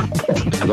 You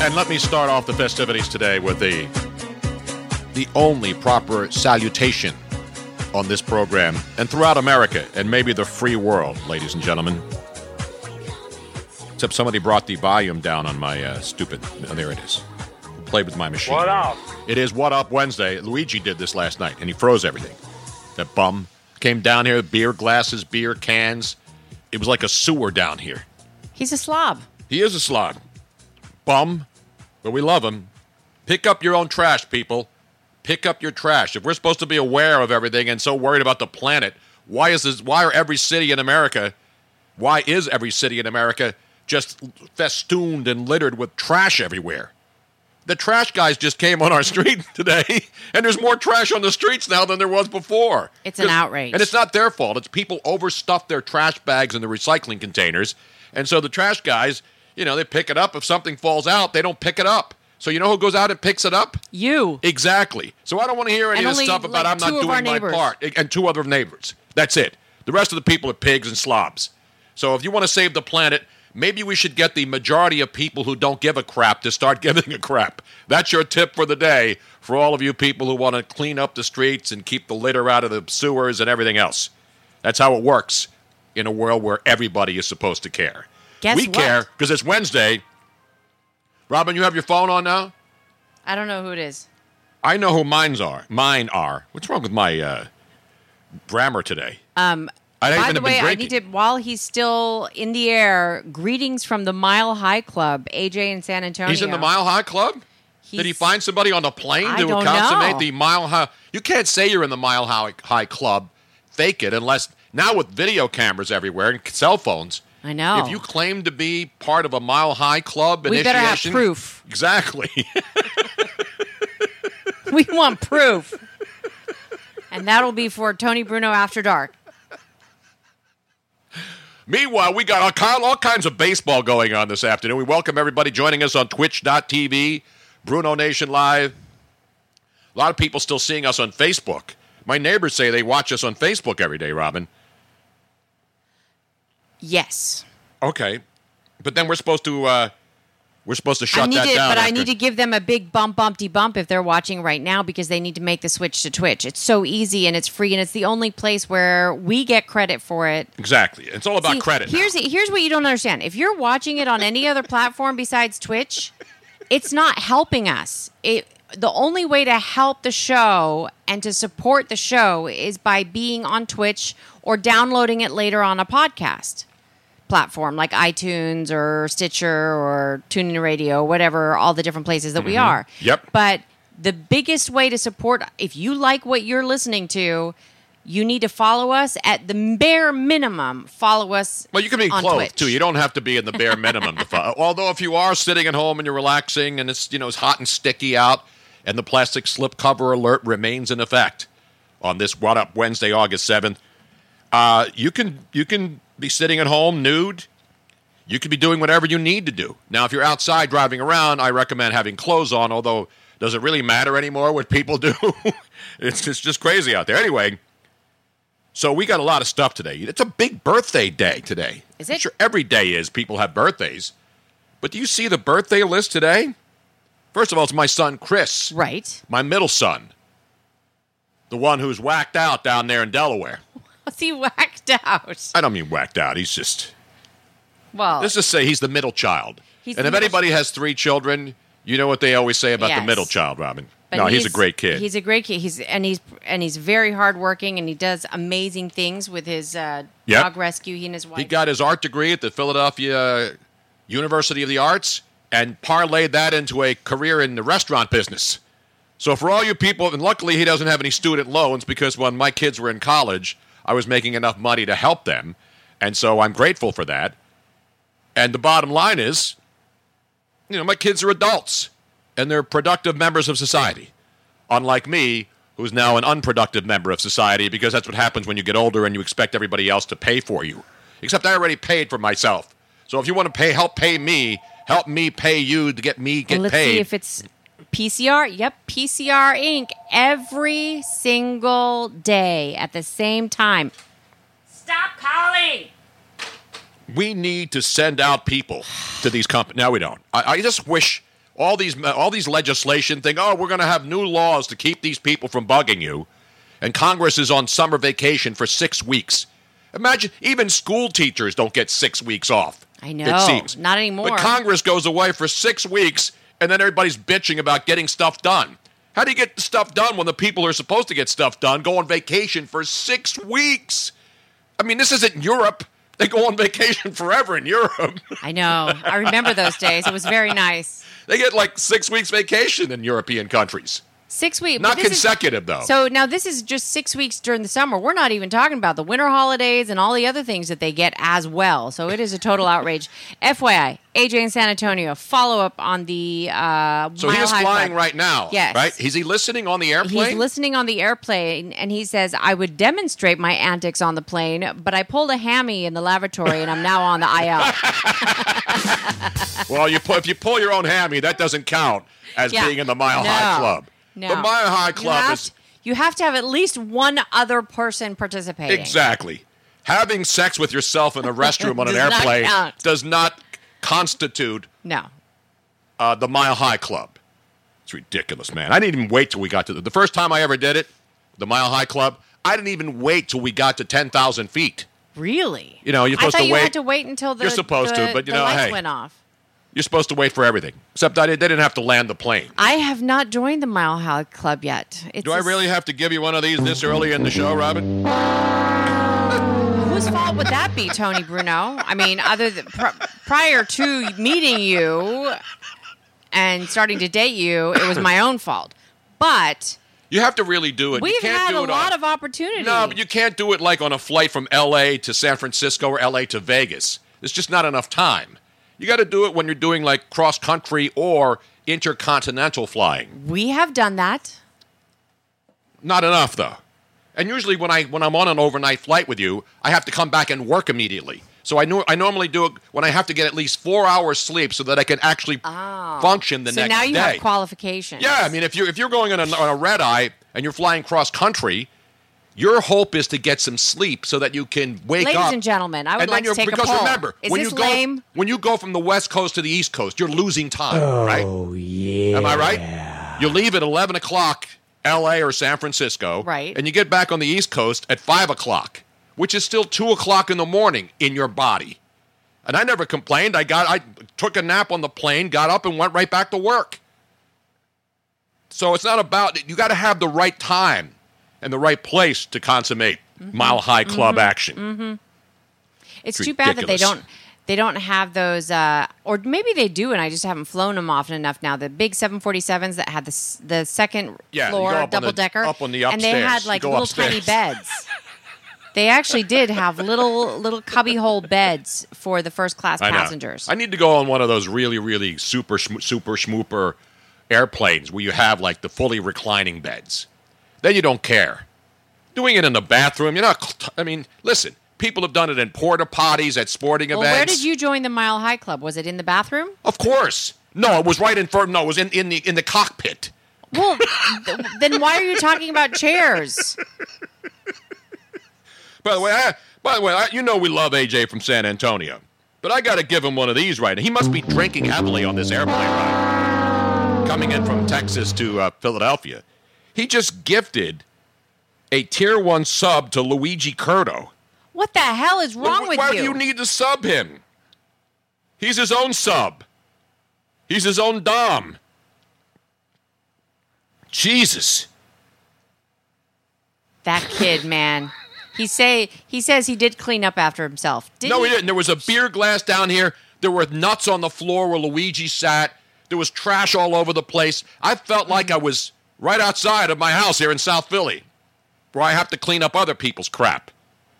And let me start off the festivities today with the the only proper salutation on this program and throughout America and maybe the free world, ladies and gentlemen. Except somebody brought the volume down on my uh, stupid. Oh, there it is. Played with my machine. What up? It is What Up Wednesday. Luigi did this last night, and he froze everything. That bum came down here, beer glasses, beer cans. It was like a sewer down here. He's a slob. He is a slob. Bum, but we love him. Pick up your own trash, people. Pick up your trash. If we're supposed to be aware of everything and so worried about the planet, why is this why are every city in America why is every city in America just festooned and littered with trash everywhere? The trash guys just came on our street today, and there's more trash on the streets now than there was before. It's an 'Cause- outrage. And it's not their fault. It's people overstuffed their trash bags in the recycling containers. And so the trash guys, you know, they pick it up. If something falls out, they don't pick it up. So you know who goes out and picks it up? You. Exactly. So I don't want to hear any And of this only, stuff about like, I'm two not of our doing my neighbors. part I- and two other neighbors. That's it. The rest of the people are pigs and slobs. So if you want to save the planet, maybe we should get the majority of people who don't give a crap to start giving a crap. That's your tip for the day for all of you people who want to clean up the streets and keep the litter out of the sewers and everything else. That's how it works in a world where everybody is supposed to care. Guess we what? care because it's Wednesday. Robin, you have your phone on now? I don't know who it is. I know who mine's are. Mine are. What's wrong with my uh, grammar today? Um, I haven't by even the been way, I drinking. need to, while he's still in the air, greetings from the Mile High Club, AJ in San Antonio. He's in the Mile High Club. Did he He's- find somebody on the plane I to don't consummate know. the Mile High? You can't say you're in the Mile High, High Club, fake it unless now with video cameras everywhere and cell phones. I know. If you claim to be part of a Mile High Club We better have initiation- proof. Exactly. we want proof. and that'll be for Tony Bruno After Dark. Meanwhile, we got all, ki- all kinds of baseball going on this afternoon. We welcome everybody joining us on twitch.tv, Bruno Nation Live. A lot of people still seeing us on Facebook. My neighbors say they watch us on Facebook every day, Robin. Yes. Okay. But then we're supposed to uh, we're supposed to shut I need that to, down. but I after- need to give them a big bump, bumpty bump if they're watching right now because they need to make the switch to Twitch. It's so easy and it's free and it's the only place where we get credit for it. Exactly. It's all about See, credit. now. Here's here's what you don't understand. If you're watching it on any other platform besides Twitch, it's not helping us. It the only way to help the show and to support the show is by being on Twitch or downloading it later on a podcast platform like iTunes or Stitcher or TuneIn Radio, whatever, all the different places that we are. Mm-hmm. Yep. But the biggest way to support, if you like what you're listening to, you need to follow us at the bare minimum. Follow us. Well, you can be on clothed Twitch. too. You don't have to be in the bare minimum. to fo- Although, if you are sitting at home and you're relaxing, and it's you know it's hot and sticky out, and the plastic slip cover alert remains in effect on this What Up Wednesday, August seventh, uh, you can you can be sitting at home nude. You could be doing whatever you need to do. Now, if you're outside driving around, I recommend having clothes on. Although, does it really matter anymore what people do? it's it's just crazy out there. Anyway. So we got a lot of stuff today. It's a big birthday day today. Is I'm it? sure every day is. People have birthdays. But do you see the birthday list today? First of all, it's my son Chris, Right. my middle son, the one who's whacked out down there in Delaware. Was he whacked out? I don't mean whacked out. He's just Well, let's just say he's the middle child. He's and the if middle anybody has three children, you know what they always say about the Yes. middle child, Robin. but no, he's, a great kid. He's a great kid. He's and he's and he's very hardworking and he does amazing things with his uh, Yep. dog rescue. He and his wife. He got his art degree at the Philadelphia University of the Arts and parlayed that into a career in the restaurant business. So for all you people, and luckily he doesn't have any student loans because when my kids were in college, I was making enough money to help them. And so I'm grateful for that. And the bottom line is, you know, my kids are adults and they're productive members of society. Unlike me, who's now an unproductive member of society because that's what happens when you get older and you expect everybody else to pay for you. Except I already paid for myself. So if you want to pay, help pay me, help me pay you to get me get Well, let's paid. see if it's PCR. Yep, PCR Inc. Every single day at the same time. Stop calling. we need to send out people to these companies. Now we don't. I, I just wish all these all these legislation thing. Oh, we're going to have new laws to keep these people from bugging you, and Congress is on summer vacation for six weeks. Imagine even school teachers don't get six weeks off. I It know. seems Not anymore. But Congress goes away for six weeks, and then everybody's bitching about getting stuff done. How do you get stuff done when the people who are supposed to get stuff done go on vacation for six weeks? I mean, this isn't Europe. They go on vacation forever in Europe. I know. I remember those days. It was very nice. They get like six weeks vacation in European countries. Six weeks. Not but this is- consecutive, though. So now this is just six weeks during the summer. We're not even talking about the winter holidays and all the other things that they get as well. So it is a total outrage. FYI, AJ in San Antonio, follow up on the uh, so he Mile is High flying Club. right now. Yes. Right? Is he listening on the airplane? He's listening on the airplane and he says, I would demonstrate my antics on the plane, but I pulled a hammy in the lavatory and I'm now on the IL. well, you pu- if you pull your own hammy, that doesn't count as Yeah. being in the Mile No. High Club. No. The Mile High you, Club have is to, you have to have at least one other person participating. Exactly. Having sex with yourself in a restroom on an Does not airplane count. does not constitute No. uh, the Mile High Club. It's ridiculous, man. I didn't even wait till we got to the, the first time I ever did it, the Mile High Club. I didn't even wait till we got to ten thousand feet. Really? You know, you're supposed I thought to you wait- had to wait until the You're supposed to, the- but, you the know, lights hey. went off. You're supposed to wait for everything, except I did, they didn't have to land the plane. I have not joined the Mile High Club yet. It's Do I just- really have to give you one of these this early in the show, Robin? Whose fault would that be, Tony Bruno? I mean, other than pr- prior to meeting you and starting to date you, it was my own fault. But You have to really do it. You we've can't had do a it on- lot of opportunity. No, but you can't do it like on a flight from L.A. to San Francisco or L.A. to Vegas. There's just not enough time. You got to do it when you're doing like cross country or intercontinental flying. we have done that. Not enough though. And usually when I when I'm on an overnight flight with you, I have to come back and work immediately. So I know I normally do it when I have to get at least four hours sleep so that I can actually function the Oh. so next now you day. have qualifications. Yeah, I mean, if you're if you're going on a, on a red eye and you're flying cross country, your hope is to get some sleep so that you can wake Ladies up. and gentlemen, I would and then like to you're- take a because poll. remember, Is when this you go lame? when you go from the west coast to the east coast, you're losing time, right? Oh yeah. Am I right? You leave at eleven o'clock, L.A. or San Francisco, Right. And you get back on the east coast at five o'clock, which is still two o'clock in the morning in your body. And I never complained. I got I took a nap on the plane, got up and went right back to work. So it's not about you got to have the right time and the right place to consummate Mm-hmm. mile high club action. It's It's too bad that they ridiculous. don't they don't have those uh, or maybe they do and I just haven't flown them often enough now. The big 747s that had the s- the second Yeah, you go up floor on the- double decker up on the and they upstairs. had You like go little tiny upstairs. beds. they actually did have little little cubbyhole beds for the first class I know. passengers. I need to go on one of those really really super schm- super schmooper airplanes where you have like the fully reclining beds. Then you don't care. Doing it in the bathroom, you're not. I mean, listen, people have done it in porta potties at sporting well, events. where did you join the Mile High Club? Was it in the bathroom? Of course. No, it was right in front. No, it was in, in the in the cockpit. Well, th- then why are you talking about chairs? By the way, I, by the way, I, you know we love AJ from San Antonio, but I got to give him one of these right now. He must be drinking heavily on this airplane ride, coming in from Texas to uh, Philadelphia. He just gifted a tier one sub to Luigi Curto. What the hell is wrong Why- with Why you? do you need to sub him? He's his own sub. He's his own dom. Jesus. That kid, man. He say he says he did clean up after himself. Did no, we didn't. There was a beer glass down here. There were nuts on the floor where Luigi sat. There was trash all over the place. I felt like I was right outside of my house here in South Philly, where I have to clean up other people's crap.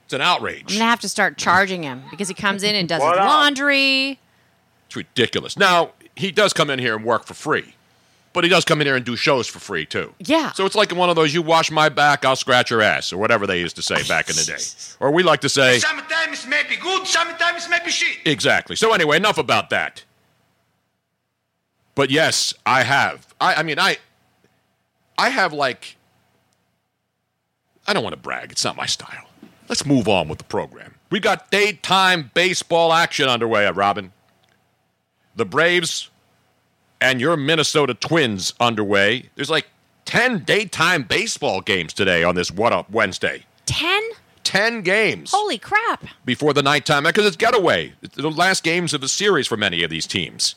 It's an outrage. I'm gonna have to start charging him because he comes in and does his What up? laundry. It's ridiculous. Now, he does come in here and work for free, but he does come in here and do shows for free, too. Yeah. So it's like one of those, you wash my back, I'll scratch your ass, or whatever they used to say back in the day. Or we like to say, Sometimes maybe good, sometimes maybe shit. exactly. So anyway, enough about that. But yes, I have. I, I mean, I, I have like, I don't want to brag. It's not my style. Let's move on with the program. We got daytime baseball action underway, uh, Robin. The Braves and your Minnesota Twins underway. There's like 10 daytime baseball games today on this What Up Wednesday. Ten? 10 games Holy crap! before the nighttime because it's getaway. It's the last games of a series for many of these teams.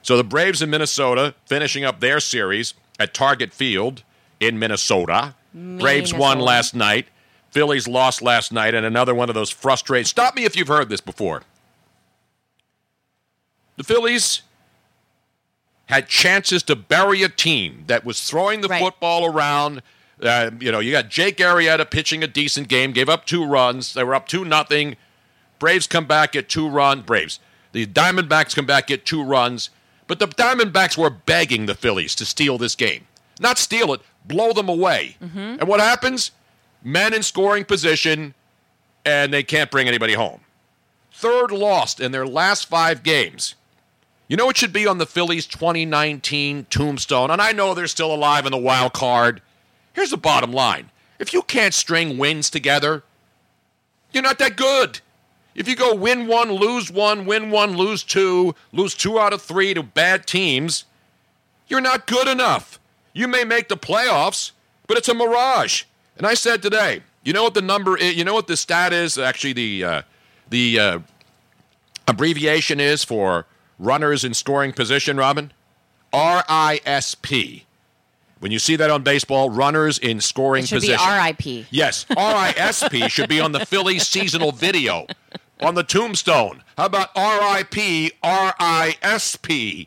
So the Braves in Minnesota finishing up their series at Target Field in Minnesota. Braves won Minnesota. last night. Phillies lost last night, and another one of those frustrating. Stop me if you've heard this before. The Phillies had chances to bury a team that was throwing the Right. football around. Uh, you know, you got Jake Arrieta pitching a decent game, gave up two runs. They were up two nothing. Braves come back, get two runs. Braves. The Diamondbacks come back, get two runs. But the Diamondbacks were begging the Phillies to steal this game. Not steal it, blow them away. And what happens? Men in scoring position, and they can't bring anybody home. Third lost in their last five games. You know what should be on the Phillies 2019 tombstone? And I know they're still alive in the wild card. Here's the bottom line if you can't string wins together, you're not that good. If you go win one, lose one, win one, lose two, lose two out of three to bad teams, you're not good enough. You may make the playoffs, but it's a mirage. And I said today, you know what the number is, you know what the stat is, actually the uh, the uh, abbreviation is for runners in scoring position, Robin? R I S P. When you see that on baseball, runners in scoring It should position. be R.I.P. Yes, RISP should be on the Philly seasonal video on the tombstone. How about RIP, RISP?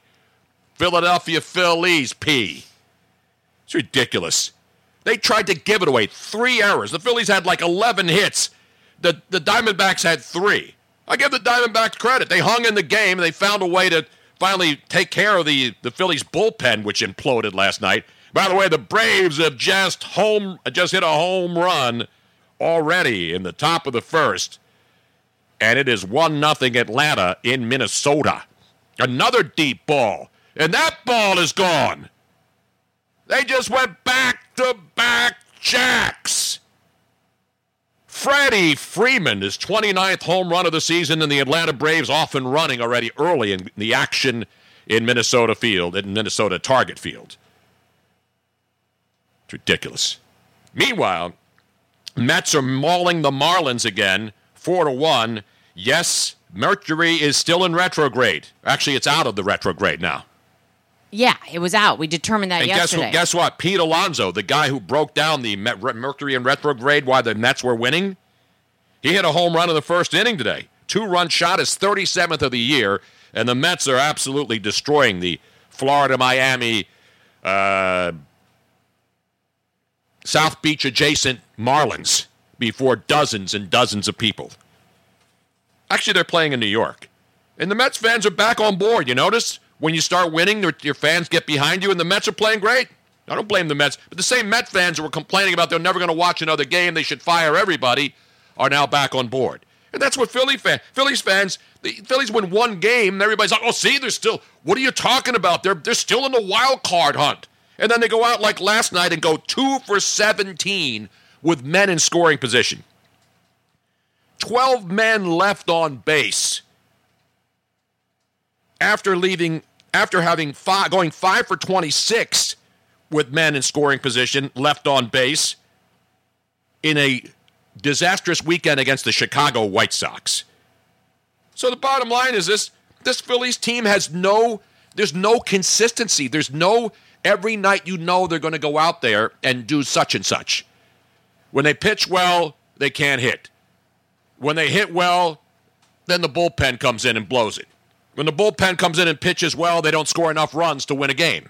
Philadelphia Phillies P. It's ridiculous. They tried to give it away. Three errors. The Phillies had like 11 hits. The, the Diamondbacks had three. I give the Diamondbacks credit. They hung in the game. They found a way to finally take care of the, the Phillies bullpen, which imploded last night. By the way, the Braves have just home just hit a home run already in the top of the first, and it is one nothing Atlanta in Minnesota. Another deep ball, and that ball is gone. They just went back to back jacks. Freddie Freeman, his 29th home run of the season, and the Atlanta Braves off and running already early in the action in Minnesota Field, in Minnesota Target Field. It's ridiculous. Meanwhile, Mets are mauling the Marlins again, four to one. Yes, Mercury is still in retrograde. Actually, it's out of the retrograde now. Yeah, it was out. We determined that And guess yesterday. who, guess what? Pete Alonso, the guy who broke down the Met- Re- Mercury in retrograde while the Mets were winning, he hit a home run in the first inning today. Two run shot, his 37th of the year, and the Mets are absolutely destroying the Florida Miami, uh, South Beach adjacent Marlins before dozens and dozens of people. Actually, they're playing in New York. And the Mets fans are back on board. You notice when you start winning, their- your fans get behind you, and the Mets are playing great. I don't blame the Mets, but the same Met fans who were complaining about they're never going to watch another game, they should fire everybody, are now back on board. And that's what Philly fan, Phillies fans, the Phillies win one game, and everybody's like, oh, see, they're still, what are you talking about? They're, they're still in the wild card hunt. And then they go out like last night and go two for 17 with men in scoring position. 12 men left on base after leaving after having five going five for 26 with men in scoring position left on base in a disastrous weekend against the Chicago White Sox. So the bottom line is this this Phillies team has no there's no consistency. There's no every night you know they're going to go out there and do such and such. When they pitch well, they can't hit. When they hit well, then the bullpen comes in and blows it. When the bullpen comes in and pitches well, they don't score enough runs to win a game.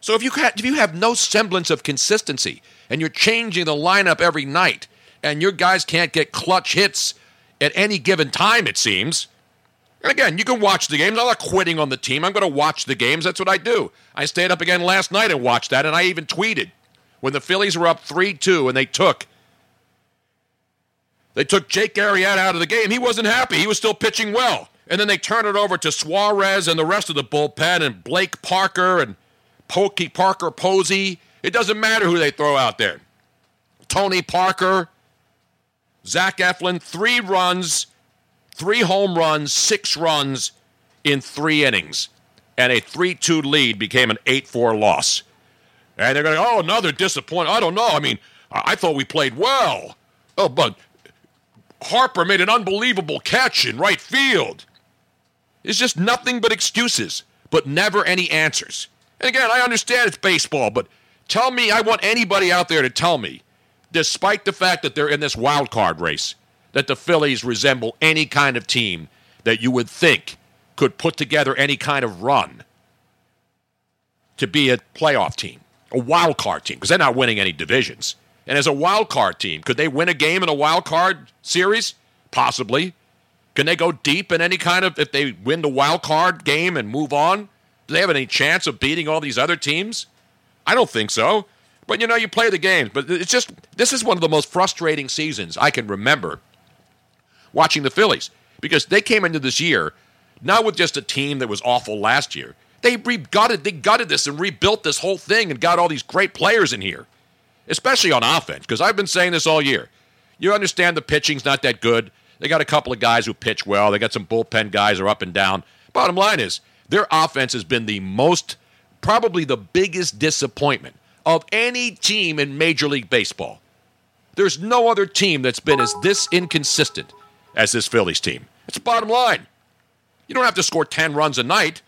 So if you ha- if you have no semblance of consistency and you're changing the lineup every night, and your guys can't get clutch hits at any given time, it seems. And again, you can watch the games. I'm not quitting on the team. I'm going to watch the games. That's what I do. I stayed up again last night and watched that, and I even tweeted when the Phillies were up 3 2 and they took. They took Jake Arrieta out of the game. He wasn't happy. He was still pitching well. And then they turned it over to Suarez and the rest of the bullpen and Blake Parker and Pokey Parker Posey. It doesn't matter who they throw out there. Tony Parker, Zach Eflin, three runs, three home runs, six runs in three innings. And a 3 2 lead became an 8 4 loss. And they're going to go, oh, another disappointment. I don't know. I mean, I-, I thought we played well. Oh, but Harper made an unbelievable catch in right field. It's just nothing but excuses, but never any answers. And again, I understand it's baseball, but tell me, I want anybody out there to tell me, despite the fact that they're in this wild card race, that the Phillies resemble any kind of team that you would think could put together any kind of run to be a playoff team, a wild card team, because they're not winning any divisions. And as a wild card team, could they win a game in a wild card series? Possibly. Can they go deep in any kind of if they win the wild card game and move on? Do they have any chance of beating all these other teams? I don't think so. But you know, you play the games. But it's just this is one of the most frustrating seasons I can remember watching the Phillies because they came into this year not with just a team that was awful last year. They re- gutted, they gutted this and rebuilt this whole thing and got all these great players in here especially on offense, because I've been saying this all year. You understand the pitching's not that good. They got a couple of guys who pitch well. They got some bullpen guys who are up and down. Bottom line is their offense has been the most, probably the biggest disappointment of any team in Major League Baseball. There's no other team that's been as this inconsistent as this Phillies team. It's bottom line. You don't have to score 10 runs a night,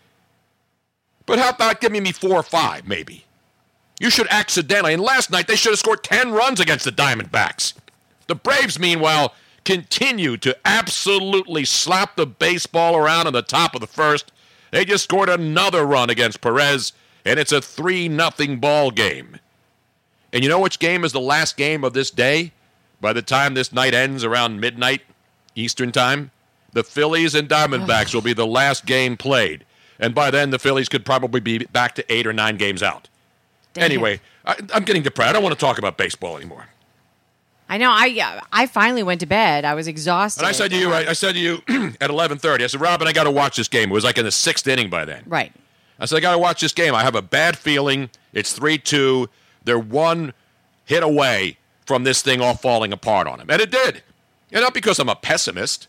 but how about giving me four or five, maybe? You should accidentally. And last night, they should have scored 10 runs against the Diamondbacks. The Braves, meanwhile, continue to absolutely slap the baseball around on the top of the first. They just scored another run against Perez, and it's a 3 0 ball game. And you know which game is the last game of this day? By the time this night ends around midnight Eastern time, the Phillies and Diamondbacks will be the last game played. And by then, the Phillies could probably be back to eight or nine games out. Anyway, I, I'm getting depressed. I don't want to talk about baseball anymore. I know. I uh, I finally went to bed. I was exhausted. And I said to you, I, I said to you at 11:30. I said, Robin, I got to watch this game. It was like in the sixth inning by then. right. I said, I got to watch this game. I have a bad feeling. It's three-two. They're one hit away from this thing all falling apart on them, and it did. And not because I'm a pessimist.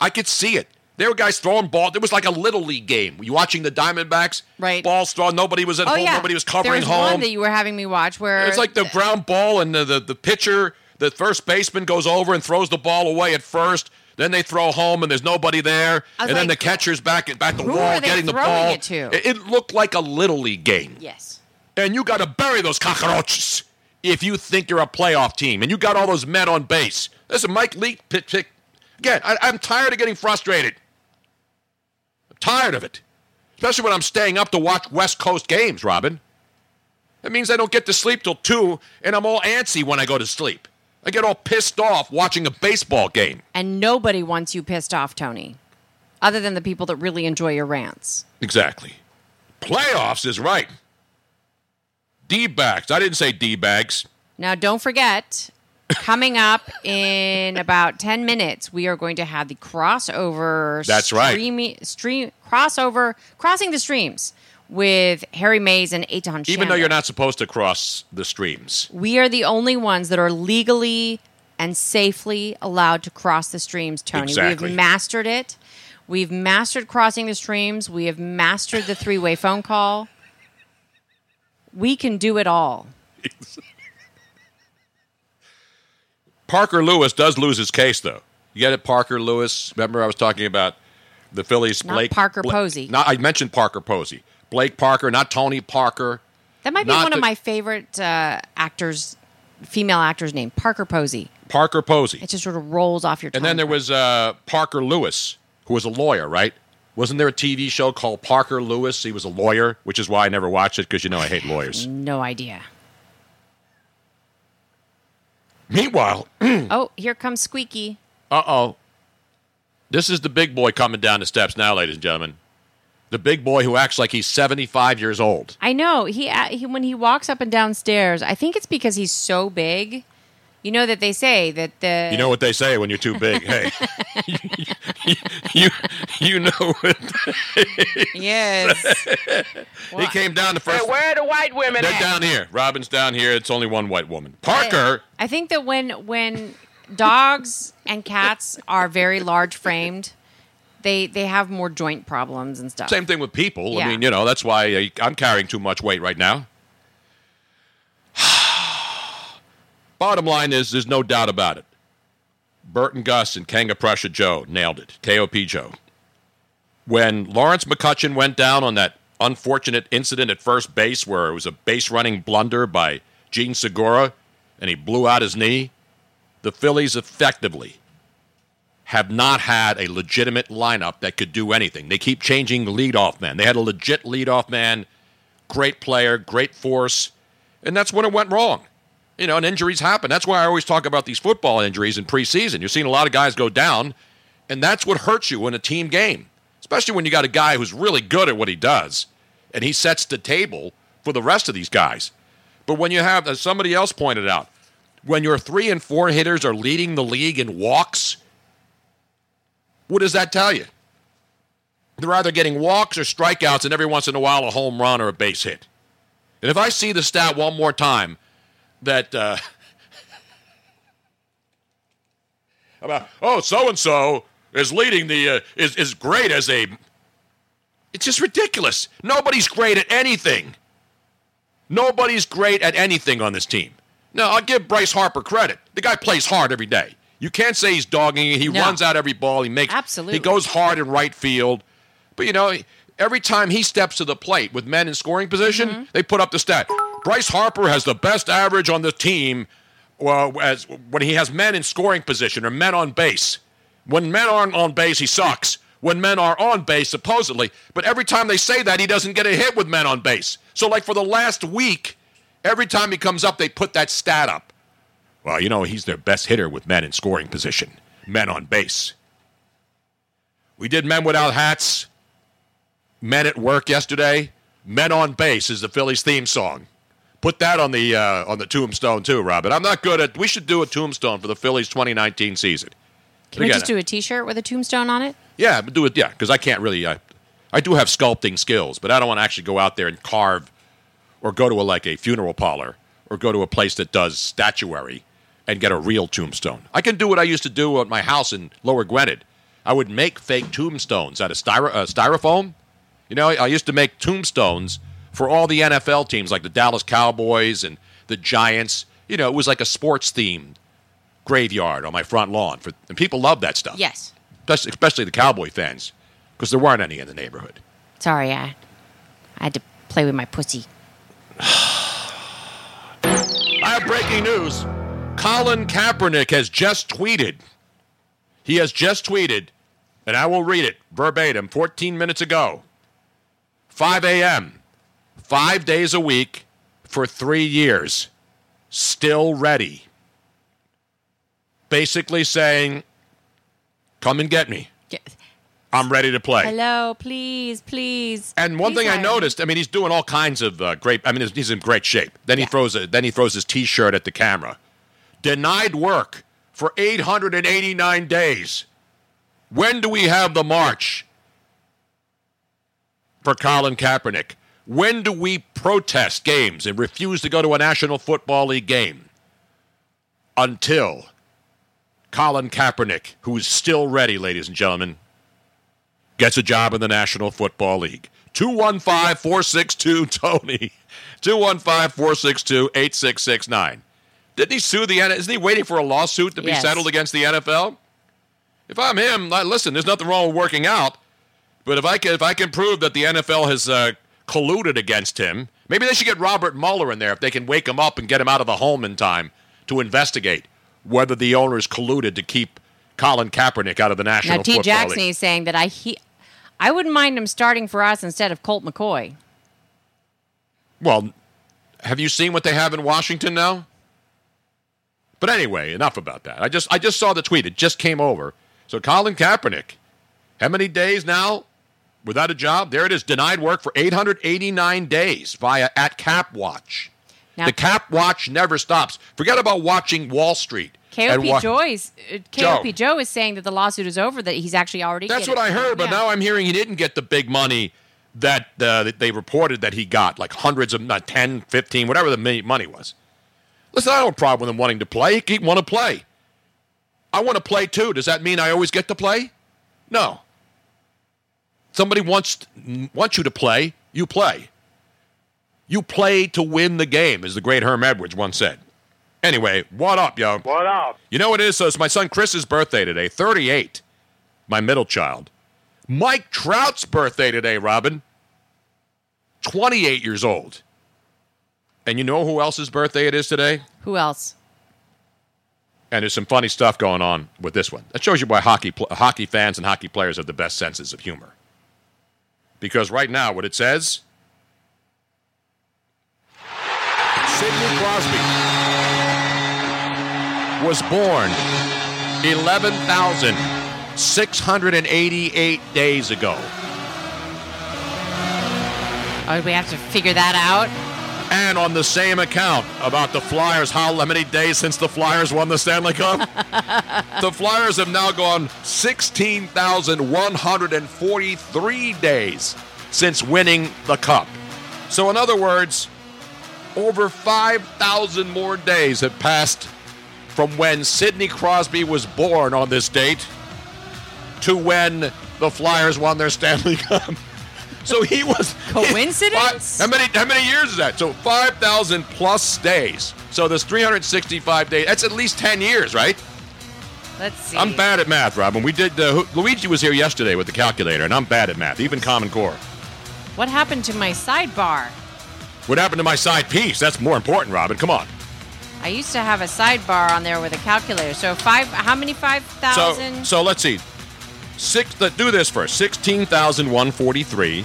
I could see it. There were guys throwing ball. There was like a little league game. You watching the Diamondbacks? Right. Balls thrown. Nobody was at Oh home. yeah. Nobody was there covering was home. one that you were having me watch where It's like the ground ball and the, the, the pitcher, the first baseman goes over and throws the ball away at first. Then they throw home and there's nobody there. I And was then the like, catcher's back at back the who wall are they getting the throwing ball. it to? It, it looked like a little league game. yes. And you got to bury those cockroaches if you think you're a playoff team. And you got all those men on base. Listen, Mike Leake pick, pick. Again, I, I'm tired of getting frustrated. I'm tired of it, especially when I'm staying up to watch West Coast games, Robin. That means I don't get to sleep till two, and I'm all antsy when I go to sleep. I get all pissed off watching a baseball game. And nobody wants you pissed off, Tony, other than the people that really enjoy your rants. Exactly. Playoffs is right. D bags. I didn't say D bags. Now, don't forget, coming up in about 10 minutes, we are going to have the crossover. That's right. streami- Stream, crossover, crossing the streams with Harry Mays and Aton Even though you're not supposed to cross the streams. We are the only ones that are legally and safely allowed to cross the streams, Tony. Exactly. We've mastered it. We've mastered crossing the streams. We have mastered the three way phone call. We can do it all. Parker Lewis does lose his case, though. You get it, Parker Lewis. Remember, I was talking about the Phillies. Not Blake Parker Bla- Posey. Not I mentioned Parker Posey. Blake Parker, not Tony Parker. That might be Not one that- of my favorite uh, actors, female actors' name, Parker Posey. Parker Posey. It just sort of rolls off your tongue. And then there was uh, Parker Lewis, who was a lawyer, right? Wasn't there a TV show called Parker Lewis? He was a lawyer, which is why I never watched it because you know I hate lawyers. no idea. Meanwhile, Oh, here comes Squeaky. Uh oh. This is the big boy coming down the steps now, ladies and gentlemen. The big boy who acts like he's 75 years old. I know he, a- he when he walks up and downstairs. I think it's because he's so big. You know that they say that the You know what they say when you're too big. Hey, you, you know what yes. he came down the first. where are the white women They're at? down here. Robin's down here. It's only one white woman. Parker. I think that when when dogs and cats are very large framed, they they have more joint problems and stuff. Same thing with people. I Yeah. mean, you know, that's why I, I'm carrying too much weight right now. Bottom line is, there's no doubt about it. Bert and Gus and King of Prussia Joe nailed it. KOP Joe. When Lawrence McCutcheon went down on that unfortunate incident at first base where it was a base running blunder by Gene Segura and he blew out his knee, the Phillies effectively have not had a legitimate lineup that could do anything. They keep changing leadoff man. They had a legit leadoff man, great player, great force, and that's when it went wrong. You know, and injuries happen. That's why I always talk about these football injuries in preseason. You're seeing a lot of guys go down, and that's what hurts you in a team game, especially when you got a guy who's really good at what he does, and he sets the table for the rest of these guys. But when you have, as somebody else pointed out, when your three and four hitters are leading the league in walks, what does that tell you? They're either getting walks or strikeouts, and every once in a while a home run or a base hit. And if I see the stat one more time that uh, about oh so and so is leading the uh, is is great as a, it's just ridiculous. Nobody's great at anything. Nobody's great at anything on this team. Now I'll give Bryce Harper credit. The guy plays hard every day. You can't say he's dogging it. He No. runs out every ball. He makes Absolutely. He goes hard in right field. But you know, every time he steps to the plate with men in scoring position, they put up the stat. Bryce Harper has the best average on the team well, as when he has men in scoring position or men on base. When men aren't on base, he sucks. When men are on base, supposedly, but every time they say that, he doesn't get a hit with men on base. So, like for the last week, every time he comes up, they put that stat up. Well, you know, he's their best hitter with men in scoring position, men on base. We did men without hats, men at work yesterday. Men on base is the Phillies theme song. Put that on the uh, on the tombstone too, Robin. I'm not good at. We should do a tombstone for the Phillies 2019 season. Can we Again, just do a T-shirt with a tombstone on it? yeah, but do it. Yeah, because I can't really. I, I do have sculpting skills, but I don't want to actually go out there and carve, or go to a, like a funeral parlor, or go to a place that does statuary and get a real tombstone. I can do what I used to do at my house in Lower Gwinnett. I would make fake tombstones out of styro, uh, styrofoam. You know, I used to make tombstones for all the NFL teams, like the Dallas Cowboys and the Giants. You know, it was like a sports themed graveyard on my front lawn, for, and people love that stuff Yes. especially, especially the Cowboy fans, because there weren't any in the neighborhood. Sorry, I I had to play with my pussy. I have breaking news. Colin Kaepernick has just tweeted. He has just tweeted, and I will read it verbatim 14 minutes ago. 5 a.m., five days a week for three years. Still ready. Basically saying, come and get me. I'm ready to play. Hello, please, please. And one Please thing I hire me. noticed, I mean, he's doing all kinds of uh, great. I mean, he's- he's in great shape. Then he throws a, then he throws his T-shirt at the camera. Denied work for 889 days. When do we have the march for Colin Kaepernick? When do we protest games and refuse to go to a National Football League game? Until Colin Kaepernick, who is still ready, ladies and gentlemen, gets a job in the National Football League. 215 462 Tony. 215 462 8669. Didn't he sue the N Isn't he waiting for a lawsuit to be Yes. settled against the NFL? If I'm him, I- listen, there's nothing wrong with working out, but if I can, if I can prove that the NFL has uh, colluded against him, maybe they should get Robert Mueller in there if they can wake him up and get him out of the home in time to investigate whether the owners colluded to keep Colin Kaepernick out of the National Now, T. Football Jackson League. is saying that I he, I wouldn't mind him starting for us instead of Colt McCoy. Well, have you seen what they have in Washington now? But anyway, enough about that. I just I just saw the tweet. It just came over. So Colin Kaepernick, how many days now without a job? There it is, denied work for 889 days via at Cap Watch. Now- the Cap Watch never stops. Forget about watching Wall Street. and KOP wa- Joy's uh, Joe. KOP Joe. is saying that the lawsuit is over. That he's actually already. That's getting- what I heard, but Yeah. now I'm hearing he didn't get the big money that, uh, that they reported that he got, like hundreds of, not 10, 15, whatever the mi- money was. Listen, I don't have a problem with him wanting to play. He want to play. I want to play too. Does that mean I always get to play? No. Somebody wants wants you to play, you play. You play to win the game, as the great Herm Edwards once said. Anyway, what up, yo? What up? You know what it is? So it's my son Chris's birthday today, 38. My middle child. Mike Trout's birthday today, Robin. 28 years old. And you know who else's birthday it is today? Who else? And there's some funny stuff going on with this one. That shows you why hockey, pl- hockey fans and hockey players have the best senses of humor. Because right now, what it says Sidney Crosby was born 11,688 days ago. Oh, we have to figure that out. And on the same account about the Flyers, how many days since the Flyers won the Stanley Cup? the Flyers have now gone 16,143 days since winning the Cup. So, in other words, over 5,000 more days have passed from when Sidney Crosby was born on this date to when the Flyers won their Stanley Cup. So he was Five- Coincidence? how many how many years is that? So five thousand plus days. So there's 365 days. That's at least 10 years, right? Let's see. I'm bad at math, Robin. We did uh, who- Luigi was here yesterday with the calculator, and I'm bad at math, even Common Core. What happened to my sidebar? What happened to my side piece? That's more important, Robin. Come on. I used to have a sidebar on there with a calculator. So five. How many five So thousand? so let's see. Six. Let, do this first. Sixteen thousand one forty-three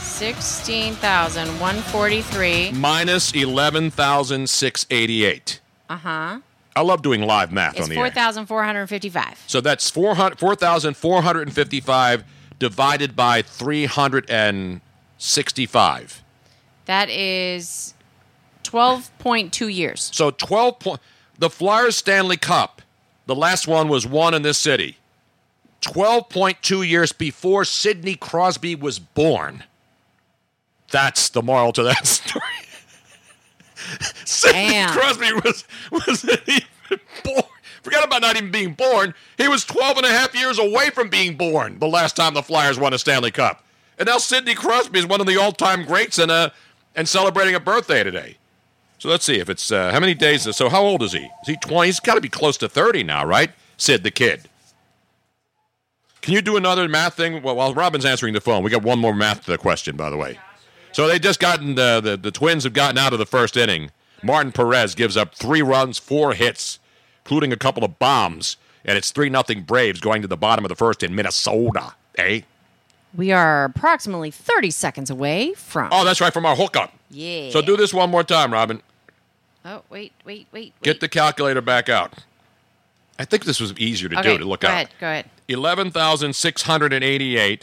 Sixteen thousand one forty-three. minus eleven thousand six eighty-eight. Uh huh. I love doing live math It's on the four air. thousand four hundred fifty-five. So that's 400 4,455 divided by 365. That is twelve point two years. So 12 point the Flyers Stanley Cup, the last one was won in this city. 12.2 years before Sidney Crosby was born. That's the moral to that story. Sidney Damn. Crosby was wasn't even born. Forget about not even being born. He was 12 and a half years away from being born the last time the Flyers won a Stanley Cup. And now Sidney Crosby is one of the all-time greats and uh and celebrating a birthday today. So let's see if it's uh, how many days. So how old is he? Is he twenty? He's got to be close to thirty now, right? Sid the kid. Can you do another math thing? Well, while Robin's answering the phone, we got one more math uh, question, by the way. So they just gotten the, the the Twins have gotten out of the first inning. Martin Perez gives up three runs, four hits, including a couple of bombs, and it's three nothing Braves going to the bottom of the first in Minnesota. Eh? We are approximately thirty seconds away from. Oh, that's right, from our hookup. yeah. So do this one more time, Robin. Oh wait, wait, wait. Get the calculator back out. I think this was easier to do to look go out. ahead. Go ahead. 11,688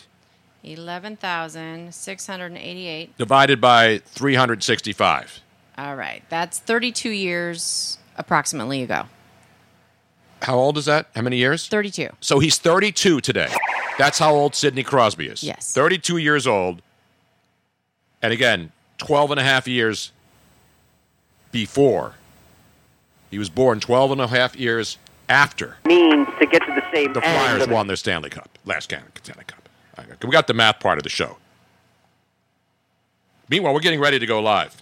Eleven thousand six hundred eighty-eight. divided by 365. All right, that's thirty-two years approximately ago. How old is that? How many years? Thirty-two. So he's 32 today. That's how old Sidney Crosby is. Yes. 32 years old. And again, 12 and a half years before. He was born 12 and a half years after means to get to the same the end Flyers of it. won their Stanley Cup, last can- Stanley Cup. All right, We got the math part of the show. Meanwhile, we're getting ready to go live.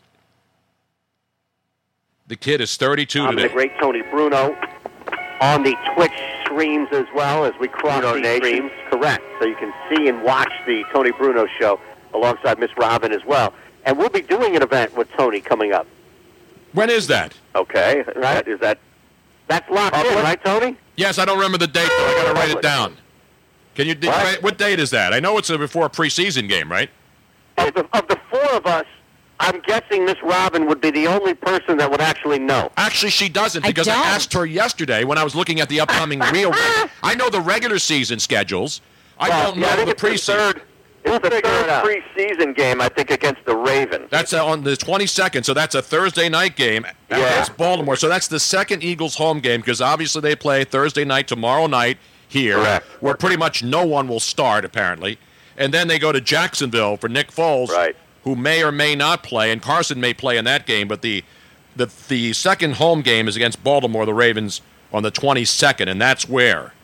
The kid is 32 I'm today. the great Tony Bruno on the Twitch streams as well as we cross Bruno these Nation. streams. Correct. So you can see and watch the Tony Bruno show alongside Miss Robin as well. And we'll be doing an event with Tony coming up. when is that? Okay, right? Is that that's locked in, right, Tony? Yes, I don't remember the date, though. I got to write it down. Can you? What? What? what date is that? I know it's a before a preseason game, right? Of the, of the four of us, I'm guessing Miss Robin would be the only person that would actually know. Actually, she doesn't I because I, don't. asked her yesterday when I was looking at the upcoming real. I know the regular season schedules. I Well, don't yeah, I know think the it's the preseason. third- It's the third preseason game, I think, against the Ravens. That's uh, on the 22nd, so that's a Thursday night game Yeah. against Baltimore. So that's the second Eagles home game because obviously they play Thursday night tomorrow night here, Correct. where pretty much no one will start apparently, and then they go to Jacksonville for Nick Foles, Right. who may or may not play, and Carson may play in that game, but the the the second home game is against Baltimore, the Ravens, on the 22nd, and that's where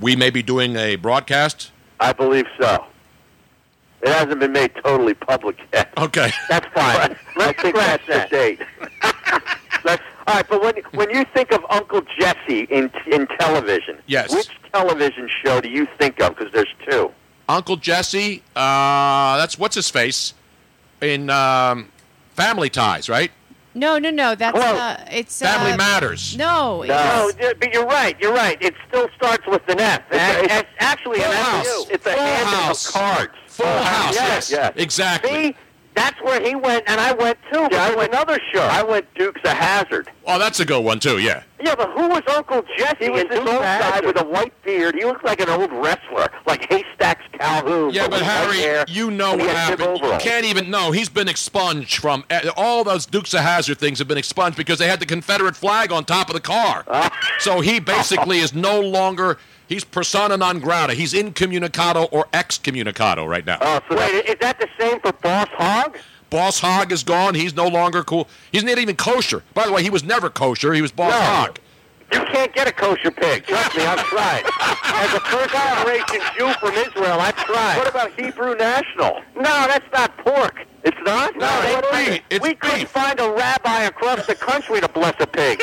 we may be doing a broadcast. I believe so. It hasn't been made totally public yet. Okay. That's fine. Let's think that's the date. Let's, all right, but when when you think of Uncle Jesse in in television, Yes. which television show do you think of? Because there's two. Uncle Jesse, uh, that's what's his face in um, Family Ties, right? No, no, no. That's Hello. uh, it's Family uh, Matters. No, No, it's- Oh, yeah, but you're right. You're right. It still starts with an F. It's a- it's actually, an Full F House. is- It's a Full hand House. of cards. Full House. Yes, Yes. yes. exactly. See, that's where he went, and I went too. Yeah, I went another show. I went Dukes of Hazard. Oh, that's a good one too. Yeah. Yeah, but who was Uncle Jesse? He was this old guy with a white beard. He looked like an old wrestler, like Haystacks Calhoun. Yeah, but with white hair, Harry, you know and he what had big happened. You overalls. can't even know. He's been expunged from eh, all those Dukes of Hazard things have been expunged because they had the Confederate flag on top of the car. Ah. so he basically is no longer. He's persona non grata. He's incommunicado or excommunicado right now. Oh, so Wait, is that the same for Boss Hogg? Boss Hogg is gone. He's no longer cool. He's not even kosher. By the way, he was never kosher. He was Boss No. Hogg. You can't get a kosher pig. Trust me, I've tried. As a first generation Jew from Israel, I've tried. What about Hebrew National? No, that's not pork. It's not? No, they it's couldn't- beef. It's we couldn't beef. find a rabbi across the country to bless a pig.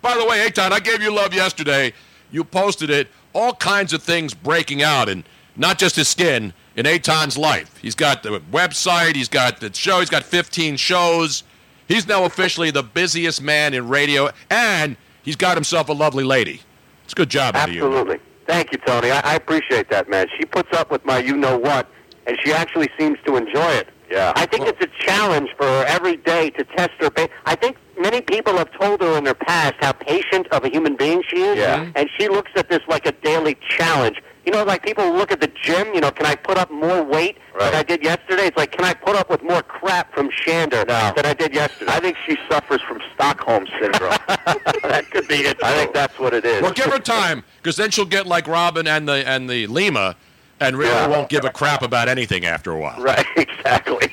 By the way, Aton, I gave you love yesterday. You posted it. All kinds of things breaking out, and not just his skin, in Aton's life. He's got the website, he's got the show, he's got 15 shows. He's now officially the busiest man in radio, and he's got himself a lovely lady. It's a good job out of you. Absolutely. Thank you, Tony. I, I appreciate that, man. She puts up with my you know what, and she actually seems to enjoy it. Yeah. I think it's a challenge for her every day to test her. Ba- I think many people have told her in their past how patient of a human being she is. Yeah. And she looks at this like a daily challenge. You know, like people look at the gym, you know, can I put up more weight than I did yesterday? It's like, can I put up with more crap from Shander than I did yesterday? I think she suffers from Stockholm syndrome. that could be it. I think that's what it is. Well, give her time, because then she'll get like Robin and the and the Lima, and really Yeah. won't give a crap about anything after a while. Right, exactly.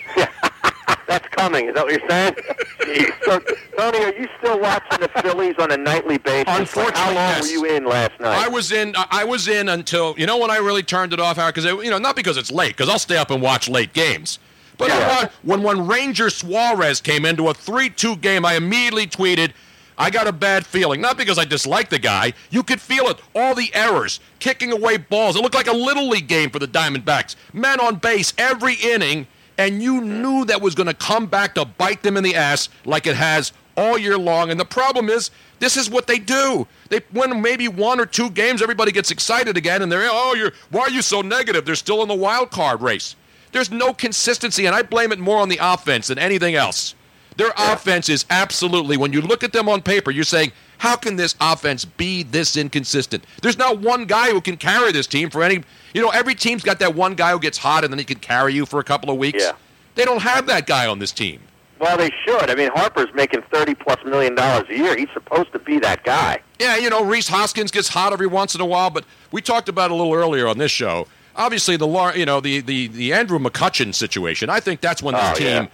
That's coming. Is that what you're saying? Jeez. so, Tony, are you still watching the Phillies on a nightly basis? Like, Unfortunately, how long yes. were you in last night? I was in. I I was in until you know when I really turned it off, Howard. Because you know not because it's late. Because I'll stay up and watch late games. But Yeah. when, when when Ranger Suarez came into a three-two game, I immediately tweeted, "I got a bad feeling." Not because I disliked the guy. You could feel it. All the errors, kicking away balls. It looked like a little league game for the Diamondbacks. Men on base every inning, and you knew that was going to come back to bite them in the ass, like it has all year long. And the problem is, this is what they do. They win maybe one or two games, everybody gets excited again, and they're oh, you're why are you so negative? They're still in the wild card race. There's no consistency, and I blame it more on the offense than anything else. Their offense is absolutely when you look at them on paper, you're saying, how can this offense be this inconsistent? There's not one guy who can carry this team for any. You know, every team's got that one guy who gets hot and then he can carry you for a couple of weeks. Yeah. They don't have that guy on this team. well, they should. I mean, Harper's making thirty plus million dollars a year. He's supposed to be that guy. Yeah, you know, Reese Hoskins gets hot every once in a while, but we talked about it a little earlier on this show. Obviously, the lar- you know the, the, the Andrew McCutcheon situation. I think that's when this Oh, team yeah.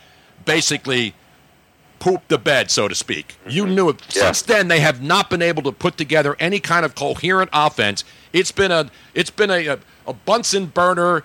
basically pooped the bed, so to speak. You knew it. Mm-hmm. Yeah. Since then, they have not been able to put together any kind of coherent offense. It's been a it's been a, a, a Bunsen burner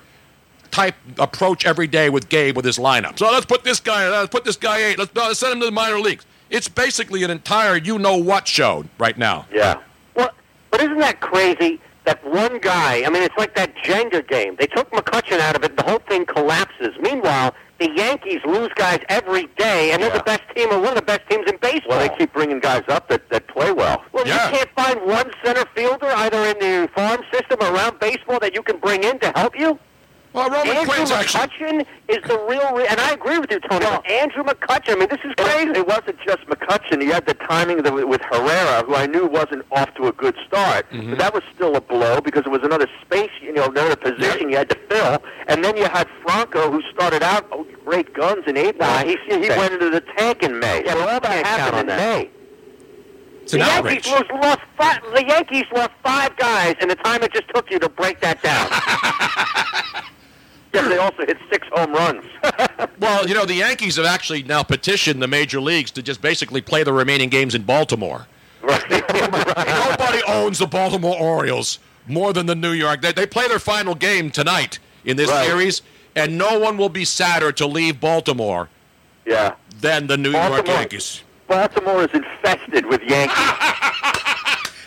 type approach every day with Gabe with his lineup. So let's put this guy, let's put this guy eight, let's, let's send him to the minor leagues. It's basically an entire you know what show right now. Yeah. Well, but isn't that crazy? That one guy. I mean, it's like that Jenga game. They took McCutcheon out of it. The whole thing collapses. Meanwhile, the Yankees lose guys every day, and they're the best team, or one of the best teams in baseball. Well, they keep bringing guys up that, that play well. Well, Yeah. you can't find one center fielder either in the farm system or around baseball that you can bring in to help you. Well, Roman Andrew Quinn's actually. McCutcheon is the real, re- and I agree with you, Tony. but Andrew McCutcheon, I mean, this is crazy. It wasn't just McCutcheon. He had the timing that, with Herrera, who I knew wasn't off to a good start. But that was still a blow because it was another space, you know, another position you had to fill. And then you had Franco, who started out oh, great guns in April. Nah, he, he went into the tank in May. Yeah, but all that happened in May. It's an the outrage. Yankees was lost five, the Yankees lost five guys in the time it just took you to break that down. yes, they also hit six home runs. Well, you know, the Yankees have actually now petitioned the major leagues to just basically play the remaining games in Baltimore. Nobody owns the Baltimore Orioles more than the New York. They, they play their final game tonight in this Right. series, and no one will be sadder to leave Baltimore yeah. than the New York Baltimore. Yankees. Baltimore is infested with Yankees.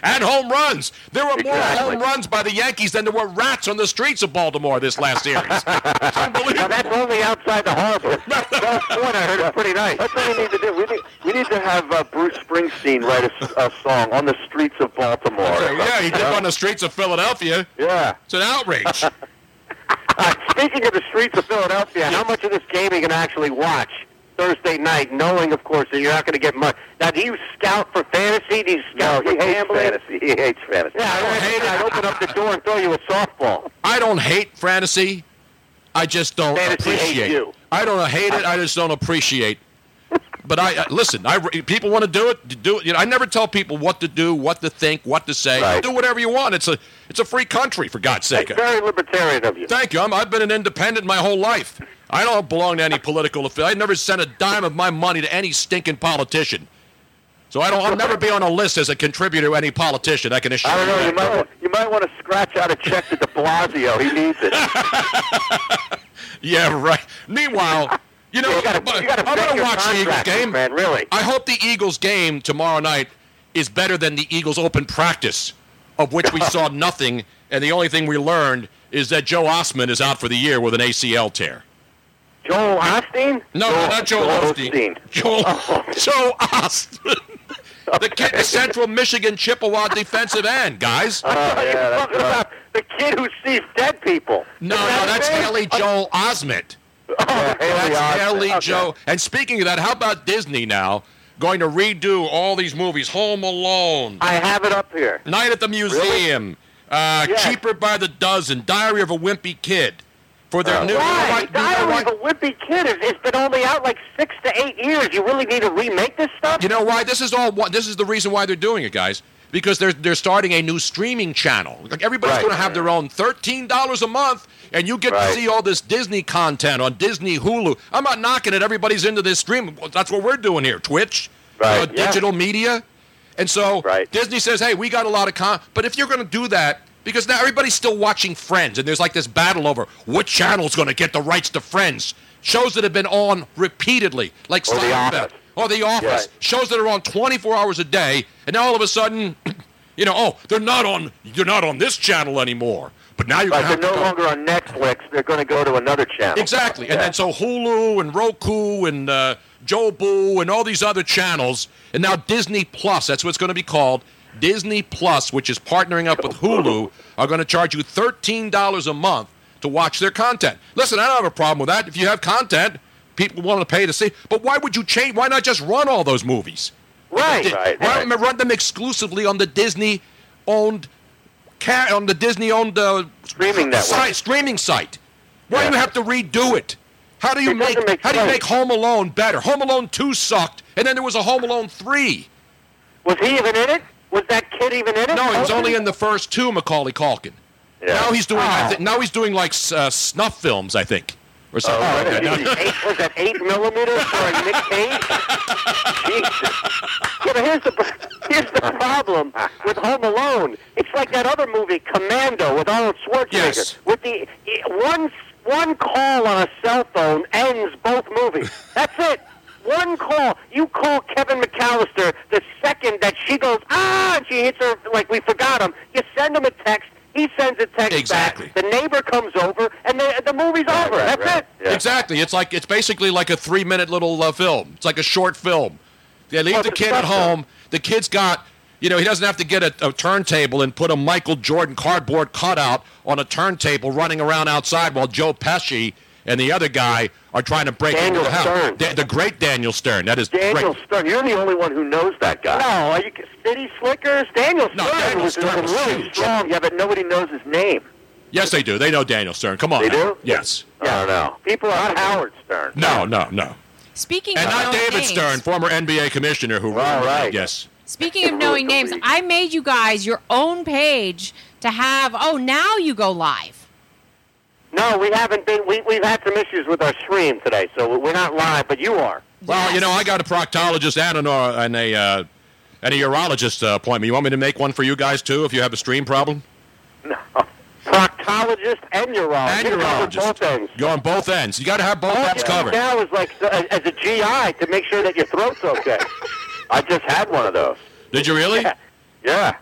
And home runs. There were more Exactly. home runs by the Yankees than there were rats on the streets of Baltimore this last series. It's now unbelievable. that's only outside the harbor. South Point, I heard is pretty nice. That's what we need to do. We need, we need to have uh, Bruce Springsteen write a, s- a song on the streets of Baltimore. Yeah, he did on the streets of Philadelphia. Yeah. It's an outrage. Uh, speaking of the streets of Philadelphia, how much of this game are you going to actually watch Thursday night, knowing, of course, that you're not going to get much? Now, do you scout for fantasy? Do you scout for gambling? Fantasy. He hates fantasy. Oh, Yeah, I hate it. I'd open up the door and throw you a softball. I don't hate fantasy. I just don't Fantasy hates appreciate. you. I don't hate it. I just don't appreciate. But I uh, listen. I if people want to do it. Do it. You know, I never tell people what to do, what to think, what to say. Right. Do whatever you want. It's a it's a free country for God's sake. Very libertarian of you. Thank you. I'm, I've been an independent my whole life. I don't belong to any political affair. I never sent a dime of my money to any stinking politician. So I don't. I'll never be on a list as a contributor to any politician. I can assure I don't you. know. that. You might you might want to scratch out a check to De Blasio. He needs it. Yeah, right. Meanwhile, you know, you got but to you got to I'm check going to your watch the Eagles contract, game. man. Really. I hope the Eagles game tomorrow night is better than the Eagles open practice, of which we saw nothing, and the only thing we learned is that Joe Osman is out for the year with an ACL tear. Joel Osteen? No, no, not Joe Osteen. Joel, Oh. Joe Osman. The kid, the Central Michigan Chippewa defensive end, guys. No, Oh, yeah, that's talking about the kid who sees dead people. no, Isn't that that's his name? Haley Joel Osment. Oh, Haley That's Osment. Ellie Okay. Joe. And speaking of that, how about Disney now going to redo all these movies? Home Alone, I have it up here. Night at the Museum, uh, Yes. Cheaper by the Dozen, Diary of a Wimpy Kid, for their new. Why? you know Uh, Diary why- of a Wimpy Kid is, it's been only out like six to eight years. You really need to remake this stuff? You know why? This is all. one- This is the reason why they're doing it, guys. Because they're they're starting a new streaming channel. Like everybody's Right. going to have their own thirteen dollars a month, and you get to Right. see all this Disney content on Disney Hulu. I'm not knocking it. Everybody's into this stream. That's what we're doing here. Twitch, you Right, know, yeah. digital media, and so Right. Disney says, "Hey, we got a lot of con." But if you're going to do that. Because now everybody's still watching Friends, and there's like this battle over which channel's going to get the rights to Friends. Shows that have been on repeatedly, like Or The Seinfeld, Office. or The Office Right. shows that are on 24 hours a day, and now all of a sudden, you know, oh, they're not on, you're not on this channel anymore. But now you're Right, gonna have they're to no go- longer on Netflix. They're going to go to another channel. exactly, Yeah. and then so Hulu and Roku and uh, Jobu and all these other channels, and now Disney Plus. That's what it's going to be called. Disney Plus, which is partnering up with Hulu, are going to charge you thirteen dollars a month to watch their content. Listen, I don't have a problem with that. If you have content, people want to pay to see. But why would you change? Why not just run all those movies? right, Di- right, Why don't right. we run them exclusively on the Disney owned ca- on the Disney owned uh, Streaming network. site, streaming site? Why do you Yeah. have to redo it? How do you It make, doesn't make how do you sense. make Home Alone better? Home Alone two sucked, and then there was a Home Alone three. Was he even in it? Was that kid even in it? No, he was only in the first two. Macaulay Culkin. Yeah. Now he's doing. I Oh. thi- now he's doing like s- uh, snuff films, I think, or Oh, something like that. what is it, eight, was that eight millimeters for a Nick Cage? Jesus. Yeah, but here's the pr- here's the problem with Home Alone. It's like that other movie, Commando, with Arnold Schwarzenegger. Yes. With the i- one s- one call on a cell phone ends both movies. That's it. One call. You call Kevin McAllister the second that she goes ah, and she hits her like we forgot him. You send him a text. He sends a text Exactly. back. The neighbor comes over, and the the movie's over. That's it. Exactly. It's like it's basically like a three-minute little uh, film. It's like a short film. They leave Well, the it's kid at special. home. The kid's got You know, he doesn't have to get a, a turntable and put a Michael Jordan cardboard cutout on a turntable running around outside while Joe Pesci and the other guy are trying to break Daniel into the house. Stern. Da- the great Daniel Stern. That is Daniel great. Stern, you're the only one who knows that guy. No, are you City Slickers? Daniel Stern No, Daniel was, Stern was really huge. strong. Yeah, but nobody knows his name. Yes, they do. They know Daniel Stern. Come on. They now. do? Yes. Yeah. I don't know. People are not Howard Stern. No, no, no. Speaking And of not knowing David names, Stern, former NBA commissioner who All ruined the right. league. Yes. Speaking of Rules knowing the names, league. I made you guys your own page to have. Oh, now you go live. No, we haven't been. We, we've had some issues with our stream today, so we're not live, but you are. Well, you know, I got a proctologist and an, uh, and a uh, and a urologist uh, appointment. You want me to make one for you guys too, if you have a stream problem? Proctologist and urologist. And You cover urologist. Both ends. You're on both ends. You got to have both ends covered. Now is like uh, as a GI to make sure that your throat's okay. I just had one of those. Did you really? Yeah.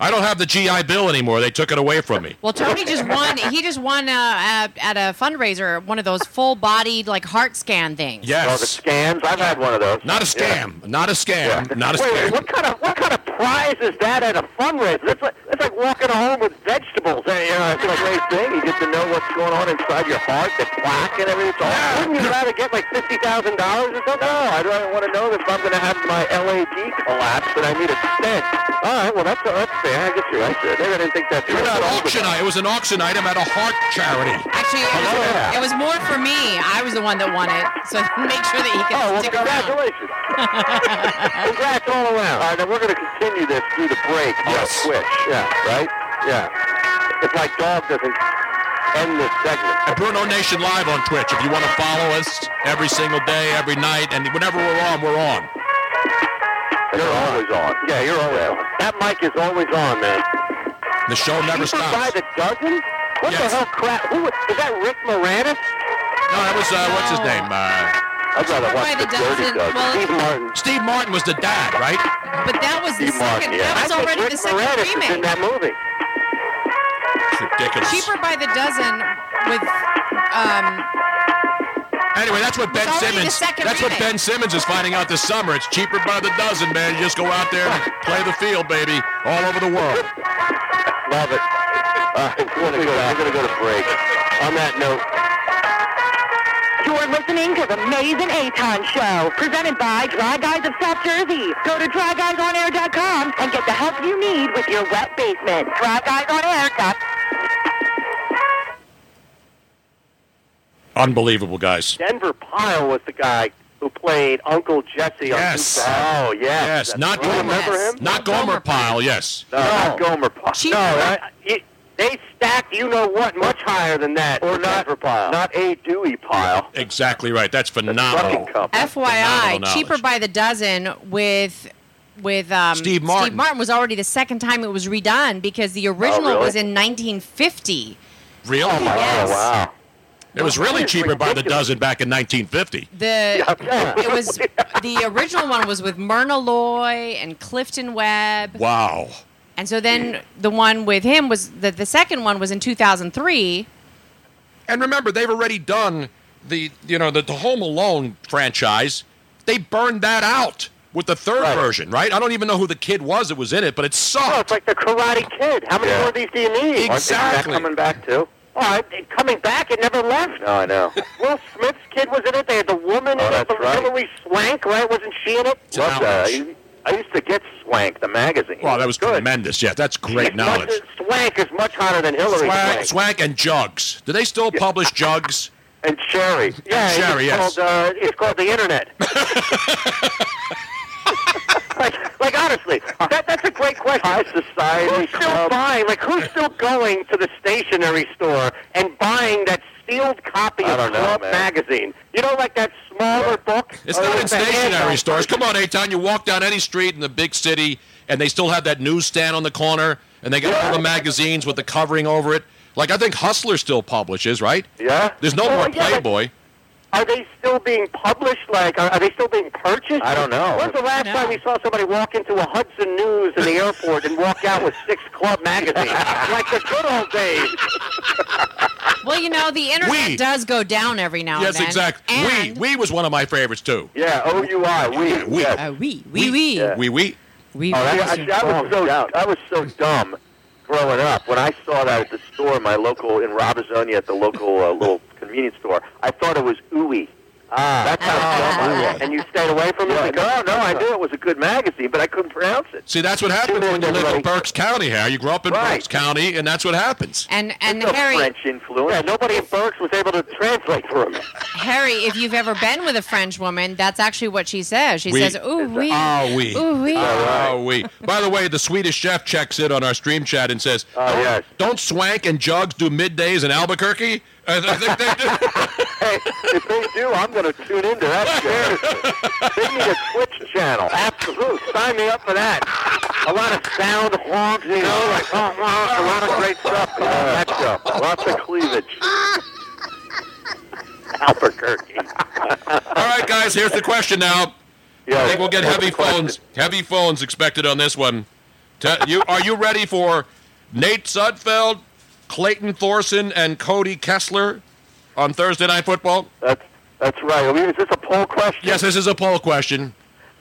I don't have the GI Bill anymore. They took it away from me. Well, Tony just won. He just won uh, at, at a fundraiser one of those full-bodied like heart scan things. Oh, the Yes. scams. I've had one of those. Not a Yeah. scam. Not a scam. Not a Wait, wait, scam. what kind of what kind of prize is that at a fundraiser? That's like that's like walking home with vegetables. Hey, you know, it's a great thing. You get to know what's going on inside your heart, the plaque and everything. It's all- Wouldn't you rather get like fifty thousand dollars or something? No, I'd rather want to know that if I'm going to have my LAD collapse that I need a stent. All right, well that's that's fair. I guess you're right. There. Maybe I didn't think that's It was an auction. i- It was an auction item at a heart charity. Actually, it was, Oh, Yeah. it was more for me. I was the one that won it, so make sure that he can Oh, well, stick around. congratulations. Congrats all around. All right, now we're going to continue this through the break. Yes. Switch. Yeah, right? Yeah. If my dog doesn't end this segment. At Bruno Nation Live on Twitch, if you want to follow us every single day, every night, and whenever we're on, we're on. You're always on. Yeah, you're always on. That mic is always on, man. The show never People stops. By the dozen? What Yes. the hell crap? Who was, is that Rick Moranis? No, that was uh, what's his No. name? Uh, I'd rather watch By the the Dirty Dozen. Dozen. Well, Steve Martin. Steve Martin was the dad, right? But that was the Steve second. Martin, That yeah. was I think already Rick the second Moranis remake. is in that movie. It's ridiculous. Cheaper by the dozen with um, Anyway, that's what Ben It's already the Simmons. second That's what remake. Ben Simmons is finding out this summer. It's cheaper by the dozen, man. You just go out there and play the field, baby, all over the world. Love it. Uh, we're going to go, we're gonna go to break. On that note, You're listening to the Maze and Aton Show, presented by Dry Guys of South Jersey. Go to dryguysonair.com and get the help you need with your wet basement. Dryguysonair.com. Unbelievable, guys. Denver Pyle was the guy who played Uncle Jesse Yes. on Goose Island. Oh, yes. Yes, That's not right. Gomer. Remember him? Not Gomer Pyle. Yes. No, not Gomer Pyle. Cheaper. No, I, you- they stacked you know what much higher than that. Or not Denver Pyle. Not a Dewey Pile. Exactly right. That's Fucking phenomenal. couple. Phenomenal FYI, knowledge. cheaper by the dozen with with um, Steve Martin. was already the second time it was redone because the original really? was in 1950. Really? Yes. Oh, wow. It was really cheaper by the dozen back in 1950. The Yeah. it was the original one was with Myrna Loy and Clifton Webb, Wow. and so then the one with him was the the second one was in 2003. And remember, they've already done the you know the, the Home Alone franchise. They burned that out with the third Right. version, right? I don't even know who the kid was that was in it, but it Oh, sucked. it's like the Karate Kid. How many Yeah. more of these do you need? Aren't they back- Exactly. coming back too? Oh, it- it- coming back, it never left. No, I know. Will Smith's kid was in it. They had the woman Oh, in it, that's right. Hillary Swank, right? Wasn't she in it? an Love that. outrage. I used- I used to get Swank, the magazine. Wow, that was tremendous. Yeah, that's great knowledge. Swank is much hotter than Hillary Swank, Swank. Swank and Jugs. Do they still publish Jugs? And Sherry. Yeah, it's Sherry, yes. called, uh, it's called the Internet. like, like honestly, that, that's a great question. society who's still buying? Like, who's still going to the stationery store and buying that sealed copy of Club magazine? You know, like that smaller book. It's Or not in it's the stationary handheld stores. Come on, Aton. You walk down any street in the big city, and they still have that newsstand on the corner, and they got all the magazines with the covering over it. Like I think Hustler still publishes, right? Yeah. There's no Well, more Oh, yeah, but- Playboy. Are they still being published? Like, are, are they still being purchased? I don't know. When's the last No. time you saw somebody walk into a Hudson News in the airport and walk out with six club magazines? like the good old days. Well, you know the internet We- does go down every now Yes, and then. exactly. And we we was one of my favorites too. Yeah, O U I, we. We Uh, Oh, we we we. we we. We Oh, that, watched I, it. I was so I was so dumb growing up. When I saw that at the store, my local in Robizonia at the local uh, little convenience store, I thought it was ooey. Ah, E. that's how dumb I was. And you stayed away from it? because, no, no, I knew it was a good magazine, but I couldn't pronounce it. See, that's what happens when you live in Right. Berks County, Harry. You grow up in Right. Berks County, and that's what happens. and and no Harry, French influence. Yeah, nobody in Berks was able to translate for him. Harry, if you've ever been with a French woman, that's actually what she says. She Oui. says, "Ooh we, Ah, oui. ooh we." Oh, we. By the way, the Swedish chef checks in on our stream chat and says, Oh, yes. Don't Swank and Jugs do middays in Albuquerque? I, I think they do. Hey, if they do, I'm going to tune into that show. they need a Twitch channel. Absolutely. Sign me up for that. A lot of sound honks, you know, like honk, honk, a lot of great stuff. You know, that show. Lots of cleavage. Albuquerque. All right, guys, here's the question now. Yeah, I think we'll get heavy phones. Heavy phones expected on this one. Te- you are you ready for Nate Sudfeld, Clayton Thorson, and Cody Kessler on Thursday Night Football? That's, that's right. I mean, is this a poll question? Yes, this is a poll question.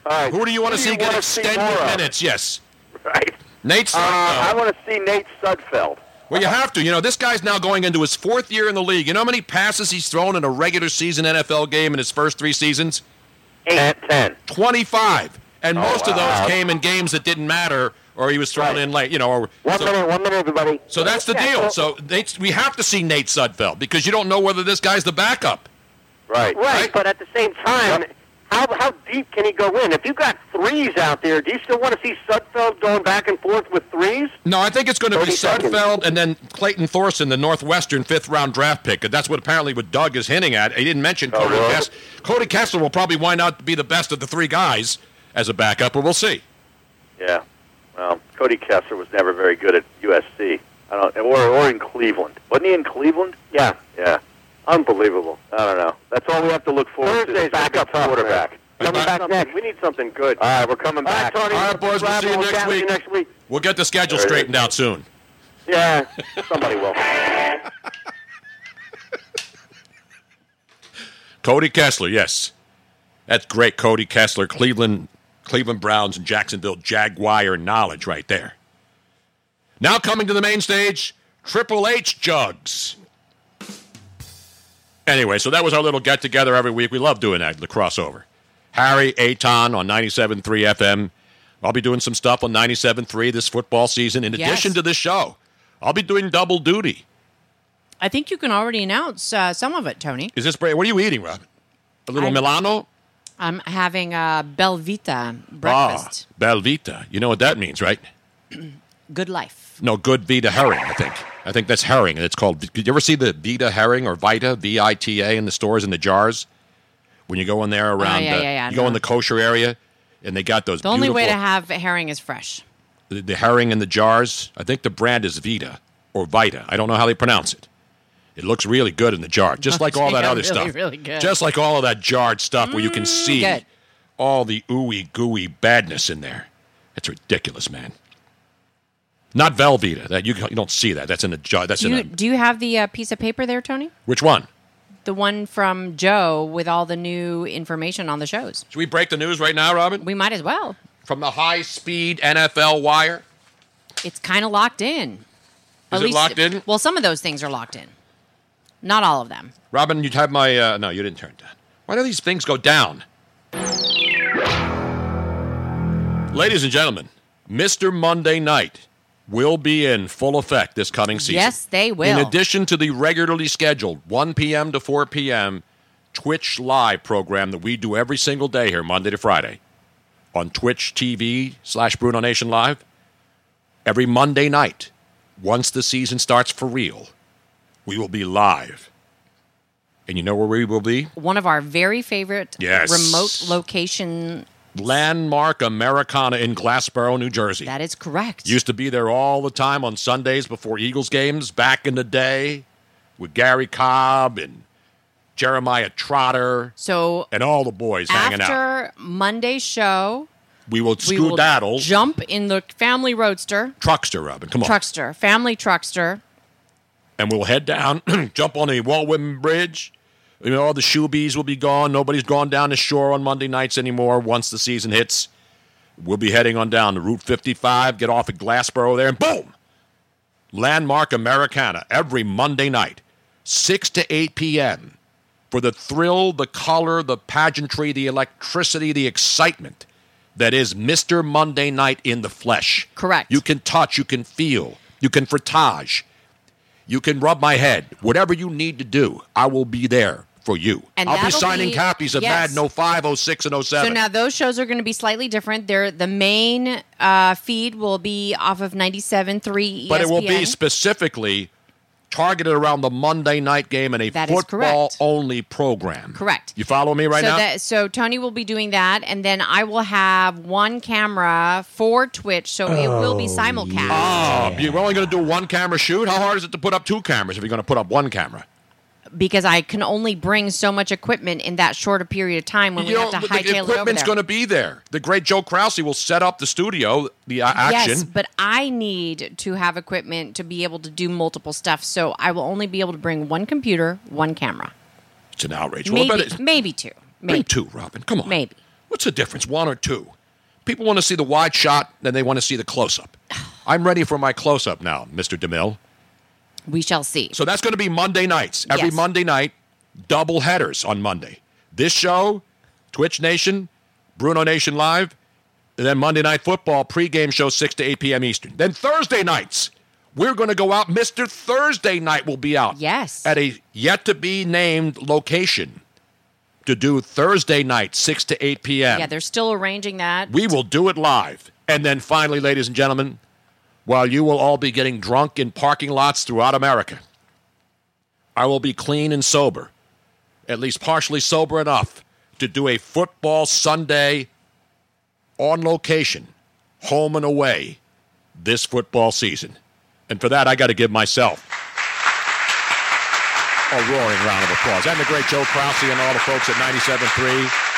All right. Who do you want to see get wanna see extended more of? minutes? Yes, Right. Nate Uh, I Sudfeld. want to see Nate Sudfeld. well, you have to. You know, this guy's now going into his fourth year in the league. You know how many passes he's thrown in a regular season NFL game in his first three seasons? Eight. At ten. 25. And most of Oh, wow. those came in games that didn't matter or he was thrown Right. in late, you know. Or, One so, minute, one minute, everybody. so that's the Yeah, deal. well- So Nate, we have to see Nate Sudfeld because you don't know whether this guy's the backup. Right. Right. but at the same time, how, how deep can he go in? If you've got threes out there, do you still want to see Sudfeld going back and forth with threes? No, I think it's going to be 30 seconds. Sudfeld and then Clayton Thorson, the Northwestern fifth round draft pick. That's what apparently what Doug is hinting at. He didn't mention Cody Oh, really? Kessler. Cody Kessler will probably wind out to be the best of the three guys as a backup, but we'll see. Yeah. Well, Cody Kessler was never very good at USC. I don't, or, or in Cleveland. Wasn't he in Cleveland? Yeah. Yeah. Unbelievable. I don't know. That's all we have to look forward to. backup quarterback. Coming back next. We need something good. All right, we're coming back. All right, boys, we'll see you next week. We'll get the schedule There it is. straightened out soon. Yeah, somebody will. Cody Kessler, yes. That's great Cody Kessler, Cleveland Cleveland Browns and Jacksonville Jaguar knowledge right there. Now coming to the main stage, Triple H jugs. Anyway, so that was our little get together every week. We love doing that, the crossover. Harry Aton on 97.3 FM. I'll be doing some stuff on 97.3 this football season in Yes. addition to this show. I'll be doing double duty. I think you can already announce uh, some of it, Tony. Is this break? What are you eating, Robin? A little I- Milano? I'm having a Belvita breakfast. Ah, Belvita. You know what that means, right? Good life. No, good Vita herring, I think. I think that's herring, and it's called. Did you ever see the Vita herring or Vita, V I T A, in the stores in the jars? When you go in there around, Oh, yeah, uh, yeah, yeah, you no. go in the kosher area, and they got those The only way to beautiful- have herring is fresh. the, the herring in the jars. I think the brand is Vita or Vita. I don't know how they pronounce it. It looks really good in the jar, just like all that Yeah, other really, stuff. really good. Mm, Just like all of that jarred stuff where you can see good. all the ooey gooey badness in there. It's ridiculous, man. Not Velveeta. That you, you don't see that. That's in the jar. That's Do you, in the, do you have the uh, piece of paper there, Tony? which one? The one from Joe with all the new information on the shows. Should we break the news right now, Robin? We might as well. From the high speed NFL wire. It's kind of locked in. Is it locked in? Well, some of those things are locked in. Not all of them. Robin, you'd have my. Uh, no, you didn't turn it down. Why do these things go down? Ladies and gentlemen, Mr. Monday Night will be in full effect this coming season. Yes, they will. In addition to the regularly scheduled 1 p.m. to 4 p.m. Twitch Live program that we do every single day here, Monday to Friday, on Twitch TV slash Bruno Nation Live, every Monday night, once the season starts for real, we will be live. And you know where we will be? One of our very favorite Yes. remote location. Landmark Americana in Glassboro, New Jersey. That is correct. Used to be there all the time on Sundays before Eagles games back in the day with Gary Cobb and Jeremiah Trotter so and all the boys hanging out. after Monday's show, We will we will skedaddle. jump in the family roadster, Truckster, Robin, come on. truckster, family truckster. And we'll head down, jump on the Walwyn Bridge. You know, all the shoebies will be gone. Nobody's gone down the shore on Monday nights anymore once the season hits. We'll be heading on down to Route 55, get off at Glassboro there, and boom! Landmark Americana every Monday night, 6 to 8 p.m. For the thrill, the color, the pageantry, the electricity, the excitement that is Mr. Monday Night in the flesh. Correct. You can touch, you can feel, you can frottage, you can rub my head. Whatever you need to do, I will be there for you. And I'll be that'll signing be- copies of oh Mad yes. No 05, 06, and 07. So now those shows are going to be slightly different. They're the main uh, feed will be off of 97.3 ESPN. but it will E be specifically targeted around the Monday night game and a That is football correct. only program. Correct. You follow me right so now? That, so Tony will be doing that, and then I will have one camera for Twitch, so it will be simulcast. Oh, you're only going to do one camera shoot? How hard is it to put up two cameras if you're going to put up one camera? because I can only bring so much equipment in that short a period of time when You we have know, to the hightail it over equipment's there. going to be there. The great Joe Krause will set up the studio, the uh, action. Yes, but I need to have equipment to be able to do multiple stuff, so I will only be able to bring one computer, one camera, it's an outrage. well, maybe but it's, maybe two, bring maybe two, Robin. Come on. Maybe. What's the difference? One or two? People want to see the wide shot, then they want to see the close up. I'm ready for my close up now, Mr. DeMille. We shall see. So that's going to be Monday nights. Every Yes. Monday night, double headers on Monday. This show, Twitch Nation, Bruno Nation Live, and then Monday Night Football pregame show 6 to 8 p.m. Eastern. Then Thursday nights, we're going to go out. Mr. Thursday Night will be out. Yes. At a yet to be named location to do Thursday night, 6 to 8 p.m. yeah, they're still arranging that. We will do it live. And then finally, ladies and gentlemen, while you will all be getting drunk in parking lots throughout America, I will be clean and sober, at least partially sober enough to do a football Sunday on location, home and away, this football season. And for that, I got to give myself a roaring round of applause. And the great Joe Krause and all the folks at 97.3.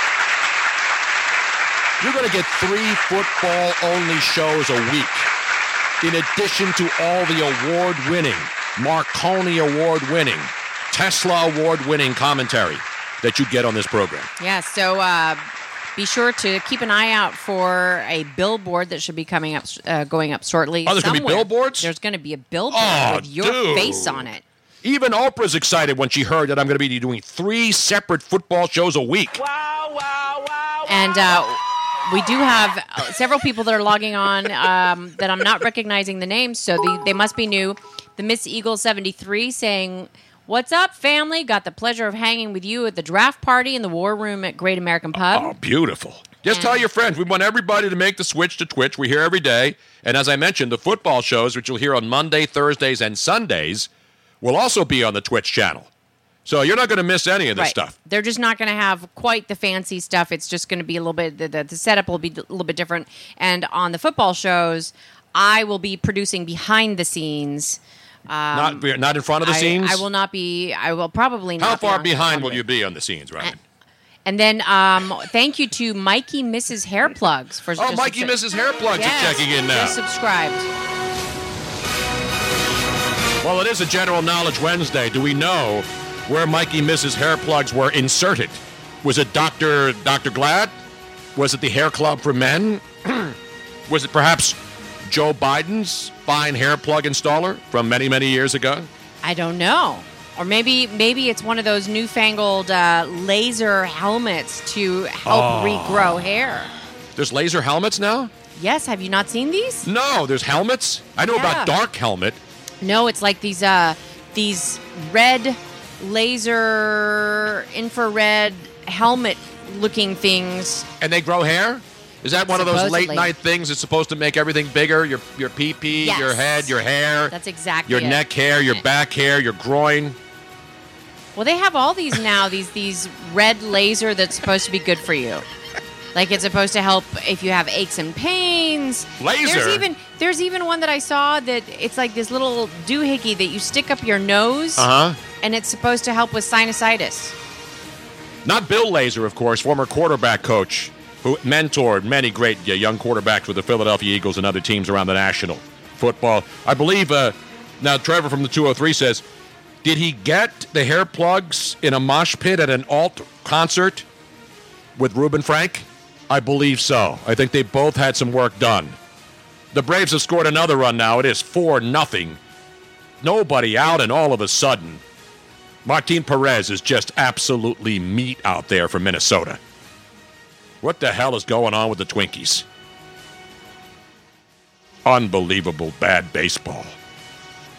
You're going to get three football only shows a week. In addition to all the award winning, Marconi award winning, Tesla award winning commentary that you get on this program. yeah, so uh, be sure to keep an eye out for a billboard that should be coming up, uh, going up shortly. Oh, there's gonna be somewhere. billboards? There's going to be a billboard Oh, with your dude. face on it. Even Oprah's excited when she heard that I'm going to be doing three separate football shows a week. and uh, we do have uh, several people that are logging on um, that I'm not recognizing the names, so they, they must be new. The Miss Eagle 73 saying, What's up, family? Got the pleasure of hanging with you at the draft party in the war room at Great American Pub. Oh, beautiful. Just tell your friends. We want everybody to make the switch to Twitch. We hear every day. And as I mentioned, the football shows, which you'll hear on Monday, Thursdays, and Sundays, will also be on the Twitch channel. So you're not going to miss any of this stuff. They're just not going to have quite the fancy stuff. It's just going to be a little bit, the, the, the setup will be a little bit different. And on the football shows, I will be producing behind the scenes. not we're not in front of the Um, I, scenes. I will not be, I will probably not How be far on- behind on will the- you be on the scenes, Uh, Robin? And then um, thank you to Mikey Mrs. Hair Plugs for oh, Mikey, Mrs. Hairplugs Yes, is checking in now. just subscribed. well, it is a general knowledge Wednesday. Do we know where Mikey Mrs. Hairplugs were inserted? Was it Doctor Doctor Glad? Was it the Hair Club for Men? Was it perhaps Joe Biden's fine hair plug installer from many many years ago? I don't know, or maybe maybe it's one of those newfangled uh, laser helmets to help regrow hair. There's laser helmets now. Yes, have you not seen these? No, there's helmets. I know Yeah. about dark helmet. No, it's like these uh, these red laser infrared helmet looking things. and they grow hair? Is that one of those Supposedly. late night things that's supposed to make everything bigger? Your your pee pee, Yes. your head, your hair, That's exactly your it. neck hair, your back hair, your groin. Well, they have all these now. These these red laser that's supposed to be good for you. Like it's supposed to help if you have aches and pains. Laser? There's even there's even one that I saw that it's like this little doohickey that you stick up your nose, Uh huh. and it's supposed to help with sinusitis. Not Bill Lazor, of course, former quarterback coach who mentored many great uh, young quarterbacks with the Philadelphia Eagles and other teams around the national football. I believe. Uh, now, Trevor from the 203 says, "Did he get the hair plugs in a mosh pit at an alt concert with Ruben Frank?" I believe so. I think they both had some work done. The Braves have scored another run now. It is 4 nothing. Nobody out, and all of a sudden, Martin Perez is just absolutely meat out there for Minnesota. What the hell is going on with the Twinkies? Unbelievable bad baseball.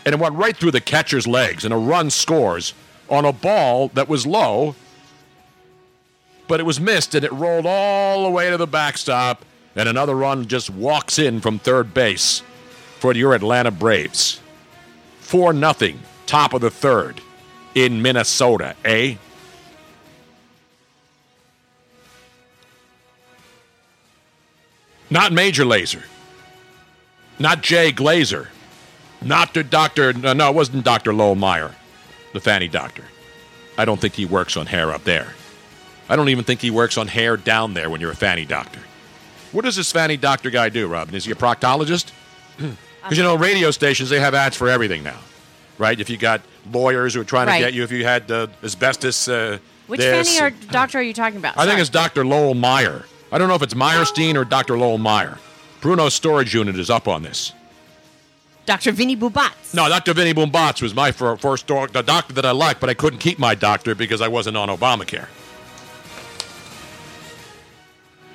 And it went right through the catcher's legs, and a run scores on a ball that was low but it was missed and it rolled all the way to the backstop. And another run just walks in from third base for your Atlanta Braves. 4 nothing, top of the third in Minnesota, eh? Not Major Laser. Not Jay Glazer. Not the Dr. No, no, it wasn't Dr. Lowell Meyer, the fanny doctor. I don't think he works on hair up there. I don't even think he works on hair down there when you're a fanny doctor. What does this fanny doctor guy do, Robin? Is he a proctologist? Because you know, radio stations they have ads for everything now, right? If you got lawyers who are trying Right. to get you, if you had uh, asbestos, uh, Which this- fanny or doctor are you talking about? I think Sorry. it's Dr. Lowell Meyer. I don't know if it's Meyerstein or Dr. Lowell Meyer. Bruno's storage unit is up on this. Dr. Vinny Bubatz. No, Dr. Vinny Boombats was my fir- first doc- the doctor that I liked, but I couldn't keep my doctor because I wasn't on Obamacare.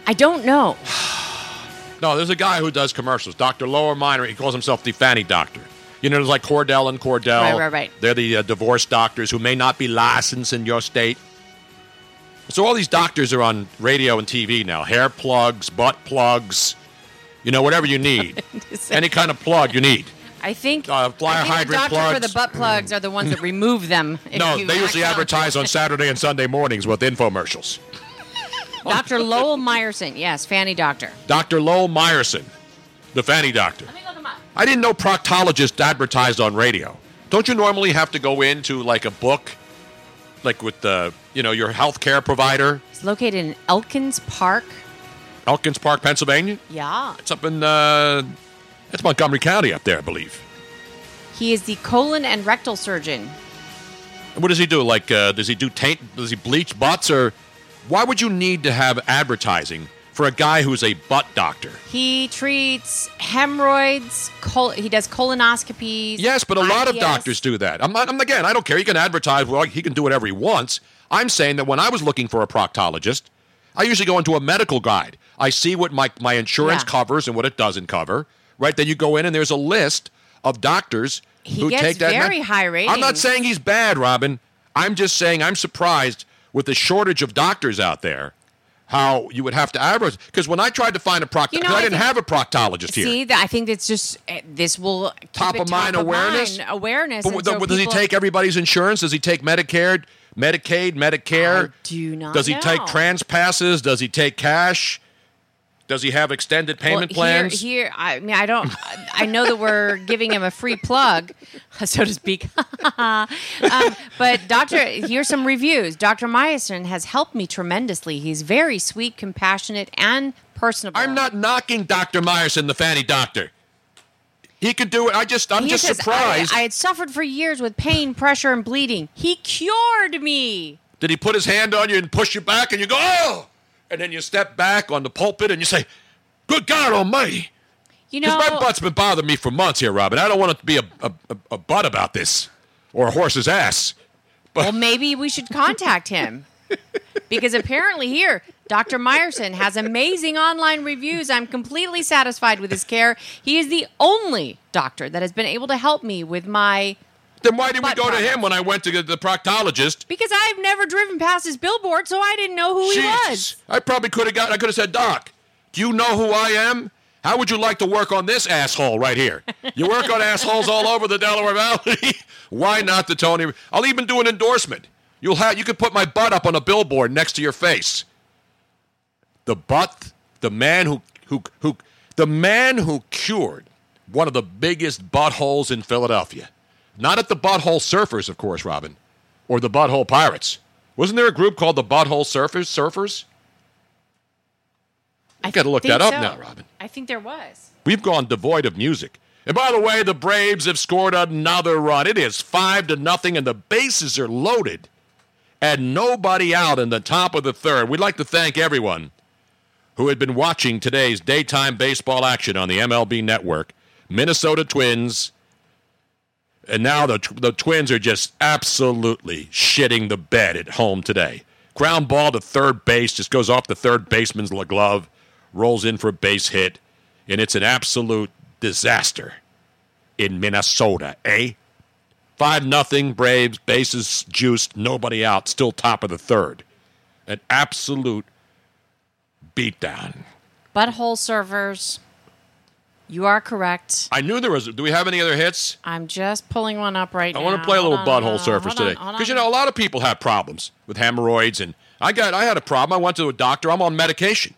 I don't know. No, there's a guy who does commercials, Dr. Lower Minor. He calls himself the Fanny Doctor. You know, there's like Cordell and Cordell. Right, right, right. They're the uh, divorce doctors who may not be licensed in your state. So all these doctors are on radio and TV now hair plugs, butt plugs, you know, whatever you need. Any kind of plug you need. I think, Uh, flyer I think the hydrant doctor for plugs. the butt plugs are the ones that remove them. if No, you they usually knock out. advertise on Saturday and Sunday mornings with infomercials. Dr. Lowell Meyerson. Yes, fanny doctor. Dr. Lowell Meyerson, the Fanny Doctor. Let me look him up. I didn't know proctologist advertised on radio. Don't you normally have to go into like a book, like with the you know your healthcare provider, It's located in Elkins Park. Elkins Park, Pennsylvania? Yeah. It's up in uh, that's Montgomery County up there, I believe. He is the colon and rectal surgeon. And what does he do? Like, uh, does he do taint? Does he bleach butts or? Why would you need to have advertising for a guy who's a butt doctor? He treats hemorrhoids. Col- he does colonoscopies. Yes, but a lot of IBS. doctors do that. I'm, I'm again, I don't care. He can advertise. Well, he can do whatever he wants. I'm saying that when I was looking for a proctologist, I usually go into a medical guide. I see what my my insurance Yeah. covers and what it doesn't cover. Right then, you go in and there's a list of doctors He who gets take that. very high I'm not ratings. saying he's bad, Robin. I'm just saying I'm surprised with the shortage of doctors out there. How you would have to advertise because when I tried to find a proctologist, You know, I I didn't think- have a proctologist here. See, that I think that's just eh, this will keep top it of mind top awareness. mind awareness. But and with- so does he people- take everybody's insurance? Does he take Medicare, Medicaid, Medicare? I do not Does he take know. trans passes? Does he take cash? Does he have extended Well, payment here- plans? Here, I mean, I don't. I know that we're giving him a free plug, so to speak. um, but Doctor, here's some reviews. Doctor Myerson has helped me tremendously. He's very sweet, compassionate, and personable. I'm not knocking Dr. Myerson, the fanny doctor. He could do it. I just, I'm He just says, surprised. I, I had suffered for years with pain, pressure, and bleeding. He cured me. Did he put his hand on you and push you back and you go, oh? And then you step back on the pulpit and you say, good God almighty. You Because know, my butt's been bothering me for months here, Robin. I don't want it to be a, a, a, a butt about this or a horse's ass. well, maybe we should contact him. Because apparently here, Dr. Meyerson has amazing online reviews. I'm completely satisfied with his care. He is the only doctor that has been able to help me with my Then why did we Butt go to problems. him when I went to the- the proctologist? because I've never driven past his billboard, so I didn't know who he was. I probably could have got. I could have said, Doc, do you know who I am? How would you like to work on this asshole right here? You work on assholes all over the Delaware Valley. why not the Tony? I'll even do an endorsement. You'll have. You could put my butt up on a billboard next to your face. The butt. The man who who who. The man who cured one of the biggest buttholes in Philadelphia. Not at the Butthole Surfers, of course, Robin, or the Butthole Pirates. Wasn't there a group called the Butthole Surfers? Surfers. I gotta look think that up so. now, Robin. I think there was. We've gone devoid of music. And by the way, the Braves have scored another run. It is five to nothing, and the bases are loaded, and nobody out in the top of the third. We'd like to thank everyone who had been watching today's daytime baseball action on the MLB network. Minnesota Twins. And now the, the Twins are just absolutely shitting the bed at home today. Ground ball to third base, just goes off the third baseman's glove, rolls in for a base hit, and it's an absolute disaster in Minnesota, eh? 5 nothing Braves, bases juiced, nobody out, still top of the third. An absolute beatdown. Butthole servers. You are correct. I knew there was. Do we have any other hits? I'm just pulling one up right I now. want to play a Hold little on, butthole hold on, surface hold on, today hold because you on. know a lot of people have problems with hemorrhoids, and I got I had a problem. I went to a doctor. I'm on medication.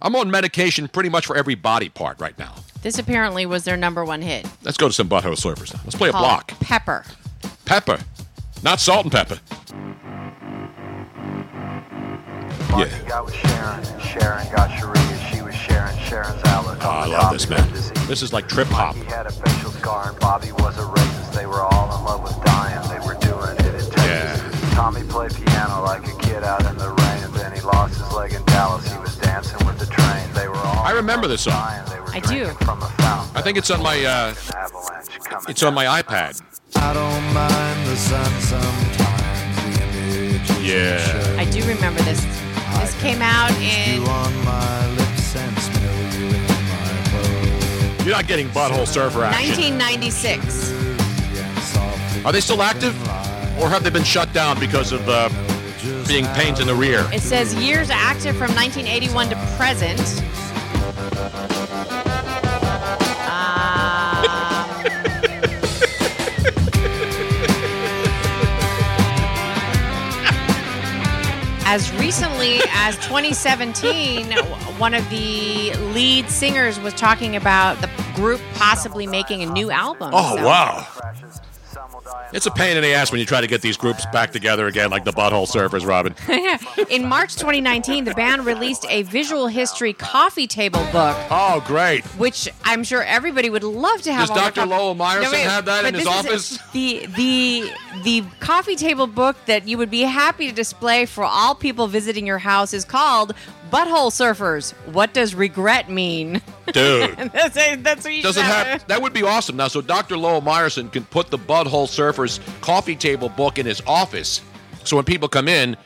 I'm on medication pretty much for every body part right now. This apparently was their number one hit. Let's go to some butthole surfers now. Let's play a called block. Pepper. Pepper, not salt and pepper. Martin Yeah. got with Sharon. Sharon got Sharia. She was Sharon. Sharon's outlet. Oh, I love this man. This is like trip hop. He had a facial scar and Bobby was a racist. They were all in love with dying. They were doing it in Texas. Tommy played piano like a kid out in the rain. And then he lost his leg in Dallas. He was dancing with the train. They were all. I remember this song. Dying. They were I do. drinking From a fountain. I think it's on my uh, An avalanche coming it's down. on my iPad. I don't mind the sun sometimes. The image is Yeah. I do remember this. This came out in. you on my lips and smell you in my clothes. You're not getting butthole surfer action. 1996. And softly Are they still active, or have they been shut down because of uh, being pains in the rear? It says years active from 1981 to present. Um, as recently as 2017, one of the lead singers was talking about the group possibly making a new album. Oh So- wow. Crashes. Some will die in It's a pain in the ass when you try to get these groups back together again, like the Butthole Surfers, Robin. In March 2019, the band released a visual history coffee table book Oh, great. which I'm sure everybody would love to have. Does on their Dr. coffee- Lowell Meyerson have that but in his this is office? The the the coffee table book that you would be happy to display for all people visiting your house is called Butthole Surfers. What does regret mean? Dude. that's, that's what you Does should it have? That would be awesome. Now, so Dr. Lowell Meyerson can put the Butthole Surfers coffee table book in his office. So when people come in,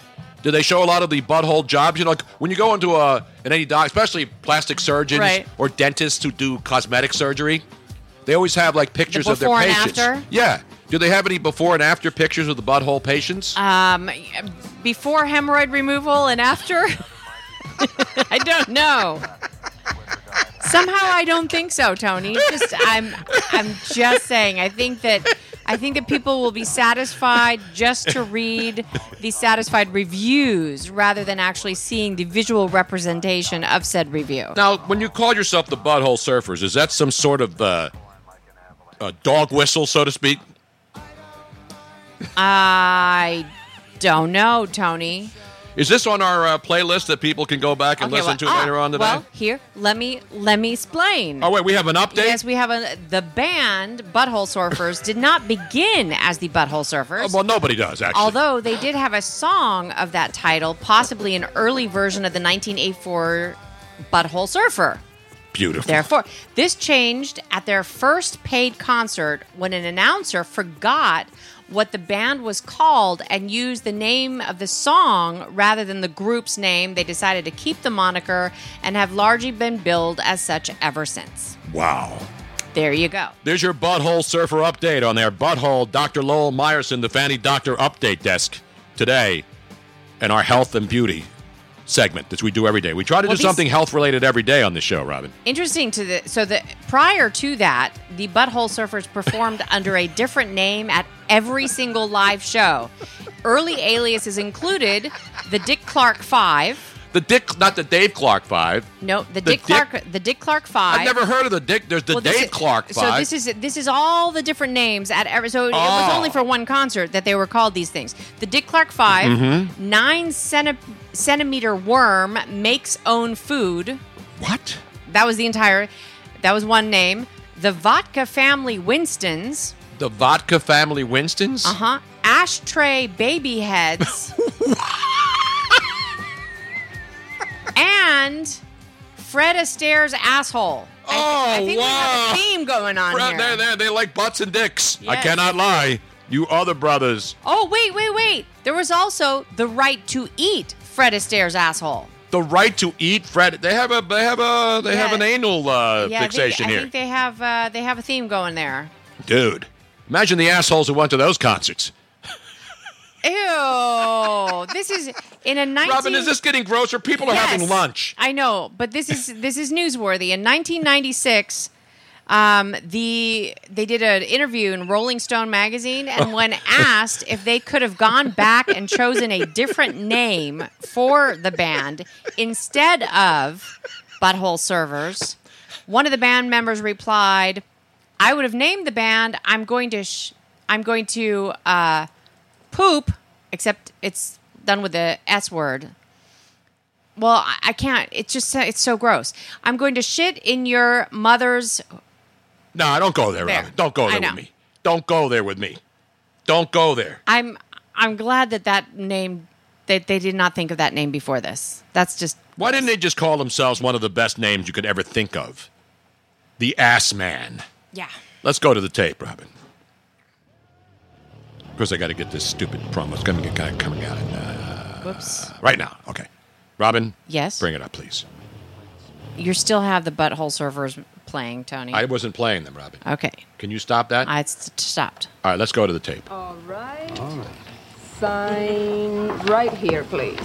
do they show a lot of the butthole jobs? You know, like when you go into a an any doc, especially plastic surgeons Right. or dentists who do cosmetic surgery, they always have like pictures of their before and patients. after? Yeah. Do they have any before and after pictures of the butthole patients? Um, before hemorrhoid removal and after? I don't know. Somehow I don't think so, Tony. Just I'm I'm just saying. I think that I think that people will be satisfied just to read the satisfied reviews rather than actually seeing the visual representation of said review. Now, when you call yourself the Butthole Surfers, is that some sort of uh, uh, dog whistle, so to speak? I don't know, Tony. Is this on our uh, playlist that people can go back and Okay, listen well- to ah, later on today? Well, here, let me let me explain. oh, wait, we have an update? Yes, we have a the band Butthole Surfers did not begin as the Butthole Oh, Surfers. well, nobody does, actually. Although they did have a song of that title, possibly an early version of the 1984 Butthole Surfer. Beautiful. Therefore, this changed at their first paid concert when an announcer forgot what the band was called and used the name of the song rather than the group's name. They decided to keep the moniker and have largely been billed as such ever since. Wow. There you go. There's your Butthole Surfer update on their Butthole Dr. Lowell Meyerson, the Fanny Doctor Update Desk today and our health and beauty segment that we do every day. We try to Well, do these- something health related every day on this show, Robin. Interesting to the so the prior to that, the Butthole Surfers performed under a different name at every single live show. Early aliases included the Dick Clark Five. The Dick, not the Dave Clark Five. No, the, The Dick, Dick- Clark, the Dick Clark 5 I've never heard of the Dick. There's the Well, this Dave is- Clark Five. So this is this is all the different names at every. So it Oh. was only for one concert that they were called these things. The Dick Clark 5 Mm-hmm. nine centi- centimeter worm makes own food. what? That was the entire. That was one name. The Vodka Family Winstons. The Vodka Family Winstons? Uh huh. Ashtray Baby Heads. and Fred Astaire's asshole. Oh, I, I think we have wow. a theme going on Brad, here. They're there. They like butts and dicks. I Yes. cannot lie. You other brothers. Oh, wait, wait, wait. There was also the right to eat Fred Astaire's asshole. The right to eat, Fred. They have a. They have a. They have Yeah. an anal uh, yeah, fixation I think, I here, think they have uh, they have a theme going there. dude. Imagine the assholes who went to those concerts. Ew. this is in a 19 Robin, is this getting grosser? People are having Yes. lunch. I know, but this is this is newsworthy. In 1996, um, the they did an interview in Rolling Stone magazine, and when asked if they could have gone back and chosen a different name for the band instead of Butthole Servers, one of the band members replied, "I would have named the band. I'm going to. Sh- I'm going to uh, poop, except it's done with the S word." Well, I, I can't. It's just uh, it's so gross. I'm going to shit in your mother's. No, I don't go there, There. Robin. Don't go I there know. with me. Don't go there with me. Don't go there. I'm I'm glad that that name that they did not think of that name before this. That's just Why didn't they just call themselves one of the best names you could ever think of? The Ass Man. yeah. Let's go to the tape, Robin. Of course, I got to get this stupid promo. It's coming, kinda coming out in, uh, Whoops. right now. Okay, Robin. Yes? Bring it up, please. You still have the butthole servers playing, Tony. I wasn't playing them, Robin. okay, Can you stop that? I it's stopped. All right, let's go to the tape. All right. Sign right here, please.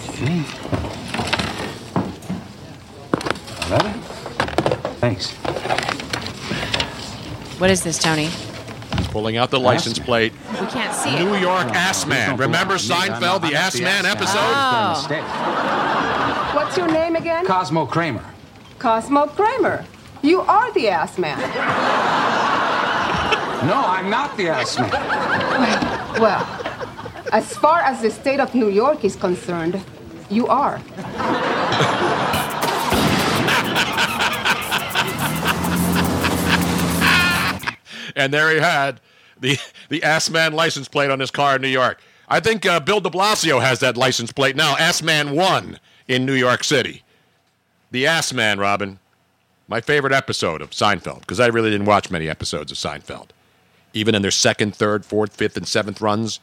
Thanks. What is this, Tony? Pulling out the license plate. We can't see it. New York Ass Man. Remember Seinfeld, the Ass Man Oh. episode? What's your name again? Cosmo Kramer. Cosmo Kramer. You are the ass man. No, I'm not the ass man. Well, as far as the state of New York is concerned, you are. And there he had the the Ass Man license plate on his car in New York. I think uh, Bill De Blasio has that license plate now. Ass Man One in New York City. The Ass Man, Robin. My favorite episode of Seinfeld because I really didn't watch many episodes of Seinfeld, even in their second, third, fourth, fifth, and seventh runs.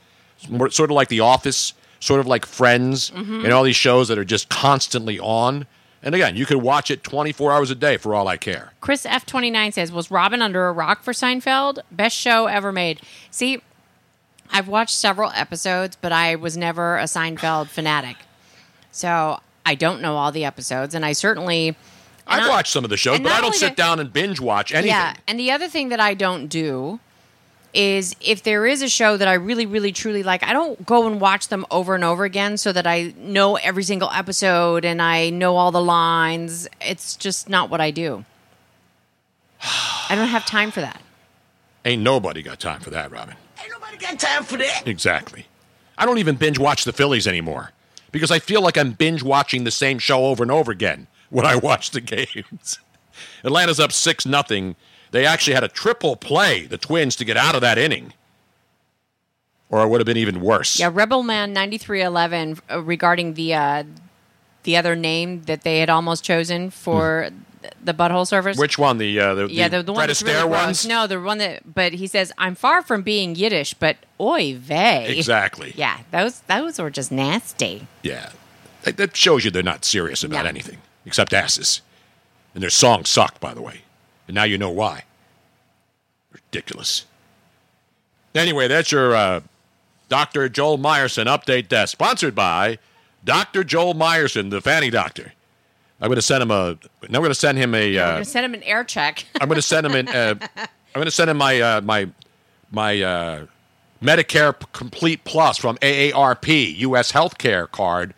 More- Sort of like The Office, sort of like Friends, Mhm. and all these shows that are just constantly on. And again, you could watch it 24 hours a day for all I care. Chris F29 says, Was Robin under a rock for Seinfeld? Best show ever made. See, I've watched several episodes, but I was never a Seinfeld fanatic. So I don't know all the episodes, and I certainly. I've and I- watched some of the shows, and but not I don't only sit did- down and binge watch anything. Yeah, and the other thing that I don't do is if there is a show that I really, really, truly like, I don't go and watch them over and over again so that I know every single episode and I know all the lines. It's just not what I do. I don't have time for that. Ain't nobody got time for that, Robin. got time for that. Exactly. I don't even binge watch the Phillies anymore because I feel like I'm binge watching the same show over and over again when I watch the games. Atlanta's up 6 nothing. They actually had a triple play, the Twins, to get out of that inning. Or it would have been even worse. Yeah, Rebel Man ninety three eleven regarding the uh, the other name that they had almost chosen for th- the butthole service. Which one? The, uh, the, yeah, the, the one Fred that's Astaire really gross. ones? No, the one that. But he says, "I'm far from being Yiddish, but oy vey." Exactly. Yeah, those those were just nasty. Yeah. That, that shows you they're not serious about No. anything except asses. And their songs suck, by the way. And now you know why. Ridiculous. Anyway, that's your uh, Dr. Joel Meyerson update desk, sponsored by Dr. Joel Meyerson, the fanny doctor. I'm going to send him a. Now I'm going to send him a. I'm Uh, gonna send him an air check. I'm going to send him an. Uh, I'm going to send him my uh, my my uh, Medicare P- Complete Plus from AARP U.S. Healthcare card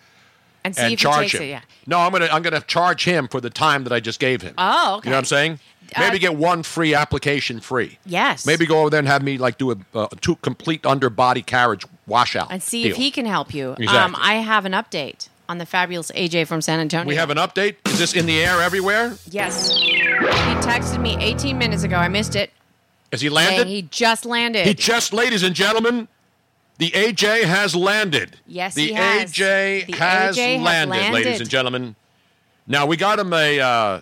and see and if charge he takes him. it. Yeah. No, I'm gonna I'm gonna charge him for the time that I just gave him. Oh, okay. You know what I'm saying? Maybe get one free application free. Yes. Maybe go over there and have me like do a, uh, two complete underbody carriage washout and see if deal. he can help you. Um, Exactly. I have an update on the fabulous AJ from San Antonio. We have an update. Is this in the air everywhere? Yes. He texted me 18 minutes ago. I missed it. Has he Saying landed? he just landed. He just, ladies and gentlemen, the AJ has landed. Yes, the he has. AJ The has AJ has landed, ladies landed. and gentlemen. Now we got him a uh,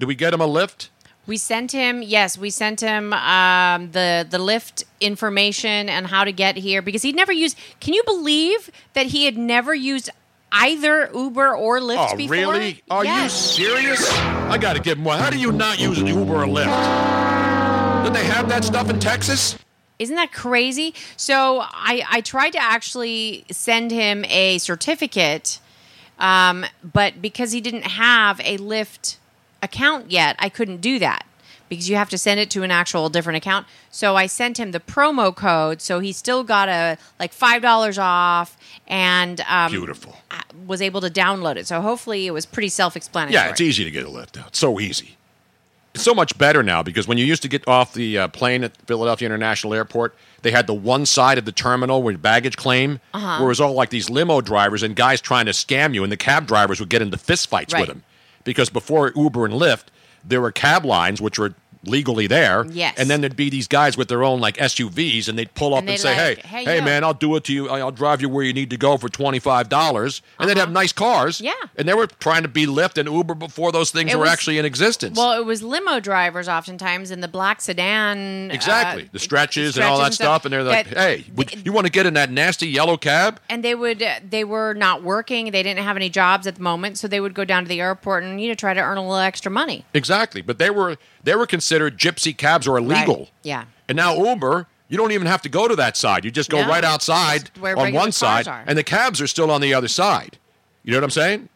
Do we get him a lift? We sent him, yes, we sent him um, the the lift information and how to get here because he'd never used. Can you believe that he had never used either Uber or Lyft oh, before? really? Are yes. you serious? I gotta give him one. How do you not use an Uber or Lyft? Did they have that stuff in Texas? Isn't that crazy? So I, I tried to actually send him a certificate, um, but because he didn't have a Lyft account yet, I couldn't do that because you have to send it to an actual different account. So I sent him the promo code, so he still got a like five dollars off and um, Beautiful. I was able to download it. So hopefully it was pretty self-explanatory. Yeah, it's easy to get a lift out. So easy. It's so much better now because when you used to get off the uh, plane at Philadelphia International Airport, they had the one side of the terminal with baggage claim, Uh-huh. where it was all like these limo drivers and guys trying to scam you, and the cab drivers would get into fistfights Right. with them. Because before Uber and Lyft, there were cab lines which were legally there. Yes. And then there'd be these guys with their own like SUVs, and they'd pull up And and, they'd say, like, "Hey, "Hey, hey, yo." man, I'll do it to you. I- I'll drive you where you need to go for twenty five dollars." And they'd have nice cars. Uh-huh. Yeah. And they were trying to be Lyft and Uber before those things It were was- actually in existence. Well, uh, it was limo drivers oftentimes in the black sedan. uh, exactly. the stretches, and all that stretches and stuff. stuff And they're like, that- hey, would, you want to get in that nasty yellow cab? and they would they were not working they didn't have any jobs at the moment so they would go down to the airport and you know try to earn a little extra money Exactly. But they were they were considered gypsy cabs or illegal. yeah And now Uber, you don't even have to go to that side. You just go No, right outside just where on regular one cars side, are. and the cabs are still on the other side. You know what I'm saying?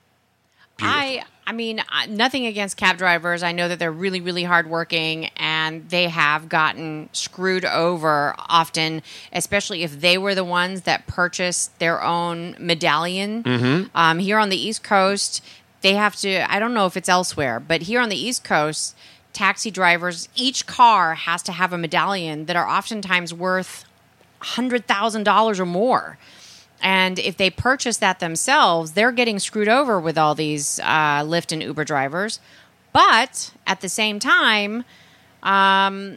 i i mean I, nothing against cab drivers i know that they're really really hardworking and they have gotten screwed over often especially if they were the ones that purchased their own Mm-hmm. medallion Mhm. um, here on the east coast they have to i don't know if it's elsewhere but here on the east coast taxi drivers each car has to have a medallion that are oftentimes worth $100000 or more and if they purchase that themselves they're getting screwed over with all these uh, lyft and uber drivers but at the same time um,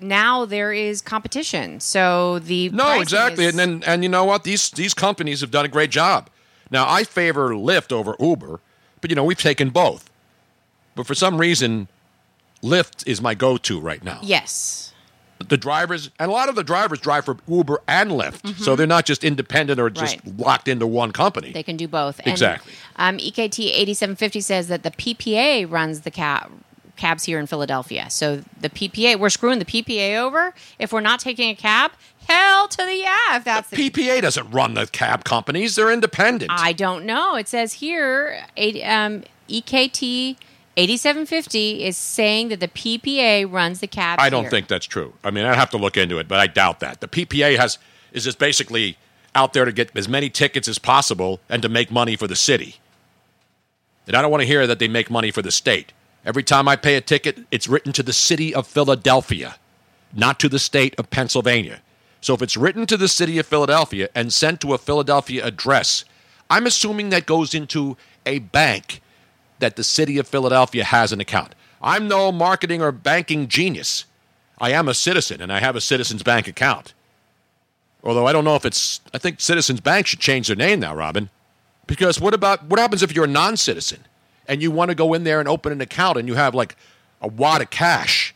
now there is competition so the No, pricing exactly. is- And then and you know what? These these companies have done a great job. Now I favor Lyft over Uber, but you know, we've taken both. But for some reason, Lyft is my go to right now. yes The drivers and a lot of the drivers drive for Uber and Lyft. Mm-hmm. So they're not just independent or just locked into one company. They can do both. Exactly. And, um, EKT eighty seven fifty says that the PPA runs the cab cabs here in Philadelphia. So the PPA, we're screwing the PPA over if we're not taking a cab. Hell to the yeah! If that's the, PPA doesn't run the cab companies, they're independent. I don't know. It says here, eight- um, EKT eighty seven fifty is saying that the PPA runs the cabs. I don't here. think that's true. I mean, I'd have to look into it, but I doubt that. The PPA has is just basically out there to get as many tickets as possible and to make money for the city. And I don't want to hear that they make money for the state. Every time I pay a ticket, it's written to the city of Philadelphia, not to the state of Pennsylvania. So if it's written to the city of Philadelphia and sent to a Philadelphia address, I'm assuming that goes into a bank that the city of Philadelphia has an account. I'm no marketing or banking genius. I am a citizen and I have a Citizens Bank account. Although I don't know if it's I think Citizens Bank should change their name now, Robin. Because what about what happens if you're a non-citizen and you want to go in there and open an account and you have like a wad of cash?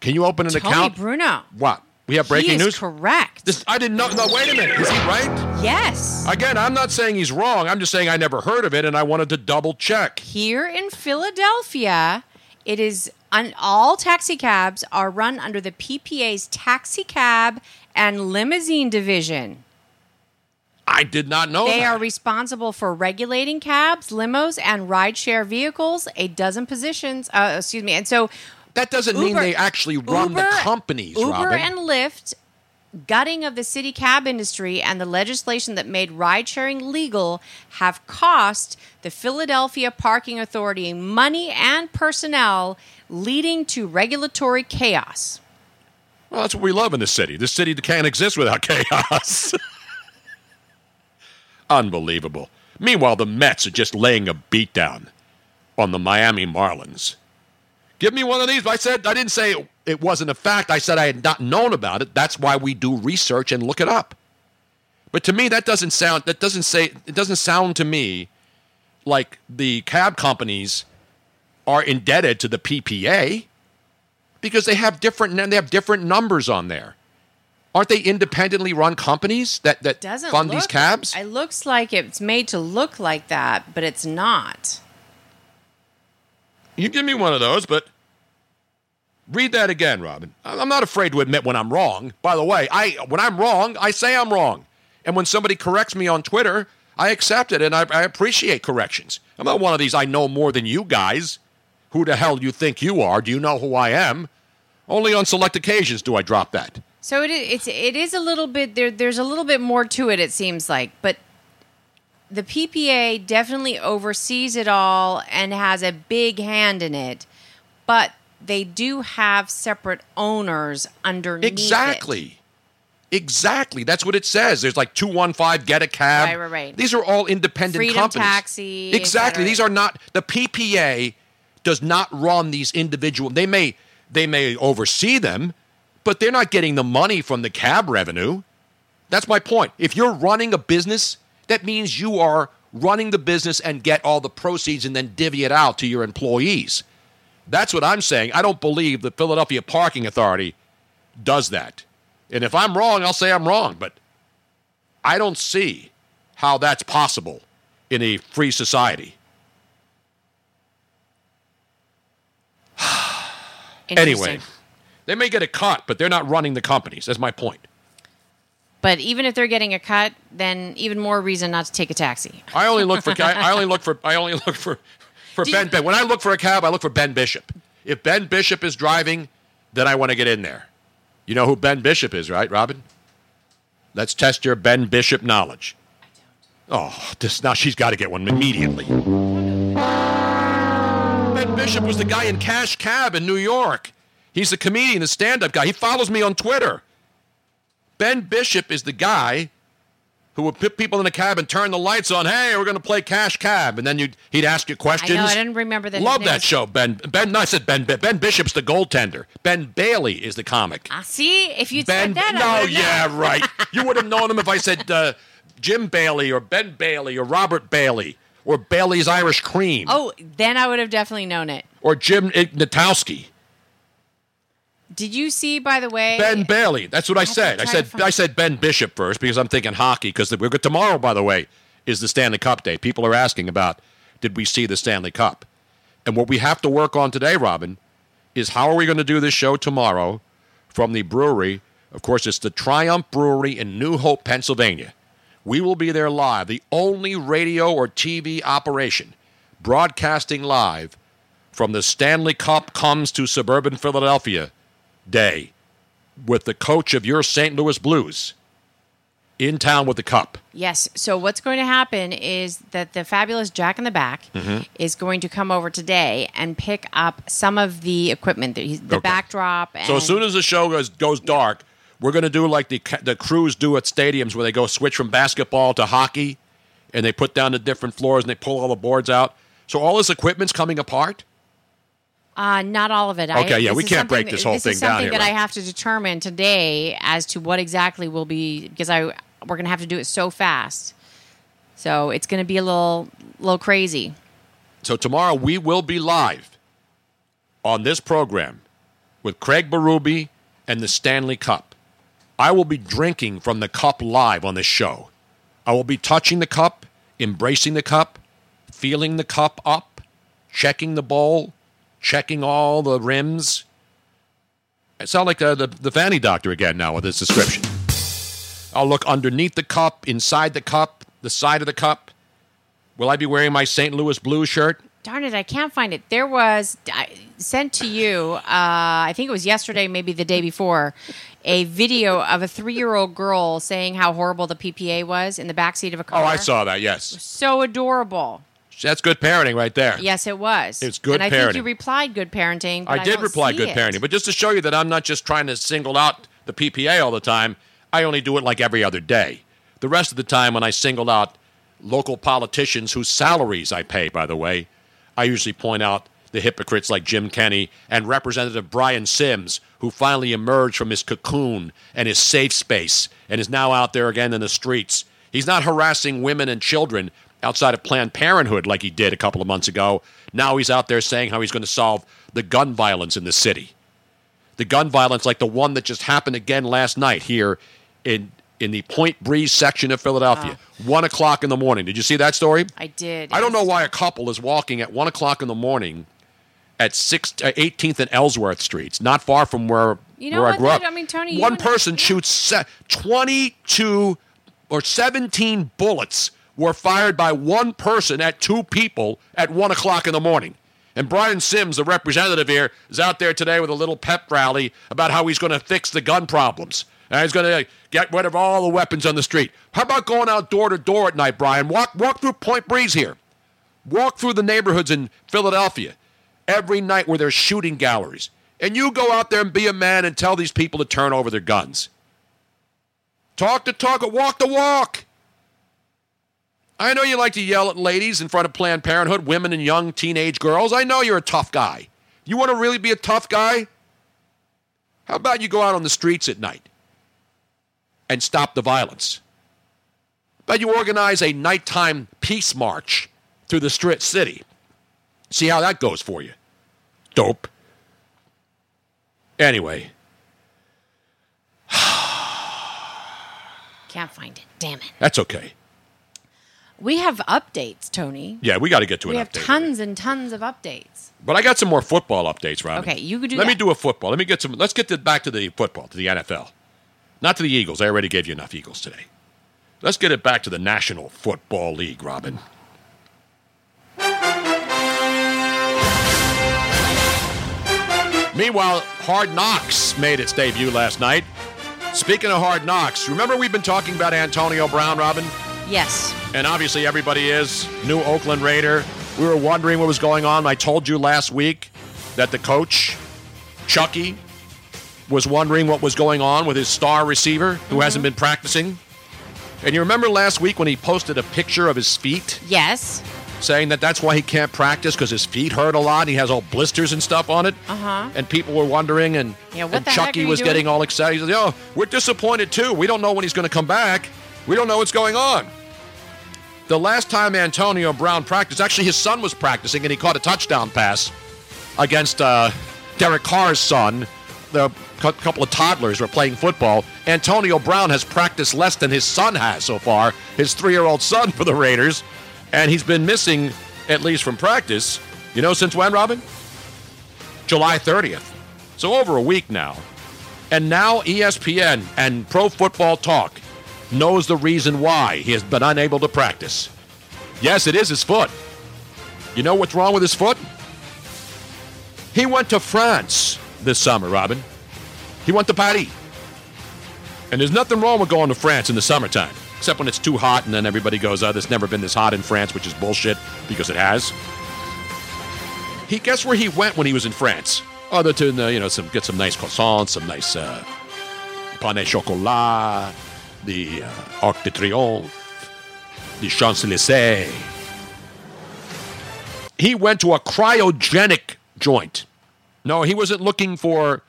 Can you open an Tony account? Bruno. What? We have breaking He is news? Correct. This, I didn't know. No, wait a minute. Is he right? Yes. Again, I'm not saying he's wrong. I'm just saying I never heard of it and I wanted to double check. Here in Philadelphia, it is un- all taxi cabs are run under the PPA's taxi cab and limousine division. I did not know they that. are responsible for regulating cabs, limos, and rideshare vehicles. A dozen positions. Uh, excuse me. And so that doesn't mean they actually run the companies, Uber Robin. and Lyft. Gutting of the city cab industry and the legislation that made ride sharing legal have cost the Philadelphia Parking Authority money and personnel, leading to regulatory chaos. Well, that's what we love in the city. The city that can't exist without chaos. Unbelievable. Meanwhile, the Mets are just laying a beat down on the Miami Marlins. Give me one of these. I said I didn't say it, it wasn't a fact. I said I had not known about it. That's why we do research and look it up. But to me, that doesn't sound. That doesn't say. It doesn't sound to me like the cab companies are indebted to the PPA because they have different they have different numbers on there. Aren't they independently run companies that that Doesn't fund look, these cabs? It looks like it's made to look like that, but it's not. You give me one of those, but read that again, Robin. I- I'm not afraid to admit when I'm wrong. By the way, I when I'm wrong, I say I'm wrong. And when somebody corrects me on Twitter, I accept it and I, I appreciate corrections. I'm not one of these I know more than you guys. Who the hell you think you are? Do you know who I am? Only on select occasions do I drop that. So it is, it's it is a little bit there. There's a little bit more to it. It seems like, but the PPA definitely oversees it all and has a big hand in it. But they do have separate owners underneath. it. Exactly. Exactly. That's what it says. There's like 215 Get a Cab. Right, right, right. These are all independent Freedom companies. Taxi, et Exactly. cetera. These are not the PPA does not run these individual. They may they may oversee them, but they're not getting the money from the cab revenue. That's my point. If you're running a business, that means you are running the business and get all the proceeds and then divvy it out to your employees. That's what I'm saying. I don't believe the Philadelphia Parking Authority does that. And if I'm wrong, I'll say I'm wrong, but I don't see how that's possible in a free society. Anyway, Interesting. they may get a cut, but they're not running the companies. That's my point. But even if they're getting a cut, then even more reason not to take a taxi. I only look for I, I only look for I only look for for Do you- Ben, ben. When I look for a cab, I look for Ben Bishop. If Ben Bishop is driving, then I want to get in there. You know who Ben Bishop is, right, Robin? Let's test your Ben Bishop knowledge. Oh, this now she's got to get one immediately. Ben Bishop was the guy in Cash Cab in New York. He's a comedian, a stand-up guy. He follows me on Twitter. Ben Bishop is the guy who would put people in a cab and turn the lights on. Hey, we're going to play Cash Cab, and then you'd, he'd ask you I questions. know. I didn't remember that. his Love name that was- show, Ben. Ben, no, I said Ben. Bi- Ben Bishop's the goaltender. Ben Bailey is the comic. Ah, see, if you Ben. said that, I no, would've known. yeah, right. You would have known him if I said uh, Jim Bailey or Ben Bailey or Robert Bailey or Bailey's Irish Cream Oh, then I would have definitely known it. or Jim Natowski. Did you see, by the way? Ben Bailey. That's what I, said. I try said to find- I said Ben Bishop first because I'm thinking hockey because we're good tomorrow. By the way, is the Stanley Cup day. People are asking about did we see the Stanley Cup, and what we have to work on today, Robin, is how are we going to do this show tomorrow from the brewery. Of course, it's the Triumph Brewery in New Hope, Pennsylvania. We will be there live, the only radio or TV operation broadcasting live from the Stanley Cup comes to suburban Philadelphia day with the coach of your St. Louis Blues in town with the cup. Yes. So what's going to happen is that the fabulous Jack in the Back Mhm. is going to come over today and pick up some of the equipment, that he's, the Okay. backdrop. And So as soon as the show goes goes dark, we're going to do like the ca- the crews do at stadiums where they go switch from basketball to hockey and they put down the different floors and they pull all the boards out. So all this equipment's coming apart. uh, not all of it. I- Okay, yeah, this we is can't something break that- this whole this thing is down something here, that right? I have to determine today as to what exactly will be because I we're going to have to do it so fast. So it's going to be a little little crazy. So tomorrow we will be live on this program with Craig Berube and the Stanley Cup. I will be drinking from the cup live on this show. I will be touching the cup, embracing the cup, feeling the cup up, checking the bowl, checking all the rims. I sound like uh, the, the fanny doctor again now with this description. I'll look underneath the cup, inside the cup, the side of the cup. Will I be wearing my St. Louis blue shirt? Darn it, I can't find it. There was I, sent to you. Uh, I think it was yesterday, maybe the day before, a video of a three-year-old girl saying how horrible the PPA was in the backseat of a car. Oh, I saw that. Yes, So adorable. that's good parenting right there. Yes, it was. It's good And I think you parenting. replied good parenting. But I, I did don't reply see good it. parenting, but just to show you that I'm not just trying to single out the PPA all the time. I only do it like every other day. The rest of the time, when I single out local politicians whose salaries I pay, by the way, I usually point out the hypocrites like Jim Kenney and Representative Brian Sims, who finally emerged from his cocoon and his safe space and is now out there again in the streets. He's not harassing women and children outside of Planned Parenthood like he did a couple of months ago. Now he's out there saying how he's going to solve the gun violence in the city. The gun violence, like the one that just happened again last night here in in the Point Breeze section of Philadelphia, one o'clock in the morning. Did you see that story? I did. I don't know why a couple is walking at one o'clock in the morning at six, uh, 18th and Ellsworth Streets, not far from where You know where I what, grew up. dude? I mean, Tony, you one and I- person shoots se- 22 or 17 bullets were fired by one person at two people at one o'clock in the morning. And Brian Sims, the representative here, is out there today with a little pep rally about how he's going to fix the gun problems. And he's going to get rid of all the weapons on the street. How about going out door to door at night, Brian? Walk, walk through Point Breeze here. Walk through the neighborhoods in Philadelphia every night where there's shooting galleries. And you go out there and be a man and tell these people to turn over their guns. Talk the talk and walk the walk. I know you like to yell at ladies in front of Planned Parenthood, women and young teenage girls. I know you're a tough guy. You want to really be a tough guy? How about you go out on the streets at night and stop the violence? How about you organize a nighttime peace march through the stri- city? See how that goes for you. Dope. Anyway, Can't find it. Damn it. that's okay. We have updates, Tony. Yeah, we got to get to we an have update. tons and tons of updates. But I got some more football updates, Robin. Okay, you could do Let me that. do a football. Let me get some. Let's get to, back to the football, to the NFL, not to the Eagles. I already gave you enough Eagles today. Let's get it back to the National Football League, Robin. Meanwhile, Hard Knocks made its debut last night. Speaking of Hard Knocks, remember we've been talking about Antonio Brown, Robin? Yes. and obviously everybody is new Oakland Raider. We were wondering what was going on. I told you last week that the coach, Chucky, was wondering what was going on with his star receiver who hasn't been practicing. And you remember last week when he posted a picture of his feet Yes. saying that that's why he can't practice because his feet hurt a lot. He has all blisters and stuff on it. Uh huh. And people were wondering, and, Yeah, what and the heck are Chucky you was doing? getting all excited. He says, "Yo, we're disappointed too. We don't know when he's going to come back. We don't know what's going on." The last time Antonio Brown practiced, actually, his son was practicing, and he caught a touchdown pass against uh, Derek Carr's son. The cou- couple of toddlers were playing football. Antonio Brown has practiced less than his son has so far. His three-year-old son for the Raiders, and he's been missing at least from practice. You know since when, Robin? July 30th. So over a week now. And now E ESPN and Pro Football Talk knows the reason why he has been unable to practice. Yes, it is his foot. You know what's wrong with his foot? He went to France this summer, Robin. He went to Paris. And there's nothing wrong with going to France in the summertime, except when it's too hot and then everybody goes, oh, there's never been this hot in France, which is bullshit because it has. He guess where he went when he was in France? Other than uh, you know, some get some nice croissants, some nice uh, pain au chocolat, the uh, Arc de Triomphe, the Champs Elysees. He went to a cryogenic joint. No, he wasn't looking for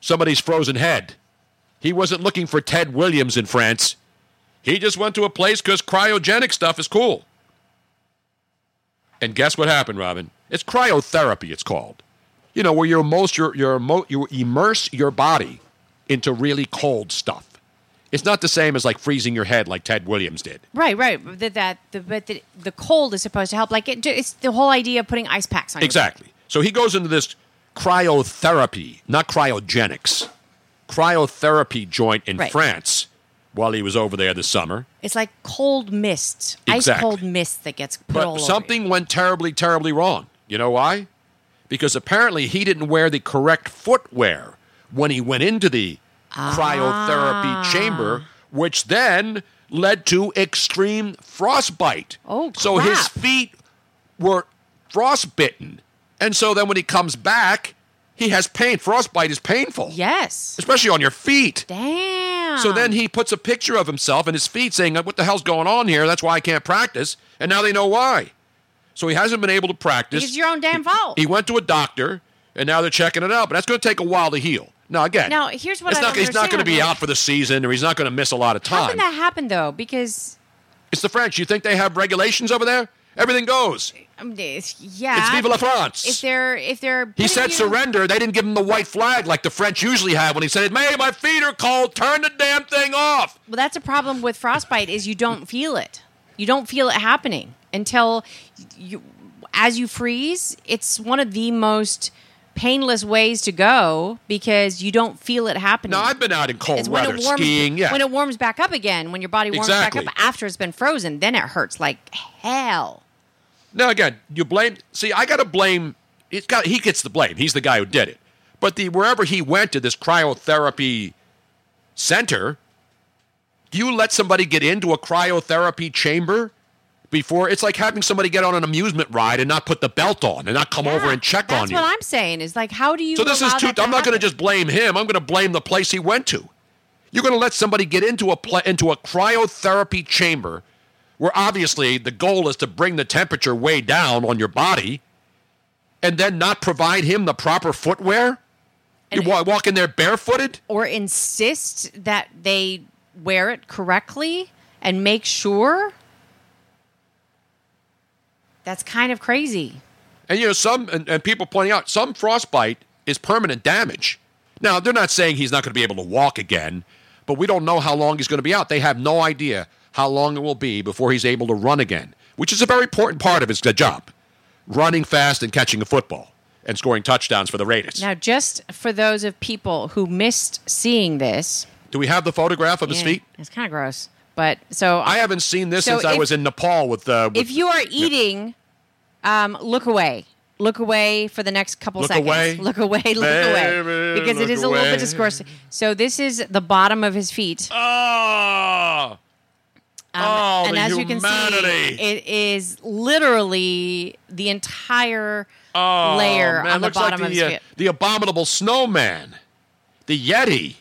somebody's frozen head. He wasn't looking for Ted Williams in France. He just went to a place because cryogenic stuff is cool. And guess what happened, Robin? It's cryotherapy. It's called. You know, where you immerse your, your emo- you immerse your body into really cold stuff. It's not the same as like freezing your head like Ted Williams did. Right, right. But That, that the, but the, the cold is supposed to help. Like it, it's the whole idea of putting ice packs on. your- Exactly. So he goes into this cryotherapy, not cryogenics, cryotherapy joint in Right. France while he was over there this summer. It's like cold mist, ice Exactly. cold mist that gets put all But over something went terribly, terribly wrong. You know why? Because apparently he didn't wear the correct footwear when he went into the cryotherapy chamber, which then led to extreme frostbite. Oh, so his crap. feet were frostbitten, and so then when he comes back, he has pain. Frostbite is painful. Yes, especially on your feet. Damn. So then he puts a picture of himself and his feet saying, What the hell's going on here? That's why I can't practice. And now they know why. So he hasn't been able to practice. It's your own damn fault. He went to a doctor, and now they're checking it out. But that's going to take a while to heal. Now, again, Now, here's what it's I not, don't he's not going to be understand. out for the season or he's not going to miss a lot of How time. can that happen though? Because It's the French. You think they have regulations over there? Everything goes. Um, this- yeah. It's Vive la France. If they're if they're He putting said you- surrender. They didn't give him the white flag like the French usually have when he said, May my feet are cold. Turn the damn thing off. Well, that's a problem with frostbite is you don't feel it. You don't feel it happening until you as you freeze. It's one of the most painless ways to go because you don't feel it happening. Now, I've been out in cold it's when weather it warms skiing. Yeah. when it warms back up again, when your body warms Exactly. back up after it's been frozen, then it hurts like hell. Now again, you blame. See, I gotta blame. It's got. He gets the blame. He's the guy who did it. But the wherever he went to this cryotherapy center, do you let somebody get into a cryotherapy chamber before? It's like having somebody get on an amusement ride and not put the belt on and not come over and check on That's you. what I'm saying is like how do you so this is allow too. that to I'm not going happen? to just blame him. I'm going to blame the place he went to. You're going to let somebody get into a pla into a cryotherapy chamber, where obviously the goal is to bring the temperature way down on your body, and then not provide him the proper footwear. You wa- walk in there barefooted. or insist that they wear it correctly and make sure that's kind of crazy And you know, some and, and people pointing out some frostbite is permanent damage. Now they're not saying he's not going to be able to walk again, but we don't know how long he's going to be out. They have no idea how long it will be before he's able to run again, which is a very important part of his job: running fast and catching a football and scoring touchdowns for the Raiders. now just for those of people who missed seeing this Do we have the photograph of his Yeah, feet? it's kind of gross but so I haven't seen this So since I if- was in Nepal with. Uh, with if you are eating um, look away look away for the next couple Look seconds away. look away look away Baby, because look it is a little away. bit disgusting so this is the bottom of his feet oh, Um, Oh, and the as you can humanity. see, it is literally the entire Oh, layer man, on the looks like bottom of the, his uh, feet. the abominable snowman, the Yeti.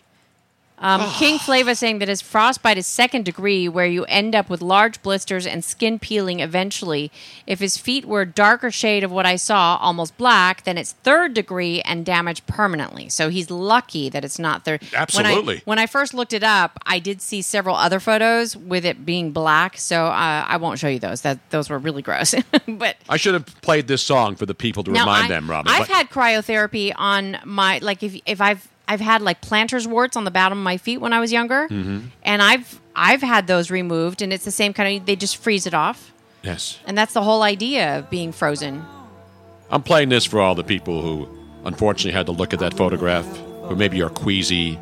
Um, King Flava saying that his frostbite is second degree, where you end up with large blisters and skin peeling eventually. If his feet were a darker shade of what I saw, almost black, then it's third degree and damaged permanently. So he's lucky that it's not third. When Absolutely. I, when I first looked it up, I did see several other photos with it being black. So uh, I won't show you those. That those were really gross. but I should have played this song for the people to remind them, Robin. but- I've had cryotherapy on my like if if I've I've had like plantar's warts on the bottom of my feet when I was younger, Mhm. and I've I've had those removed, and it's the same kind of they just freeze it off, yes, and that's the whole idea of being frozen. I'm playing this for all the people who unfortunately had to look at that photograph, who maybe are queasy,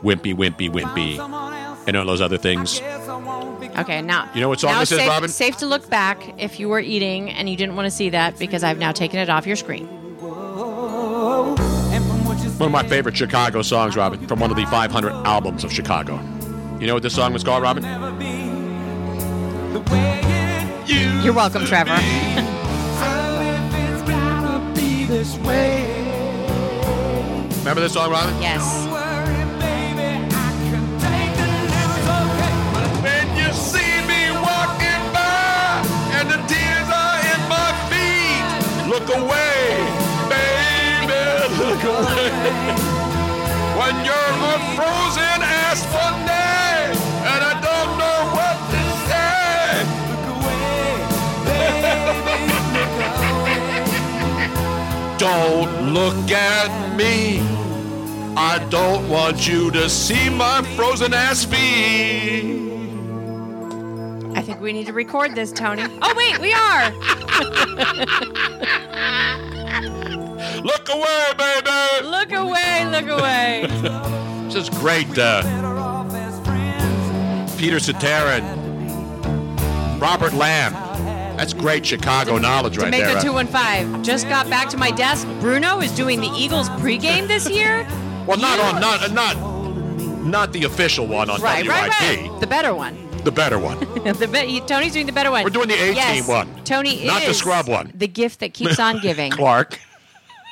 wimpy, wimpy, wimpy, and all those other things. Okay, now You know what song now this is, safe, Robin? Safe to look back if you were eating and you didn't want to see that because I've now taken it off your screen. One of my favorite Chicago songs, Robin, from one of the 500 albums of Chicago. You know what this song was called, Robin? You're welcome, Trevor. Remember this song, Robin? yes. When you see me walking by and the tears are in my feet, look away, baby, look away. when you're on frozen as for day and I don't know what to say, look away, Don't look at me. I don't want you to see my frozen ass feet. I think we need to record this, Tony. Oh wait, we are. Look away, baby. Look away, look away. This is great. Uh, Peter Cetera and Robert Lamb. That's great Chicago knowledge right Jamaica there. uh. 215. Just got back to my desk. Bruno is doing the Eagles pregame this year. well, not on not uh, not not the official one on right, WIP. right, right. The better one. The better one. the be- Tony's doing the better one. We're doing the A-team yes, one. Tony Not is the scrub one. The gift that keeps on giving. Clark.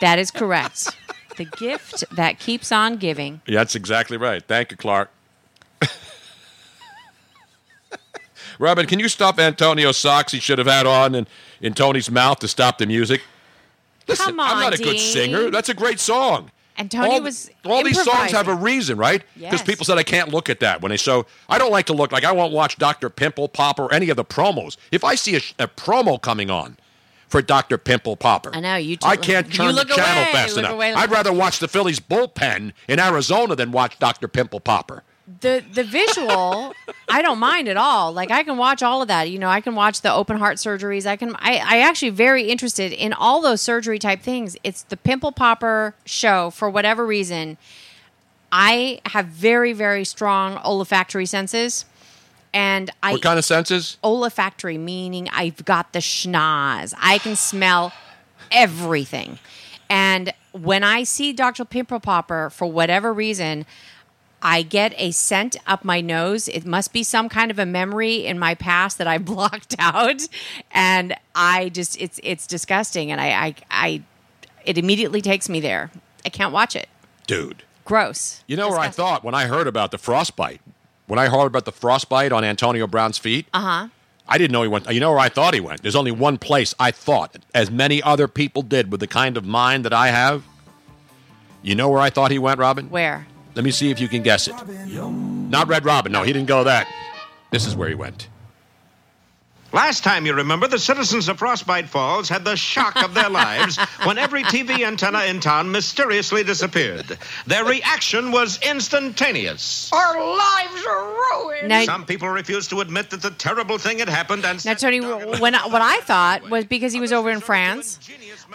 that is correct. The gift that keeps on giving. Yeah, that's exactly right. Thank you, Clark. Robin, can you stop Antonio's socks he should have had on in, in Tony's mouth to stop the music? Listen, Come I'm on, not a good Dean. singer. That's a great song. And Tony all, was all these songs have a improvising. reason, right? Because Yes. people said I can't look at that when they so I don't like to look like I won't watch Doctor Pimple Popper or any of the promos. If I see a, sh- a promo coming on for Doctor Pimple Popper, I know you. T- I can't you turn the look channel away, fast look enough. away, look I'd rather watch the Phillies bullpen in Arizona than watch Doctor Pimple Popper. the the visual i don't mind at all like i can watch all of that you know i can watch the open heart surgeries i can i i actually very interested in all those surgery type things it's the pimple popper show for whatever reason i have very very strong olfactory senses and i what kind of senses? olfactory meaning I've got the schnoz. I can smell everything. And when I see Dr. Pimple Popper, for whatever reason, I get a scent up my nose. It must be some kind of a memory in my past that I blocked out, and I just it's it's disgusting, and I I, I it immediately takes me there. I can't watch it. Dude. Gross. You know where I thought when I heard about the frostbite? When I heard about the frostbite on Antonio Brown's feet? Uh huh. I didn't know he went. You know where I thought he went? There's only one place I thought, as many other people did with the kind of mind that I have. You know where I thought he went, Robin? Where? Let me see if you can guess it. Not Red Robin. No, he didn't go that. This is where he went. Last time you remember, the citizens of Frostbite Falls had the shock of their lives when every TV antenna in town mysteriously disappeared. Their reaction was instantaneous. Our lives are ruined. Some people refused to admit that the terrible thing had happened and Now, Tony, when I, what I thought was because he was over in France,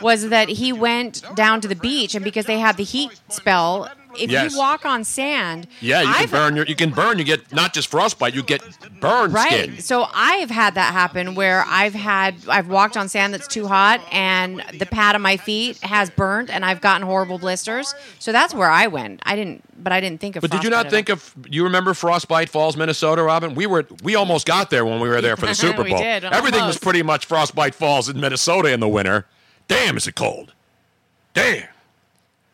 was that he went down to the beach, and because they had the heat spell, if Yes. you walk on sand, Yeah, you can I've- burn. Your, you can burn. You get not just frostbite. You get burned right? skin. So I've had that happen where I've had I've walked on sand that's too hot, and the pad of my feet has burnt, and I've gotten horrible blisters. So that's where I went. I didn't, but I didn't think of. But did you frostbite not at think of you remember Frostbite Falls, Minnesota, Robin? We were we almost got there when we were there for the Super We Bowl. did, Everything was almost. pretty much Frostbite Falls in Minnesota in the winter. Damn, is it cold? Damn.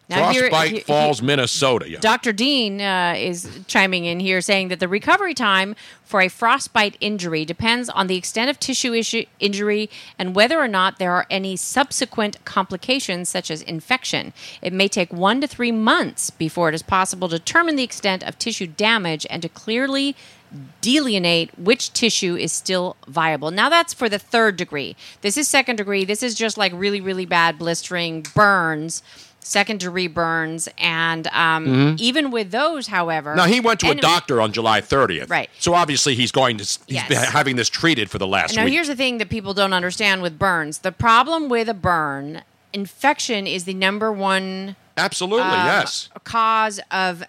Now here- Frostbite he- he- Falls, Minnesota. Yeah. Dr. Dean uh, is chiming in here saying that the recovery time for a frostbite injury depends on the extent of tissue issue injury and whether or not there are any subsequent complications such as infection. It may take one to three months before it is possible to determine the extent of tissue damage and to clearly delineate which tissue is still viable. Now that's for the third degree. This is second degree. This is just like really, really bad blistering burns, second degree burns, and um, Mhm. even with those, however, Now he went to a and- doctor on July 30th. Right. So obviously he's going to s- he's Yes. been having this treated for the last now week. here's the thing that people don't understand with burns. The problem with a burn, infection is the number one Absolutely, um, yes. cause of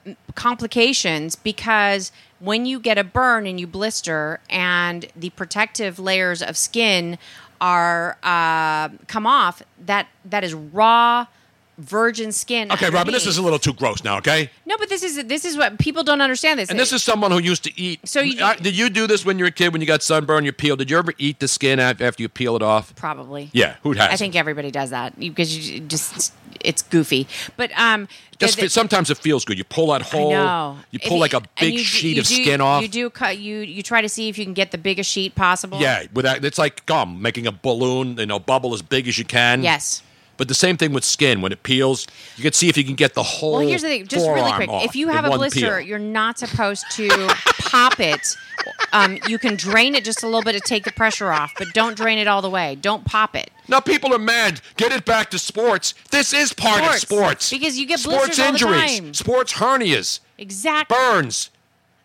complications because when you get a burn and you blister and the protective layers of skin are uh, come off, that that is raw virgin skin. Okay, Robin, this underneath. is a little too gross now, okay? No, but this is this is what people don't understand this. And this is someone who used to eat. So you- Uh, did you do this when you were a kid? When you got sunburn, you peeled. Did you ever eat the skin af- after you peel it off? probably Yeah, who has? I think everybody does that because you just it's goofy. But um, Just the- the- fe- sometimes it feels good. You pull that whole. I know. You If pull like a and big you d- sheet you of do- skin off. You do cut. You you try to see if you can get the biggest sheet possible. yeah, without it's like gum, making a balloon, you know, bubble as big as you can. Yes. But the same thing with skin. When it peels, you can see if you can get the whole. Well, here's the thing. Just really forearm quick. off If you in have a one blister, peel. you're not supposed to pop it. Um, you can drain it just a little bit to take the pressure off, but don't drain it all the way. Don't pop it. Now people are mad. Get it back to sports. This is part of Sports. sports. Because you get sports blisters all the injuries, time. sports hernias, Exactly. burns,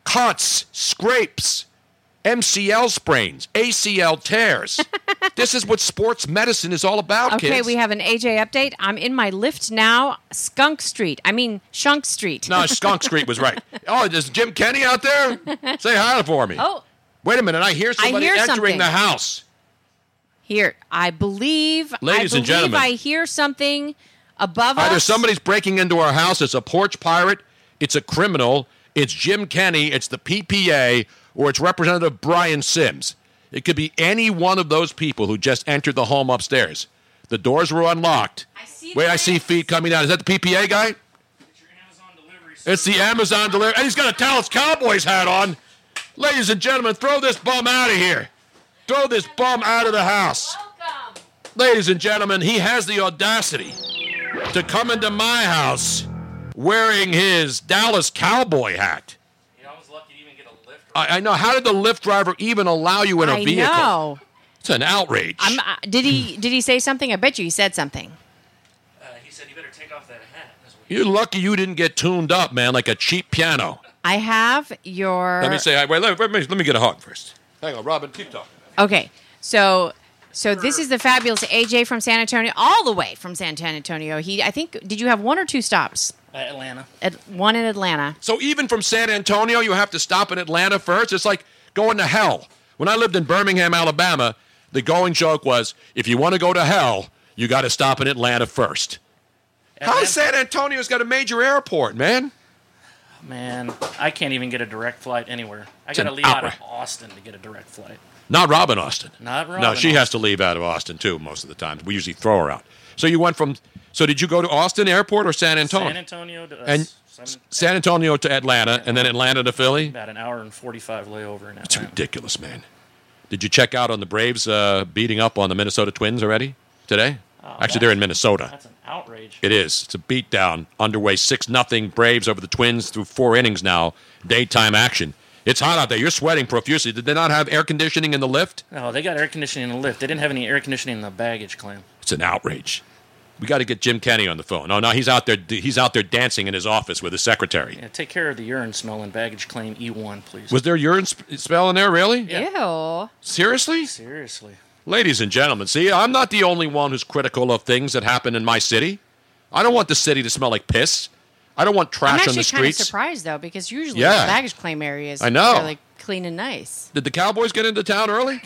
cuts, scrapes, MCL sprains, ACL tears. this is what sports medicine is all about, Okay, kids. we have an AJ update. I'm in my lift now, Skunk Street. I mean, Shunk Street. no, Skunk Street was right. Oh, is Jim Kenny out there? Say hi for me. Oh, Wait a minute. I hear I somebody hear entering something. the house. Here, I believe. Ladies I and believe gentlemen. I hear something above Either us. somebody's breaking into our house, it's a porch pirate, it's a criminal, it's Jim Kenny, it's the PPA, or it's Representative Brian Sims. It could be any one of those people who just entered the home upstairs. The doors were unlocked. Wait, I see feet coming out. Is that the PPA guy? It's the Amazon delivery. And he's got a Dallas Cowboys hat on. Ladies and gentlemen, throw this bum out of here. Throw this bum out of the house. Ladies and gentlemen, he has the audacity to come into my house wearing his Dallas Cowboy hat. I, I know. How did the Lyft driver even allow you in a I vehicle? know. It's an outrage. I'm, uh, did he did he say something? I bet you he said something. You're lucky you didn't get tuned up, man, like a cheap piano. I have your. Let me say, hi- wait, let, let me, let me get a hug first. Hang on, Robin, keep talking. Okay, so so this is the fabulous AJ from San Antonio, all the way from San Antonio. He, I think, did you have one or two stops? Uh, Atlanta. At one in Atlanta. So even from San Antonio, you have to stop in Atlanta first. It's like going to hell. When I lived in Birmingham, Alabama, the going joke was if you want to go to hell, you got to stop in Atlanta first. How's San Antonio's got a major airport, man? Man, I can't even get a direct flight anywhere. I It's got to an leave out of outrage. Austin to get a direct flight. Not Robin Austin. Not Robin. no, she has to leave out of Austin too most of the time. We usually throw her out. So you went from. So did you go to Austin Airport or San Antonio? San Antonio to uh, us. and San- San Antonio to Atlanta, and then Atlanta to Philly. About an hour and 45 layover in It's Atlanta. ridiculous, man. Did you check out on the Braves uh, beating up on the Minnesota Twins already today? Actually, they're in Minnesota. Oh, That's an outrage. It is. It's a beatdown underway. Six nothing Braves over the Twins through four innings now. Daytime action. It's hot out there. You're sweating profusely. Did they not have air conditioning in the lift? No, they got air conditioning in the lift. They didn't have any air conditioning in the baggage claim. It's an outrage. We got to get Jim Kenny on the phone. Oh, No, no, he's out there. He's out there dancing in his office with his secretary. Yeah, take care of the urine smell in baggage claim E1, please. Was there urine sp- smell in there? Really? Ew. Seriously? Seriously. Ladies and gentlemen, see, I'm not the only one who's critical of things that happen in my city. I don't want the city to smell like piss. I don't want I'm trash on actually the kind of streets. surprised though, because usually Yeah. the baggage claim areas I know. are like clean and nice. Did the Cowboys get into town early?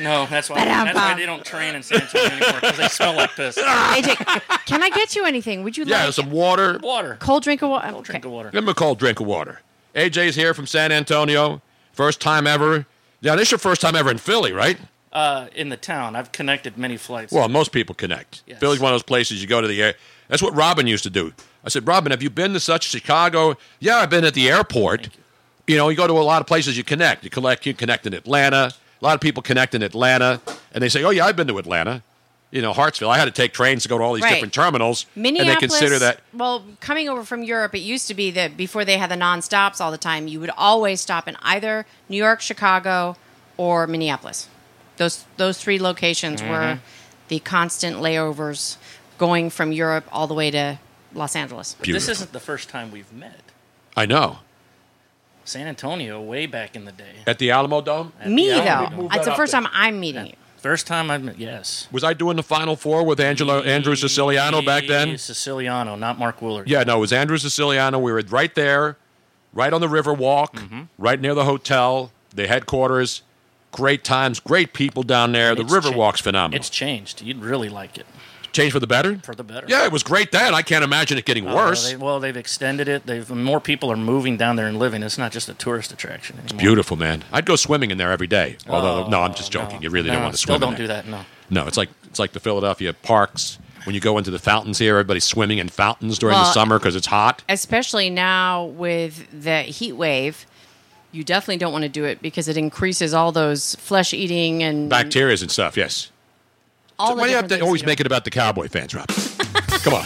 No, that's why, that's why they don't train in San Antonio anymore because they smell like piss. AJ, can I get you anything? Would you yeah, like some water. Water. cold drink of water? Cold drink of water. Give him a cold drink of water. AJ's here from San Antonio. First time ever. Yeah, this is your first time ever in Philly, right? Uh, in the town, I've connected many flights. Well, most people connect. Yes. Philly's one of those places you go to the air. That's what Robin used to do. I said, Robin, have you been to such Chicago? Yeah, I've been at the airport. You. know, you go to a lot of places. You connect. You collect. You connect in Atlanta. A lot of people connect in Atlanta, and they say, "Oh yeah, I've been to Atlanta." You know, Hartsville. I had to take trains to go to all these Right. different terminals, Minneapolis. and they consider that Well, coming over from Europe, it used to be that before they had the non-stops all the time, you would always stop in either New York, Chicago, or Minneapolis. Those those three locations were Mhm. the constant layovers going from Europe all the way to Los Angeles. But This isn't the first time we've met. I know San Antonio, way back in the day. at the Alamo Dome. Me Yeah, we though, moved that's that the up first there. time I'm meeting you. First time I've met. Yes. Was I doing the Final Four with Angelo Andrew Siciliano back then? Siciliano, not Mark Willard. Yeah, no, it was Andrew Siciliano. We were right there, right on the River Walk, right near the hotel, the headquarters. Great times, great people down there. The It's River cha- Walk's phenomenal. It's changed. You'd really like it. Changed for the better? For the better. Yeah, it was great then. I can't imagine it getting Oh, worse. they- well, they've extended it. They've more people are moving down there and living. It's not just a tourist attraction anymore. It's Beautiful, man. I'd go swimming in there every day. Although, no, I'm just joking. You really don't Oh, No, want to still swim. don't in do there. that. No. No, it's like it's like the Philadelphia parks. When you go into the fountains here, everybody's swimming in fountains during the Well, summer because it's hot. especially now with the heat wave you definitely don't want to do it because it increases all those flesh eating and Bacterias and stuff. Yes. all So the why do you have different to things always you make it about the Cowboy fans, Rob? Come on.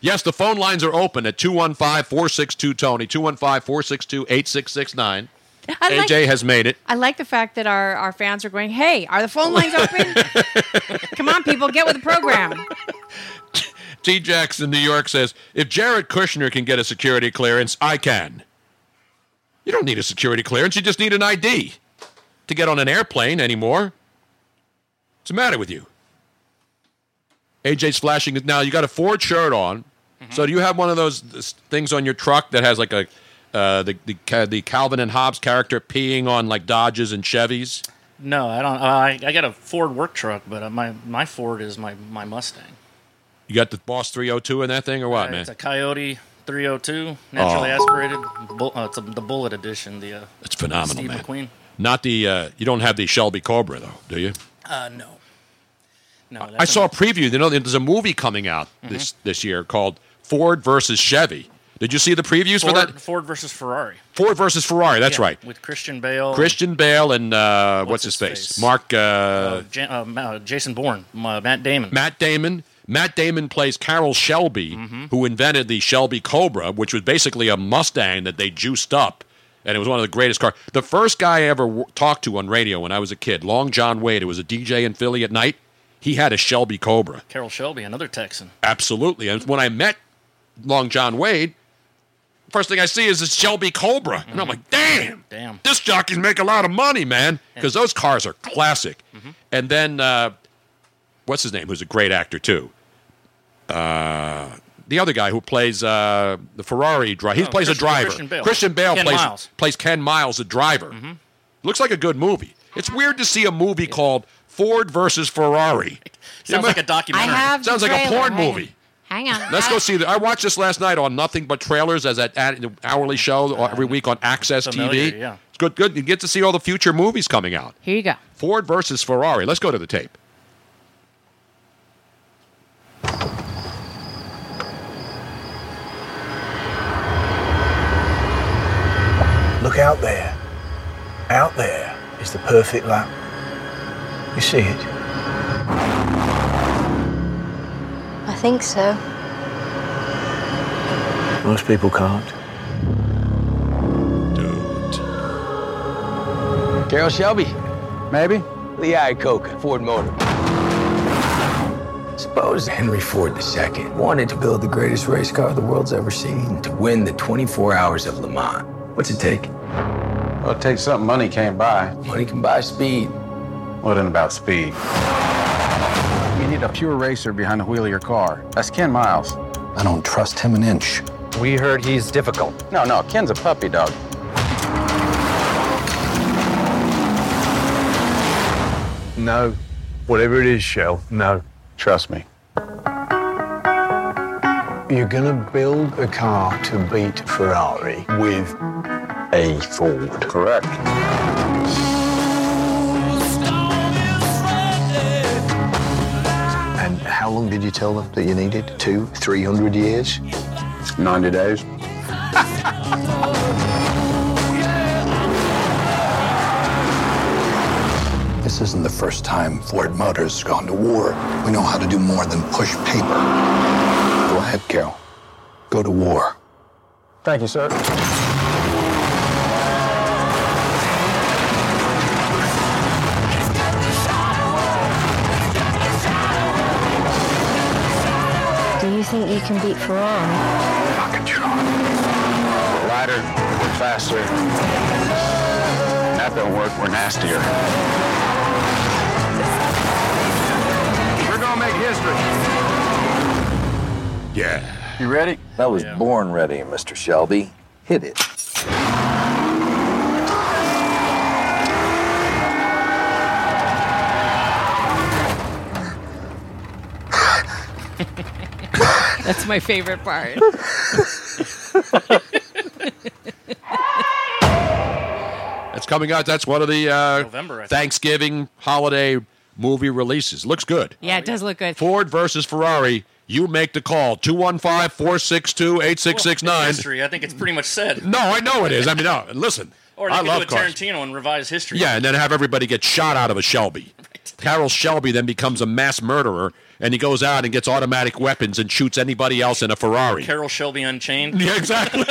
yes, the phone lines are open at 215 462 Tony, 215 462 8669. don't- I like, AJ has made it. I like the fact that our, our fans are going hey are the phone lines open come on people get with the program T Jax in New York says If Jared Kushner can get a security clearance, I can. You don't need a security clearance, you just need an ID to get on an airplane anymore. What's the matter with you? AJ's flashing. Now, you got a Ford shirt on. Mm-hmm. So, do you have one of those this, things on your truck that has like a. Uh, the the ca- the Calvin and Hobbes character peeing on like Dodges and Chevys. No, I don't. I, I got a Ford work truck, but uh, my my Ford is my my Mustang. You got the Boss 302 in that thing or what, Uh, man? Oh. It's a Coyote 302, naturally aspirated. Bu- uh, it's a, the bullet edition. The uh, it's phenomenal, Steve man. McQueen. Not the uh, you don't have the Shelby Cobra though, do you? Uh, no, no. I that's saw a preview. You know, there's a movie coming out this this year called Ford versus Chevy. Did you see the previews Ford, for that? Ford versus Ferrari. Ford versus Ferrari. That's Yeah, right. With Christian Bale. Christian Bale and uh, what's, his face? Mark uh, Ja- uh, Ma- uh, Jason Bourne, Ma- Matt Damon. Matt Damon. Matt Damon plays Carol Shelby, who invented the Shelby Cobra, which was basically a Mustang that they juiced up. And it was one of the greatest cars. The first guy I ever w- talked to on radio when I was a kid, Long John Wade, who was a DJ in Philly at night, he had a Shelby Cobra. Carol Shelby, another Texan. Absolutely. And when I met Long John Wade, first thing I see is this Shelby Cobra. And I'm like, damn, Mm-hmm. Damn. this jockey's make a lot of money, man. Because those cars are classic. Mm-hmm. And then, uh, what's his name, who's a great actor, too? Uh, the other guy who plays uh, the Ferrari driver. He Oh, plays a Christian- driver. Christian Bale. Ken plays, Miles. Mm-hmm. plays Ken Miles, a driver. Looks like a good movie. It's weird to see a movie called Ford versus Ferrari. Sounds like a documentary. I have the Sounds like a trailer, porn hang on. movie. Hang on. Uh, Let's Ah. go I- see. The, I watched this last night on Nothing But Trailers as that ad- hourly show or every week on Access Ah, familiar, TV. yeah. It's good. Good. You get to see all the future movies coming out. Here you go. Ford versus Ferrari. Let's go to the tape. Look out there. Out there is the perfect lap. You see it? I think so. Most people can't. Carol Shelby. Maybe. Lehigh Coca, Ford Motor. Suppose Henry Ford II wanted to build the greatest race car the world's ever seen to win the 24 hours of Le Mans. What's it take? Well, it takes something money can't buy. Money can buy speed. What in about speed? You need a pure racer behind the wheel of your car. That's Ken Miles. I don't trust him an inch. We heard he's difficult. No, no, Ken's a puppy dog. No. Whatever it is, Shell, no. Trust me. You're gonna build a car to beat Ferrari with a Ford. Correct. And how long did you tell them that you needed? Two, three hundred years? 90 days. This isn't the first time Ford Motors has gone to war. We know how to do more than push paper. Go ahead, Carol. Go to war. Thank you, sir. Do you think you can beat Ferrari? We're lighter, we're faster. That don't work, we're nastier. We're gonna make history. Yeah. You ready? That was born ready, Mr. Shelby. Hit it. That's my favorite part. That's coming out. That's one of the uh, November, I think. Thanksgiving holiday movie releases. Looks good. yeah, it does look good. Ford versus Ferrari. You make the call. 215 462 Well, 8669. history. I think it's pretty much said. No, I know it is. I mean, no, listen. Or they I could love do a cars. Tarantino and revise history. Yeah, and then have everybody get shot out of a Shelby. Carol Shelby then becomes a mass murderer, and he goes out and gets automatic weapons and shoots anybody else in a Ferrari. Carol Shelby Unchained. Yeah, exactly.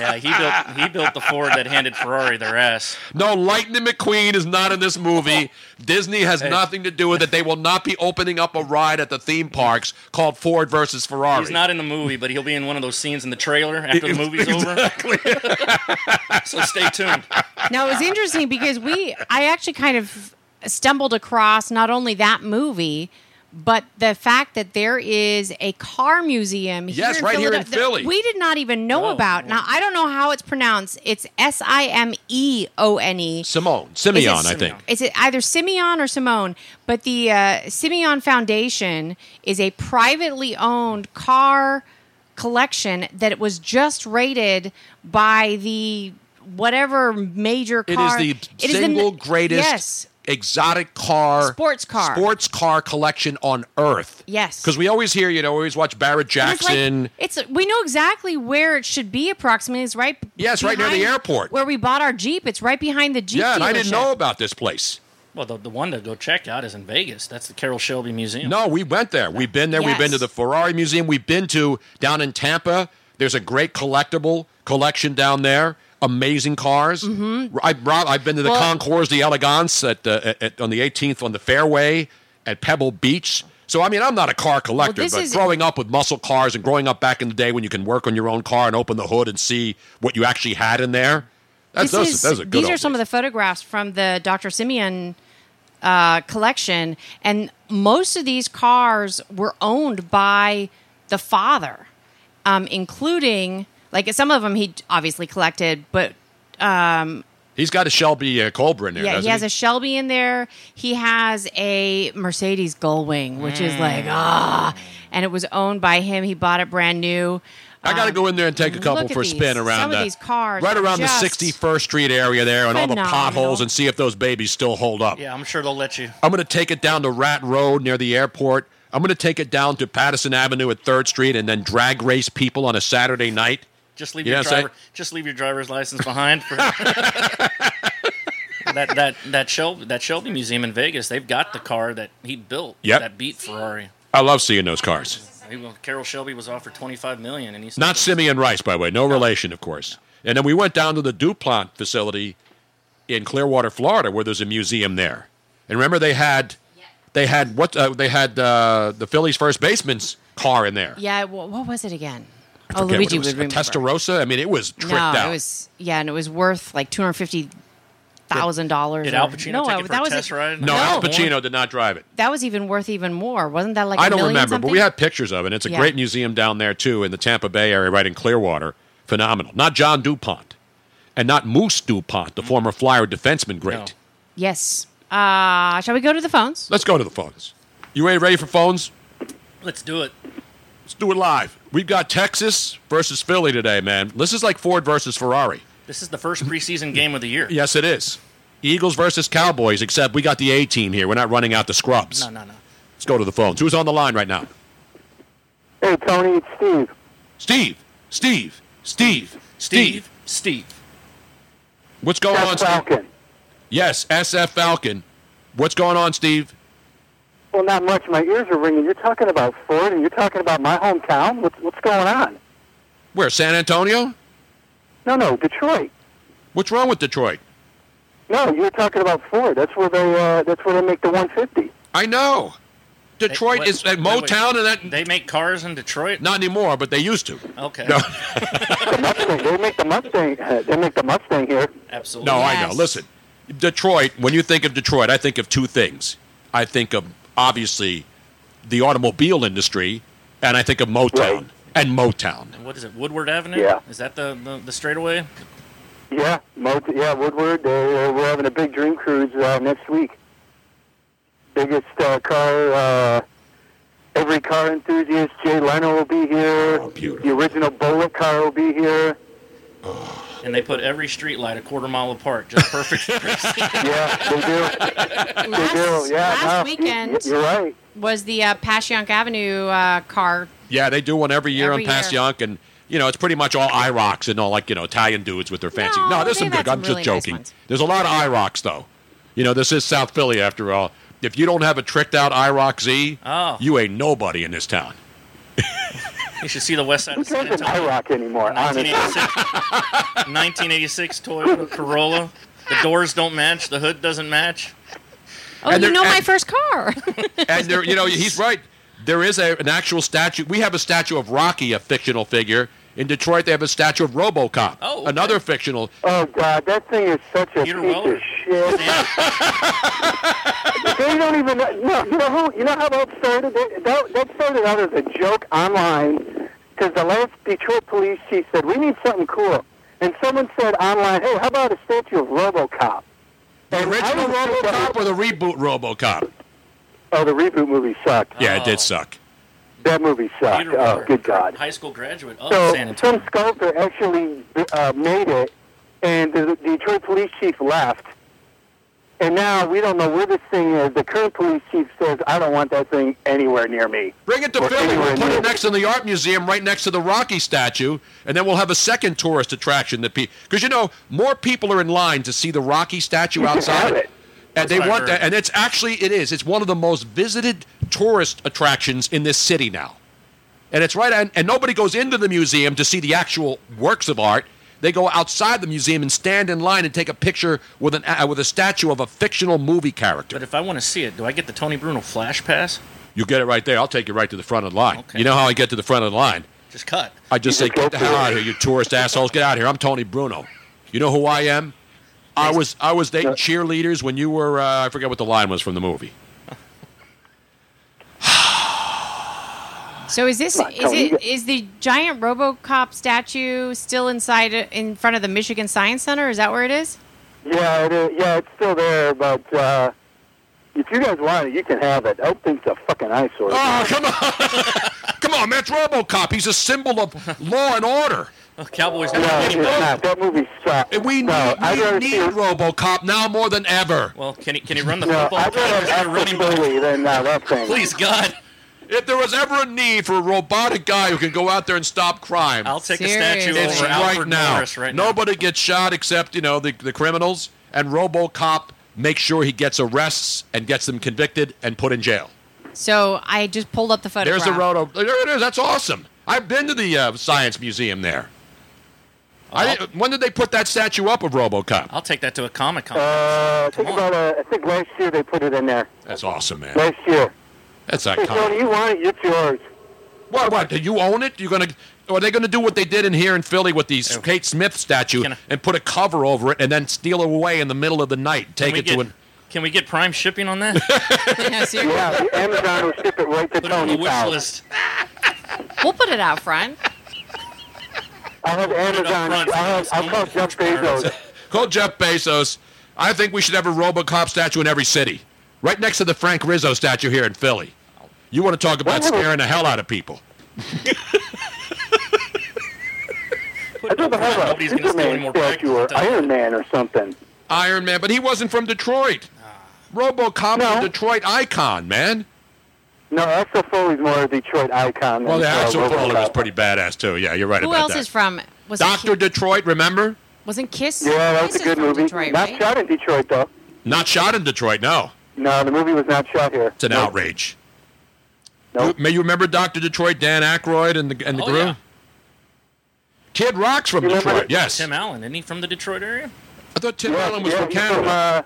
yeah, he built he built the Ford that handed Ferrari their ass. No, Lightning McQueen is not in this movie. Disney has nothing to do with it. They will not be opening up a ride at the theme parks called Ford versus Ferrari. He's not in the movie, but he'll be in one of those scenes in the trailer after the Ex- movie's over. so stay tuned. Now it was interesting because we, I actually kind of stumbled across not only that movie, but the fact that there is a car museum. Yes, right here in Philadelphia that Philly. Oh. we did not even know about. Now I don't know how it's pronounced. It's S I M E O N E. Simone, Simeon, Is it I think. Is it either Simeon or Simone? But the uh, Simeon Foundation is a privately owned car collection that was just rated by the whatever major It is car. the It is single n- greatest Yes. exotic car, Sports car. sports car collection on Earth. Yes. Because we always hear, you know, we always watch Barrett And it's like- Jackson. It's, we know exactly where it should be approximately. It's right. Yeah, it's right near the behind airport. where we bought our Jeep. It's right behind the Jeep. yeah, and I didn't dealership. know about this place. Well, the, the one to go check out is in Vegas. That's the Carroll Shelby Museum. No, we went there. We've been there. We've been to the Ferrari Museum. We've been to down in Tampa. There's a great collectible collection down there. Amazing cars. Mm-hmm. I, Rob, I've been to the Well- Concours d'Elegance at, uh, at, on the 18th on the fairway at Pebble Beach. So, I mean, I'm not a car collector, this but is- growing up with muscle cars and growing up back in the day when you can work on your own car and open the hood and see what you actually had in there. That's, This that's, is- that's a good these are old- some of the photographs from the Dr. Simeon uh, collection, and most of these cars were owned by the father, um, including like some of them he obviously collected, but um, He's got a Shelby uh, Cobra in there, yeah, doesn't he has a Shelby in there. He has a Mercedes Gullwing, which is like Mm. ah, and it was owned by him. He bought it brand new. I got to go in there and take a couple Um, look at for a spin these. around Some of the- these cars right are around just the 61st Street area there, and all the phenomenal. potholes, and see if those babies still hold up. Yeah, I'm sure they'll let you. I'm going to take it down to Rat Road near the airport. I'm going to take it down to Patterson Avenue at Third Street, and then drag race people on a Saturday night. Just leave You know your what I'm driver. Just leave your driver's license behind. For that that that Shelby that Shelby Museum in Vegas, they've got the car that he built. Yep. That beat Ferrari. I love seeing those cars. He, well, Carroll Shelby was offered twenty five million, and he's Not Simeon Rice, by the way, no relation, of course. And then we went down to the Duplant facility in Clearwater, Florida, where there's a museum there. And remember, they had they had what uh, they had uh, the Phillies first baseman's car in there. Yeah, wha- what was it again? I Oh, forget what Luigi it was, would a remember. Testarossa. I mean, it was tricked no, out. it was yeah, and it was worth like two hundred fifty thousand dollars. Did Al Pacino no, take I- it for that a was test no, Al Pacino did not drive it. That was even worth even more, wasn't that like? I I don't remember, but we had pictures of it. It's a Yeah. great museum down there too in the Tampa Bay area, right in Clearwater. Phenomenal. Not John Dupont, and not Moose Dupont, Mm. the former Flyer defenseman. Great. yes. Uh, shall we go to the phones? Let's go to the phones. You ready, ready for phones? Let's do it. Let's do it live. We've got Texas versus Philly today, man. This is like Ford versus Ferrari. This is the first preseason game of the year. Yes, it is. Eagles versus Cowboys, except we got the A team here. We're not running out the scrubs. No, no, no. Let's go to the phones. Who's on the line right now? Hey, Tony, it's Steve. Steve. Steve. Steve. Steve. Steve. What's going on, Steve? Falcon. Yes, SF Falcon. What's going on, Steve? Well, not much. My ears are ringing. You're talking about Ford, and you're talking about my hometown. What's, what's going on? Where, San Antonio? No, no, Detroit. What's wrong with Detroit? No, you're talking about Ford. That's where they. Uh, that's where they make the 150. I know. Detroit Wait, is at wait, wait. Motown and that. They make cars in Detroit? Not anymore, but they used to. Okay. No. The Mustang. They make the Mustang. uh, They make the Mustang here. Absolutely. No, I know. Listen, Detroit, when you think of Detroit, I think of two things. I think of, obviously, the automobile industry, and I think of Motown. And Motown. And what is it? Woodward Avenue? Yeah. Is that the, the, the straightaway? Yeah, Mo- yeah, Woodward. Uh, we're having a big dream cruise uh, next week. Biggest uh, car. Uh, every car enthusiast. Jay Leno will be here. Oh, the original Bullet car will be here. And they put every street light a quarter mile apart, just perfect. yeah, they do. Last, do, yeah, last no, weekend. you're right. Was the uh, Passyunk Avenue uh, car? Yeah, they do one every year Every on Pass year. Yonk, and you know it's pretty much all IROCs and all like you know Italian dudes with their fancy. No, there's some they've had good. I'm some just really nice joking. ones. there's a lot of IROCs though. You know, this is South Philly after all. If you don't have a tricked out IROC Z, Oh. you ain't nobody in this town. You should see the west side Who of San drives an Antonio. IROC anymore? Honestly, 1986 Toyota Corolla. The doors don't match. The hood doesn't match. Oh, And you they're- know my and- first car. And there, you know, he's right. There is a, an actual statue. We have a statue of Rocky, a fictional figure. In Detroit, they have a statue of RoboCop, oh, another fictional. Oh God, that thing is such a piece of shit. they don't even no. You know who? You know how that started? That, that, that started out as a joke online because the last Detroit police chief said we need something cool, and someone said online, "Hey, how about a statue of RoboCop?" The original RoboCop or the reboot RoboCop? Oh, the reboot movie sucked. Yeah, it did suck. That movie sucked. Peter Oh, Weller, good God. High school graduate of San so Antonio. some sculptor actually uh, made it, and the the Detroit police chief left. And now we don't know where this thing is. The current police chief says, "I don't want that thing anywhere near me." Bring it to Or Philly. anywhere We'll put near it next to the art museum, right next to the Rocky statue, and then we'll have a second tourist attraction. That because you know more people are in line to see the Rocky statue You can outside. have it. And That's they what I want heard. that. And it's actually, it is. It's one of the most visited tourist attractions in this city now. And it's right, and, and nobody goes into the museum to see the actual works of art. They go outside the museum and stand in line and take a picture with an uh, with a statue of a fictional movie character. But if I want to see it, do I get the Tony Bruno flash pass? You get it right there. I'll take you right to the front of the line. You know how I get to the front of the line? Just cut. I just say, get the hell out of here, you tourist assholes. Get out of here. I'm Tony Bruno. You know who I am? I was I was dating cheerleaders when you were uh, I forget what the line was from the movie. So is this is it is the giant RoboCop statue still inside in front of the Michigan Science Center? Is that where it is? Yeah, it is, yeah, it's still there, but uh, if you guys want it, you can have it. Oak Thing's a fucking eyesore. Oh, come on. come on, man. It's RoboCop. He's a symbol of law and order. Oh, Cowboys No, it's not. That movie sucks. We need, I'd we rather need see it- RoboCop now more than ever. Well, can he can he run the No, football? I'd rather have running than uh, that thing. Please God. If there was ever a need for a robotic guy who can go out there and stop crime, I'll take a statue it's over right Alfred now. Morris right now. Nobody gets shot except you know the, the criminals, and RoboCop makes sure he gets arrests and gets them convicted and put in jail. So I just pulled up the photo. There's the roto. There it is. That's awesome. I've been to the uh, science museum there. I didn't- when did they put that statue up of RoboCop? I'll take that to a comic con. Uh, I think about uh, I think last year they put it in there. That's awesome, man. Last year. That's Hey, iconic. Tony, you want it? It's yours. What? What? Do you own it? You're gonna? Are they gonna do what they did in here in Philly with the Kate Smith statue and put a cover over it and then steal it away in the middle of the night? and Take we it get- to an. Can we get prime shipping on that? Yeah, Amazon will ship it right to Put it on the Tony's wish house. list. We'll put it out front. I'll have Amazon. I'll, have, I'll call Jeff Bezos. Call Jeff Bezos. I think we should have a RoboCop statue in every city, right next to the Frank Rizzo statue here in Philly. You want to talk about scaring the hell out of people? I don't have a Nobody's gonna steal Superman any more statue or Iron Man or something. Iron Man, but he wasn't from Detroit. RoboCop, a Detroit icon, man. No, Axel Foley's more a Detroit icon. Well, the than, uh, Axel Foley RoboCop. was pretty badass too. Yeah, you're right Who about else that. is from? Was Doctor Detroit, remember? Wasn't Kiss? Yeah, that was Kiss a is good from movie. Detroit, not right? shot in Detroit though. Not shot in Detroit, no. No, the movie was not shot here. It's an outrage. You, may you remember Doctor Detroit, Dan Aykroyd, and the and the Oh, crew? yeah. Kid Rock's from Detroit. Yes, Tim Allen, isn't he from the Detroit area? I thought Tim Allen was uh, from Canada.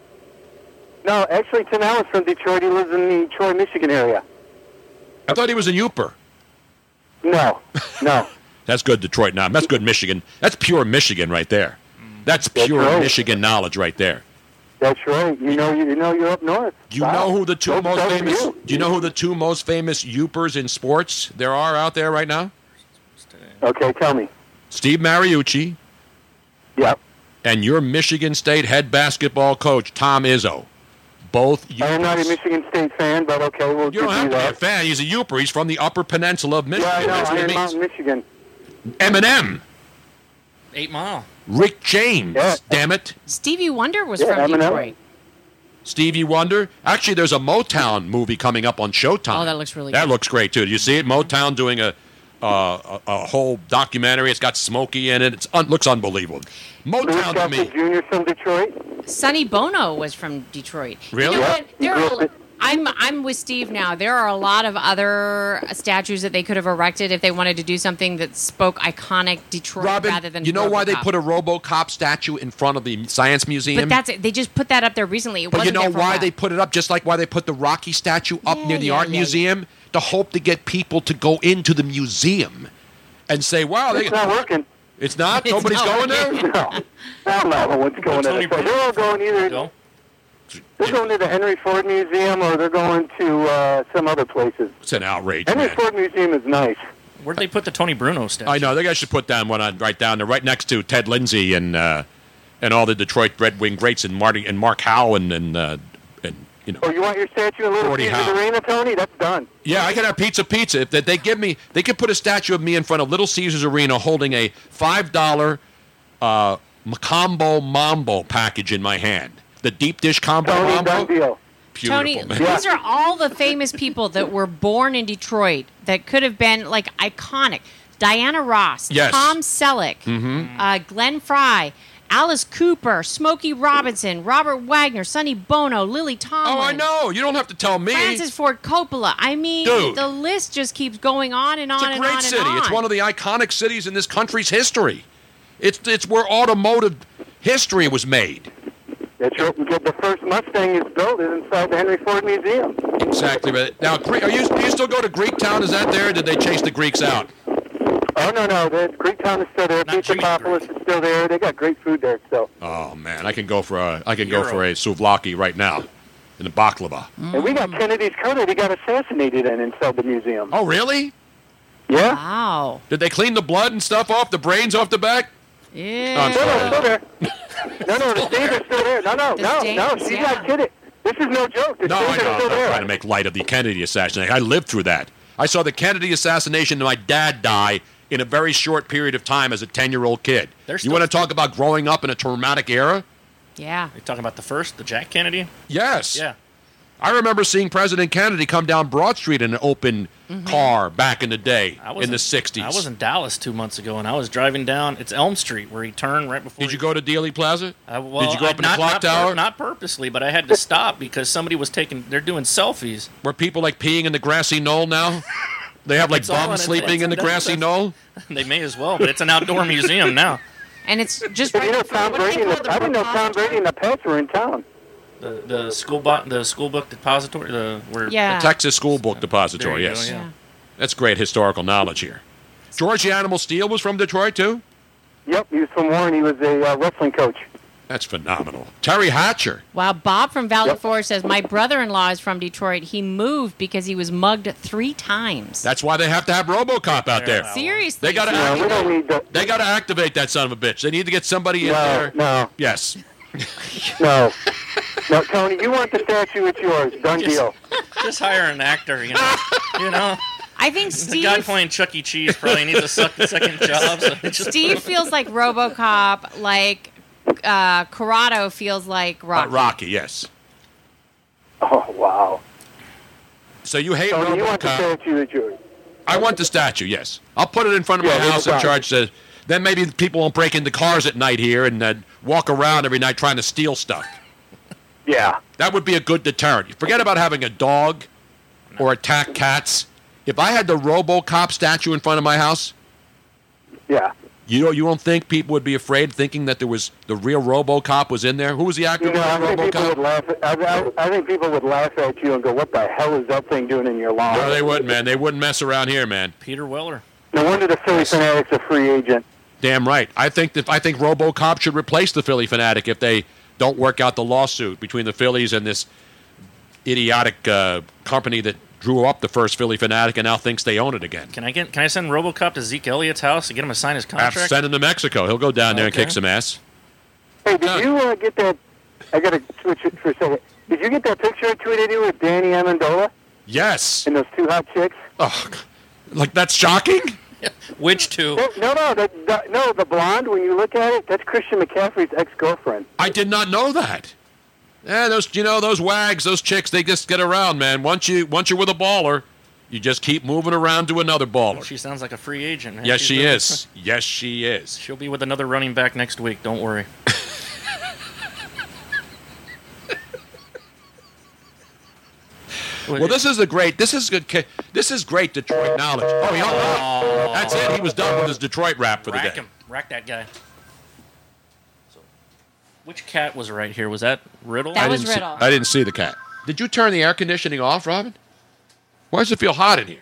no, actually, Tim Allen's from Detroit. He lives in the Troy, Michigan area. I thought he was in Uper. No, no. That's good Detroit knowledge. That's good Michigan. That's pure Michigan right there. That's pure right. Michigan knowledge right there. That's right. You know, you, know, you're up north. Do you know who the two Don't most tell me famous? you. Do you know who the two most famous Upers in sports there are out there right now? uh, Okay, tell me. Steve Mariucci. Yep. And your Michigan State head basketball coach Tom Izzo. Both I am not a Michigan State fan, but okay, we'll You give don't have you to be a that. fan. He's a Uper. He's from the Upper Peninsula of Michigan. Yeah, I know. That's what Iron it means. Mountain, Michigan. Eminem, Eight Mile. Rick James. Damn it, Stevie Wonder was Yeah, from Eminem. Detroit. Stevie Wonder. Actually, there's a Motown movie coming up on Showtime. Oh, that looks really That good. looks great too. Do you see it? Motown doing a uh, a, a whole documentary. It's got Smokey in it. It un- looks unbelievable. Motown to me. Junior from Detroit. Sonny Bono was from Detroit. Really? You know Yeah. what? There are, I'm I'm with Steve now. There are a lot of other statues that they could have erected if they wanted to do something that spoke iconic Detroit rather than you know why they RoboCop. put a RoboCop statue in front of the Science Museum? But that's it. They just put that up there recently. It But you wasn't know there for a why while. they put it up? Just like why they put the Rocky statue up near the yeah, art yeah, yeah. museum to hope to get people to go into the museum and say, "Wow, they, It's not working. It's not. It's Nobody's not going working. there." Hell no, what's going on? They're all going either. They're going to the Henry Ford Museum or they're going to uh, some other places. It's an outrage. Henry man. Ford Museum is nice. Where'd they put the Tony Bruno statue? I know. They guys should put down one on right down there, right next to Ted Lindsay and uh, and all the Detroit Red Wing greats and Marty and Mark Howland and uh, and you know. Oh, you want your statue in Little Gordie Caesar's Howe. Arena, Tony? That's done. Yeah, I could have pizza pizza if they, they give me. They could put a statue of me in front of Little Caesars Arena holding a five dollar uh, combo mambo package in my hand. The deep dish combo mambo. Beautiful, Tony, man. these are all the famous people that were born in Detroit that could have been like iconic. Diana Ross, Yes. Tom Selleck, Mhm. uh, Glenn Fry, Alice Cooper, Smokey Robinson, Robert Wagner, Sonny Bono, Lily Tomlin. Oh, I know. You don't have to tell me. Francis Ford Coppola. I mean, Dude. the list just keeps going on and on It's a and great on city. and on. It's one of the iconic cities in this country's history. It's it's where automotive history was made. It's your, the first Mustang is built is inside the Henry Ford Museum. Exactly. But now, Gre- are you do you still go to Greek Town? Is that there? Or did they chase the Greeks out? Oh no no, the Greek town is still there. Pizza Popolis is still there. They got great food there. So Oh man, I can go for a I can go for a souvlaki right now, in a baklava. and we got Kennedy's County. They got assassinated and inside the museum. Oh really? Yeah. Wow. Did they clean the blood and stuff off the brains off the back? Yeah. I'm No, sorry. no, still there. No, no, the stains are still there. No, no, The no, no. stains, She's yeah. not kidding. This is no joke. The No, I stains know. are I'm still not there. trying to make light of the Kennedy assassination. I lived through that. I saw the Kennedy assassination and my dad die in a very short period of time as a 10 year old kid. They're You still- want to talk about growing up in a traumatic era? Yeah. You're talking about the first, the Jack Kennedy? Yes. Yeah. I remember seeing President Kennedy come down Broad Street in an open car back in the day, in the 60s. Mm-hmm. I was in Dallas two months ago, and I was driving down. It's Elm Street where he turned right before. Did you go to Dealey Plaza? I, well, Did you go I- up in not- the clock not pur- tower? not purposely, but I had to stop because somebody was taking. They're doing selfies. Where people like peeing in the grassy knoll now? They have like It's all bums on it. sleeping in the That's- grassy knoll? They may as well, but it's an outdoor museum now. And it's just you know, Tom Brady. and the- I didn't know Tom Brady and the Pats were in town. The, the school book, the school book depository, the where Yeah. The Texas School Book Depository, Ah. There you go, yes. yeah. That's great historical knowledge here. George the Animal Steel was from Detroit, too? Yep, he was from Warren. He was a uh, wrestling coach. That's phenomenal. Terry Hatcher. Wow, Bob from Valley Forge says my brother-in-law is from Detroit. He moved because he was mugged three times. That's why they have to have RoboCop out there. Seriously. They got to Yeah, we don't activate. They got to activate that son of a bitch. They need to get somebody in No, there. no. Yes. No, no, Tony, you want the statue? It's yours. Done Just- deal. Just hire an actor, you know. you know. I think The Steve guy playing Chuck E. Cheese probably needs a suck- second job. So it's just Steve feels like RoboCop, like uh, Corrado feels like Uh, Rocky. Rocky, yes. Oh wow. So you hate Tony, you want the RoboCop? statue? It's yours. I want the statue. Yes. I'll put it in front of Yeah, my no house and problem. charge the. Then maybe people won't break into cars at night here and uh, walk around every night trying to steal stuff. Yeah. That would be a good deterrent. Forget about having a dog or attack cats. If I had the RoboCop statue in front of my house, Yeah. you know, you don't think people would be afraid, thinking that there was the real RoboCop was in there. Who was the actor? You know, I who played think people RoboCop? would laugh. At, I, I, I think people would laugh at you and go, "What the hell is that thing doing in your lawn?" No, they wouldn't, man. They wouldn't mess around here, man. Peter Weller. No wonder the Philly Fanatic's a free agent. Damn right. I think that I think RoboCop should replace the Philly fanatic if they don't work out the lawsuit between the Phillies and this idiotic uh, company that drew up the first Philly fanatic and now thinks they own it again. Can I get? Can I send RoboCop to Zeke Elliott's house to get him to sign his Have contract? send him to Mexico. He'll go down there Okay. and kick some ass. Hey, did you uh, get that? I gotta switch it for a second. Did you get that picture I tweeted you with Danny Amendola Yes. and those two hot chicks? Oh, like that's shocking. Which two? No, no, no, the, the, no, the blonde. When you look at it, that's Christian McCaffrey's ex-girlfriend. I did not know that. Yeah, those you know those wags, those chicks, they just get around, man. Once you once you're with a baller, you just keep moving around to another baller. She sounds like a free agent. man. Yes, She's she really- is. Yes, she is. She'll be with another running back next week. Don't worry. Well, this is a great. This is good. ca- This is great Detroit knowledge. Oh, he hung up. That's it. He was done with his Detroit rap for the Rack day. him. Rack that guy. So, which cat was right here? Was that Riddle? I didn't see- I didn't see the cat. Did you turn the air conditioning off, Robin? Why does it feel hot in here?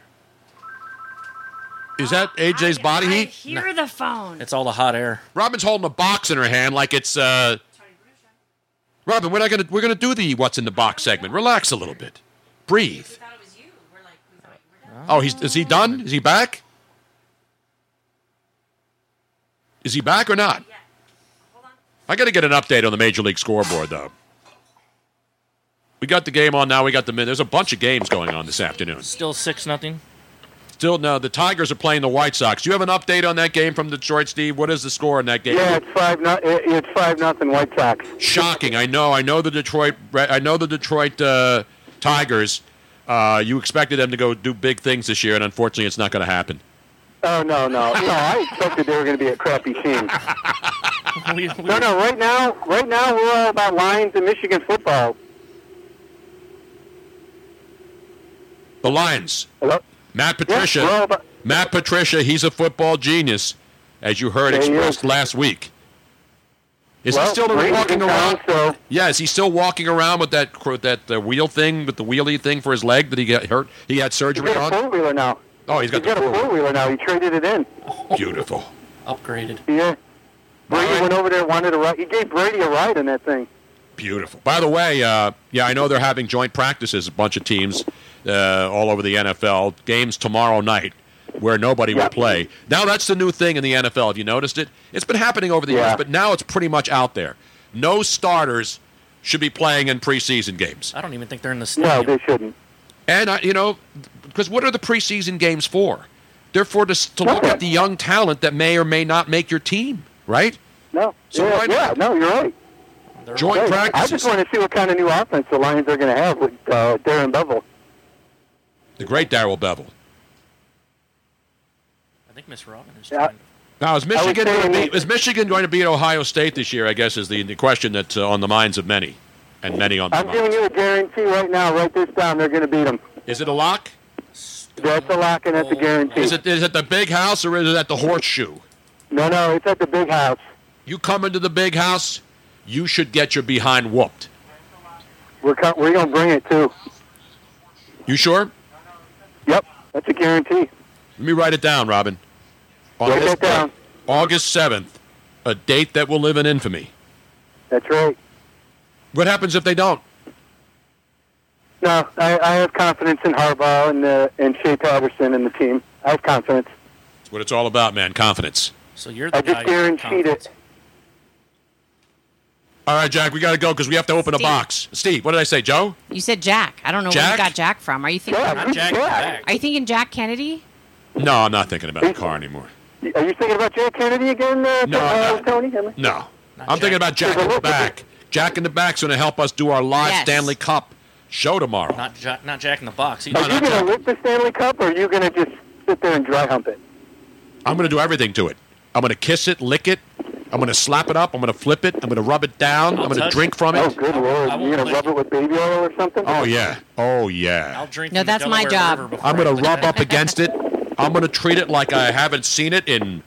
Is that AJ's body heat? Hear the phone. It's all the hot air. Robin's holding a box in her hand like it's uh Robin, we're not gonna we're gonna do the what's in the box segment. Relax a little bit. Breathe. Oh, he's is he done? Is he back? Is he back or not? I gotta get an update on the major league scoreboard though. We got the game on now, we got the min there's a bunch of games going on this afternoon. Still six nothing. Still no, the Tigers are playing the White Sox. Do you have an update on that game from Detroit, Steve? What is the score in that game? Yeah, it's five. Not, it, it's five nothing White Sox. Shocking. I know. I know the Detroit. I know the Detroit uh, Tigers. Uh, you expected them to go do big things this year, and unfortunately, it's not going to happen. Oh no, no, no! I expected they were going to be a crappy team. No, no. Right now, right now we're all about Lions and Michigan football. The Lions. Matt Patricia. Matt Patricia, he's a football genius, as you heard Yeah, he expressed last week. Is Well, he still Brady's walking in around? town, Oh, so- Yeah, is he still walking around with that cro- that uh, wheel thing, with the wheelie thing for his leg that he got hurt? He had surgery He's got a on. four wheeler now. Oh, he's got He's got the a four wheeler now. He traded it in. beautiful. Upgraded. Yeah. Brady went over there, wanted a ride. He gave Brady a ride in that thing. Beautiful. By the way, uh, yeah, I know they're having joint practices, a bunch of teams uh, all over the NFL. Games tomorrow night where nobody will play. Now that's the new thing in the NFL. Have you noticed it? It's been happening over the years, but now it's pretty much out there. No starters should be playing in preseason games. I don't even think they're in the No, stadium. they shouldn't. And I, you know, because what are the preseason games for? They're for to, s- to look at the young talent that may or may not make your team, right? No. So yeah, why yeah, not? no, you're right. Joint Hey, I practices. just want to see what kind of new offense the Lions are going to have with uh, Darren Bevel. The great Daryl Bevel. I think Miss Robin is. Yeah. Now is I would Michigan say going to that- beat, is Michigan going to beat Ohio State this year? I guess is the, the question that's uh, on the minds of many, and many on the I'm mind. giving you a guarantee right now. Write this down. They're going to beat him. Is it a lock? That's a lock, and that's a guarantee. Is it is it the big house or is it at the horseshoe? No, no, it's at the big house. You come into the big house, you should get your behind whooped. We're co- we're going to bring it too. You sure? Yep, that's a guarantee. Let me write it down, Robin. Write that down. August seventh, a date that will live in infamy. That's right. What happens if they don't? No, I, I have confidence in Harbaugh and uh, and Shea Patterson and the team. I have confidence. That's what it's all about, man. Confidence. So you're I just guaranteed it. All right, Jack, we got to go because we have to open a Steve. box. Steve, what did I say, Joe? You said Jack. I don't know where you Jack? got Jack from. Are you thinking? Yeah, Not Jack, Jack. Are you thinking Jack Kennedy? No, I'm not thinking about the car anymore. Are you thinking about Jay Kennedy again, uh, No, uh, no. Tony? Am I- No. I'm thinking about Jack in the back. Jack in the back's going to help us do our live Yes. Stanley Cup show tomorrow. Not Jack, not Jack in the box. He Are you going to lift the Stanley Cup, or are you going to just sit there and dry hump it? I'm going to do everything to it. I'm going to kiss it, lick it. I'm going to slap it up. I'm going to flip it. I'm going to rub it down. I'm going to touch drink from Oh, it. good lord! You're going to rub it with baby oil or something? Oh, yeah. Oh, yeah. I'll drink. No, from the that's my Delaware job. River before I'm going I to lick rub that. up against it. I'm going to treat it like I haven't seen it in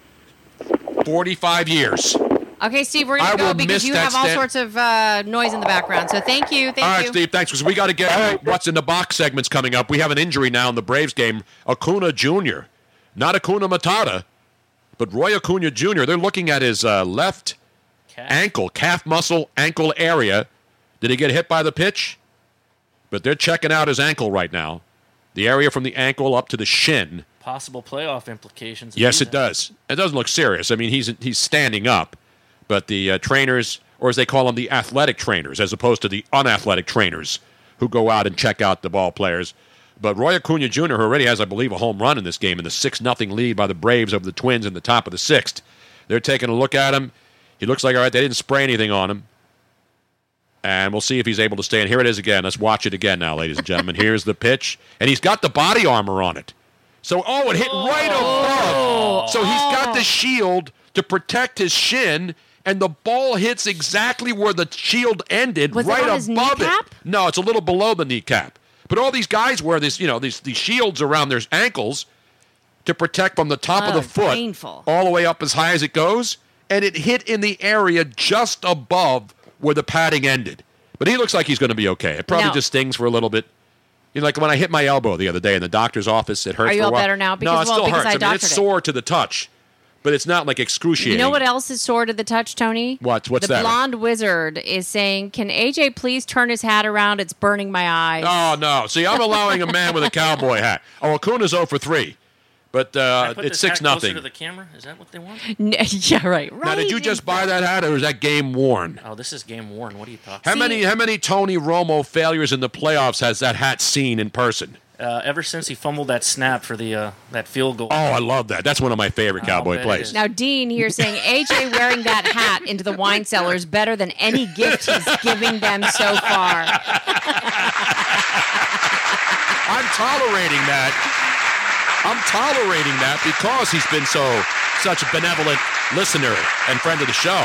45 years. Okay, Steve, we're I gonna will go miss because you that have all stand- sorts of uh, noise in the background. So thank you, thank All right, you. Steve, thanks. Because we got to get what's in the box segments coming up. We have an injury now in the Braves game. Acuna Jr., not Acuna Matata, but Roy Acuna Jr. They're looking at his uh, left ankle, calf muscle, ankle area. Did he get hit by the pitch? But they're checking out his ankle right now, the area from the ankle up to the shin. Possible playoff implications. if Yes, he's it out. does. It doesn't look serious. I mean, he's he's standing up, but the uh, trainers, or as they call them, the athletic trainers, as opposed to the unathletic trainers, who go out and check out the ball players. But Roy Acuna Jr., who already has, I believe, a home run in this game in the six nothing lead by the Braves over the Twins in the top of the sixth, they're taking a look at him. He looks like all right. They didn't spray anything on him, and we'll see if he's able to stay. And here it is again. Let's watch it again now, ladies and gentlemen. Here's the pitch, and he's got the body armor on it. So oh, it hit right Oh. above. So he's got the shield to protect his shin, and the ball hits exactly where the shield ended, Was it right on his above kneecap? it. No, it's a little below the kneecap. But all these guys wear this, you know, these these shields around their ankles to protect from the top of Oh, the foot painful. all the way up as high as it goes, and it hit in the area just above where the padding ended. But he looks like he's going to be okay. It probably No. just stings for a little bit. You know, like when I hit my elbow the other day in the doctor's office, it hurts. Are you for a all while. better now? no, Because- it well, still because hurts. I I, mean, it's doctored it. sore to the touch, but it's not like You excruciating. know what else is sore to the touch, Tony? What? What's the that? blonde wizard is saying, "Can AJ please turn his hat around? It's burning my eyes." Oh no! See, I'm allowing a man with a cowboy hat. Oh, Acuna's 0 for three, but Can I uh, put it's this six hat closer nothing. To the camera, is that what they want? yeah, right. right. Now, did you just buy that hat, or is that game worn? Oh, this is game worn. What are you talking? How many how many Tony Romo failures in the playoffs has that hat seen in person? Uh, ever since he fumbled that snap for the uh, that field goal. Oh, I love that. That's one of my Oh, favorite cowboy bet it plays. Now, Dean here saying AJ wearing that hat into the wine cellar is better than any gift he's giving them so far. I'm tolerating that. I'm tolerating that because he's been so such a benevolent listener and friend of the show.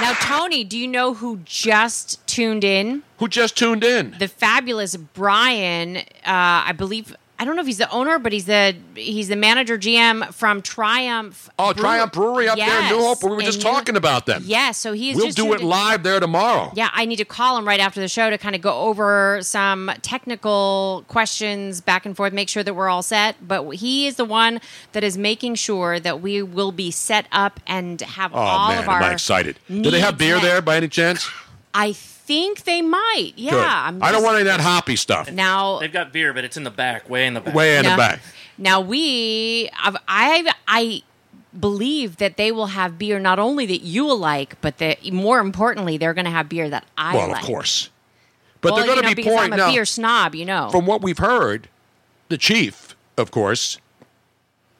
Now, Tony, do you know who just tuned in? Who just tuned in? The fabulous Brian. Uh, I believe I don't know if he's the owner, but he's the he's the manager GM from Triumph. Oh, Triumph Brewery up there in New Hope. We were in just New- talking about them. Yes, so he's we'll just do tuned it in. live there tomorrow. Yeah, I need to call him right after the show to kind of go over some technical questions back and forth, make sure that we're all set. But he is the one that is making sure that we will be set up and have Oh all man, of our. am I excited? Do they have needs beer met. there by any chance? I think they might. Yeah, Good. I'm I don't just- want any of that hoppy stuff. Now They've got beer, but it's in the back, way in the back. Way in the back. Now we, I've, i I believe that they will have beer not only that you will like, but that more importantly, they're going to have beer that I well, like. of course. But Well, they're going you to know, be because pouring I'm a now, beer snob, you know. From what we've heard, the chief, of course,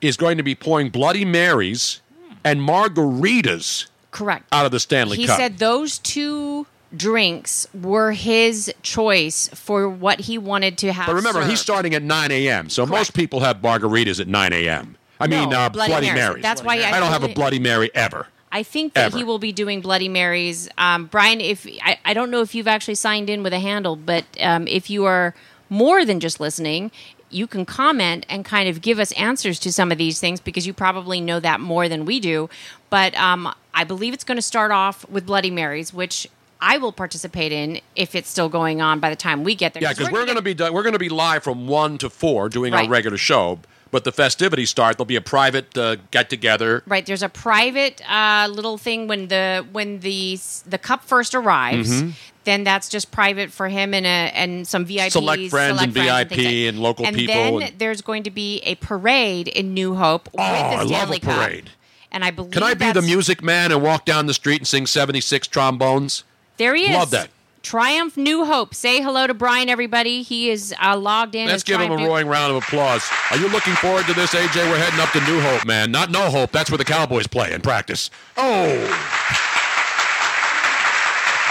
is going to be pouring Bloody Marys and margaritas Correct. out of the Stanley he Cup. said those two drinks were his choice for what he wanted to have. but remember, he's served. starting at 9 a.m., so most people have margaritas at 9 a.m. I mean, No, uh, Bloody Bloody, Marys. Marys. That's why I I don't have a totally- Bloody Mary ever. I think that Ever. he will be doing Bloody Marys. Um, Brian, if I, I don't know if you've actually signed in with a handle, but um, if you are more than just listening, you can comment and kind of give us answers to some of these things because you probably know that more than we do. But um, I believe it's going to start off with Bloody Marys, which I will participate in if it's still going on by the time we get there. Yeah, because we're going to be done, we're going to be live from one to four doing Right. our regular show. But the festivities start. There'll be a private uh, get together. Right, there's a private uh, little thing when the when the the cup first arrives. Mhm. Then that's just private for him and a, and some VIPs, Select friends and friends things VIP like- and local and people Then and- there's going to be a parade in New Hope with Oh, I the love Stanley a parade. Cup. And I believe Can I be the that's- music man and walk down the street and sing 76 trombones? There he is. Love that. Triumph New Hope. Say hello to Brian, everybody. He is uh, logged in. Let's as give him a Triumph New- roaring round of applause. Are you looking forward to this, AJ? We're heading up to New Hope, man. Not No Hope. That's where the Cowboys play and practice. Oh,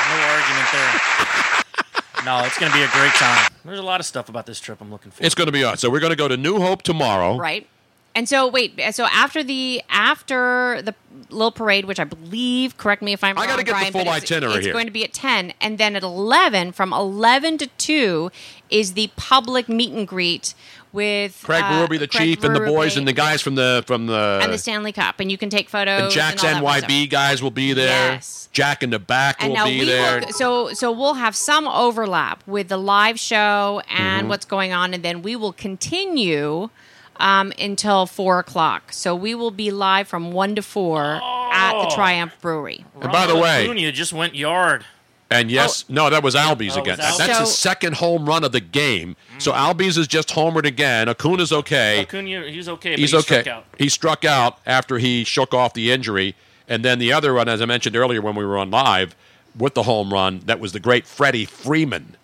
No argument there. no, it's going to be a great time. There's a lot of stuff about this trip I'm looking for. it's going to be on. So we're going to go to New Hope tomorrow. Right. And so wait, so after the after the little parade, which I believe, correct me if I'm I wrong, gotta get the Brian, but full it's, itinerary It's here. going to be at ten, and then at eleven, from eleven to two, is the public meet and greet with Craig uh, Ruby, the Craig chief, and the boys, Berube and the guys from the from the and the Stanley Cup, and you can take photos. and Jack's and all that fun stuff. NYB guys will be there. Jack in the back And will now be we there. will so so we'll have some overlap with the live show and Mhm. what's going on, and then we will continue um, until four o'clock. So we will be live from one to four at Oh. the Triumph Brewery. and by the way, Acuna just went yard. oh. And yes, no, that was Albies Oh, it again. was Albies. That's So- his second home run of the game. So Mm. Albies is just homered again. Acuna's okay. Acuna, he's okay. But He's he okay. Struck out. He struck out after he shook off the injury. And then the other one, as I mentioned earlier when we were on live with the home run, that was the great Freddie Freeman,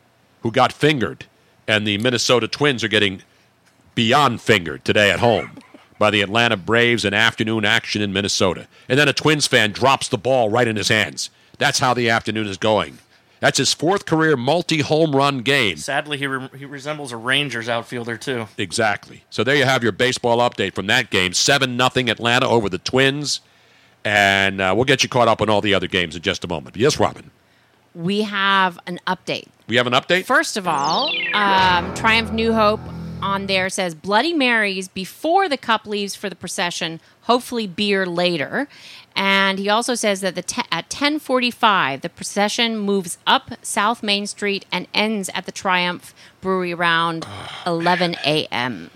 who got fingered. And the Minnesota Twins are getting beyond fingered today at home by the Atlanta Braves in afternoon action in Minnesota. And then a Twins fan drops the ball right in his hands. That's how the afternoon is going. That's his fourth career multi home run game. Sadly, he, re- he resembles a Rangers outfielder too. Exactly. So there you have your baseball update from that game. 7 nothing Atlanta over the Twins. And uh, we'll get you caught up on all the other games in just a moment. Yes, Robin. we have an update. We have an update? First of all, um, Triumph New Hope on there says Bloody Marys before the cup leaves for the procession. Hopefully, beer later. And he also says that the te- at 10:45 the procession moves up South Main Street and ends at the Triumph Brewery around 11 a.m.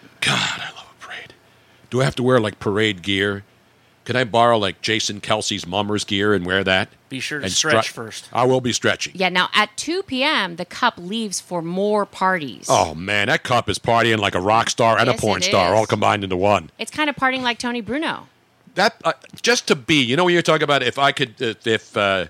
Do I have to wear like parade gear? Can I borrow like Jason Kelsey's mummer's gear and wear that? Be sure to And stretch stru- first. I will be stretching. Yeah. Now at 2 p.m. the cup leaves for more parties. Oh man, that cup is partying like a rock star and Yes, a porn it star is. all combined into one. It's kind of partying like Tony Bruno. That uh, just to be, you know, when you're talking about if I could, if if, uh,